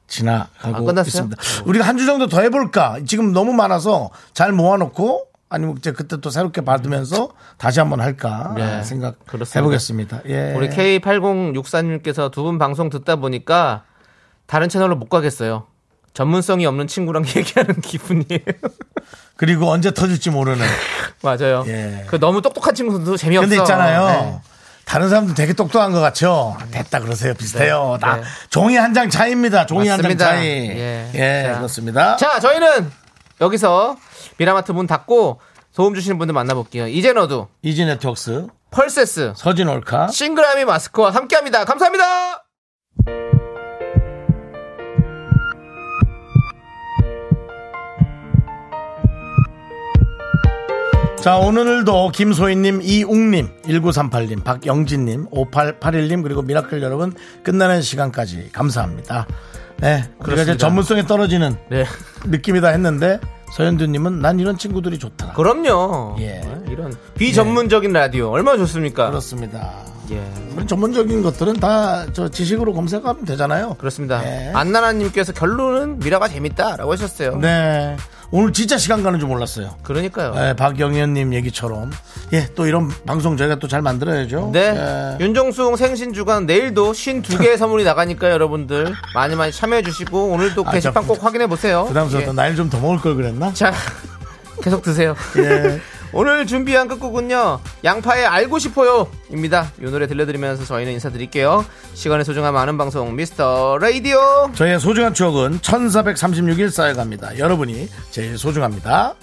Speaker 1: 지나가고
Speaker 2: 아, 끝났어요?
Speaker 1: 있습니다. 우리가 한 주 정도 더 해볼까? 지금 너무 많아서 잘 모아놓고 아니면 이제 그때 또 새롭게 받으면서 다시 한번 할까
Speaker 2: 네,
Speaker 1: 생각
Speaker 2: 음. 그렇습니다.
Speaker 1: 해보겠습니다. 예.
Speaker 2: 우리 K8064님께서 두 분 방송 듣다 보니까 다른 채널로 못 가겠어요. 전문성이 없는 친구랑 얘기하는 기분이에요.
Speaker 1: 그리고 언제 터질지 모르는.
Speaker 2: 맞아요.
Speaker 1: 예.
Speaker 2: 그 너무 똑똑한 친구도 재미없어.
Speaker 1: 근데 있잖아요.
Speaker 2: 네.
Speaker 1: 다른 사람도 되게 똑똑한 것 같죠? 됐다 그러세요. 비슷해요. 다
Speaker 2: 네.
Speaker 1: 종이 한 장 차이입니다. 종이 한 장
Speaker 2: 맞습니다.
Speaker 1: 차이.
Speaker 2: 예.
Speaker 1: 예,
Speaker 2: 자.
Speaker 1: 그렇습니다.
Speaker 2: 자, 저희는 여기서 미라마트 문 닫고 도움 주시는 분들 만나볼게요. 이제너두,
Speaker 1: 이지 네트웍스
Speaker 2: 펄세스,
Speaker 1: 서진 올카
Speaker 2: 싱그라미 마스크와 함께합니다. 감사합니다.
Speaker 1: 자, 오늘도 김소희님, 이웅님, 1938님, 박영진님, 5881님, 그리고 미라클 여러분, 끝나는 시간까지 감사합니다. 네. 우리가 이제
Speaker 2: 그렇습니다.
Speaker 1: 전문성이 떨어지는
Speaker 2: 네,
Speaker 1: 느낌이다 했는데, 서현두님은 난 이런 친구들이 좋다.
Speaker 2: 그럼요.
Speaker 1: 예.
Speaker 2: 이런 비전문적인 라디오 얼마나 좋습니까?
Speaker 1: 그렇습니다.
Speaker 2: 예.
Speaker 1: 우리 전문적인 것들은 다 저 지식으로 검색하면 되잖아요.
Speaker 2: 그렇습니다.
Speaker 1: 예.
Speaker 2: 안나나님께서 결론은 미라가 재밌다라고 하셨어요.
Speaker 1: 네. 오늘 진짜 시간 가는 줄 몰랐어요.
Speaker 2: 그러니까요.
Speaker 1: 예, 박영현님 얘기처럼 예 또 이런 방송 저희가 또 잘 만들어야죠.
Speaker 2: 네.
Speaker 1: 예.
Speaker 2: 윤정수 생신 주간 내일도 52개의 선물이 나가니까 여러분들 많이 많이 참여해 주시고 오늘도
Speaker 1: 아,
Speaker 2: 게시판
Speaker 1: 저
Speaker 2: 꼭 확인해 보세요.
Speaker 1: 어,
Speaker 2: 예.
Speaker 1: 부담스럽다. 나이를 좀 더 먹을 걸 그랬나?
Speaker 2: 자, 계속 드세요.
Speaker 1: 예.
Speaker 2: 오늘 준비한 끝곡은요. 양파의 알고 싶어요입니다. 이 노래 들려드리면서 저희는 인사드릴게요. 시간의 소중함 아는 방송 미스터 라디오.
Speaker 1: 저희의 소중한 추억은 1436일 쌓여갑니다. 여러분이 제일 소중합니다.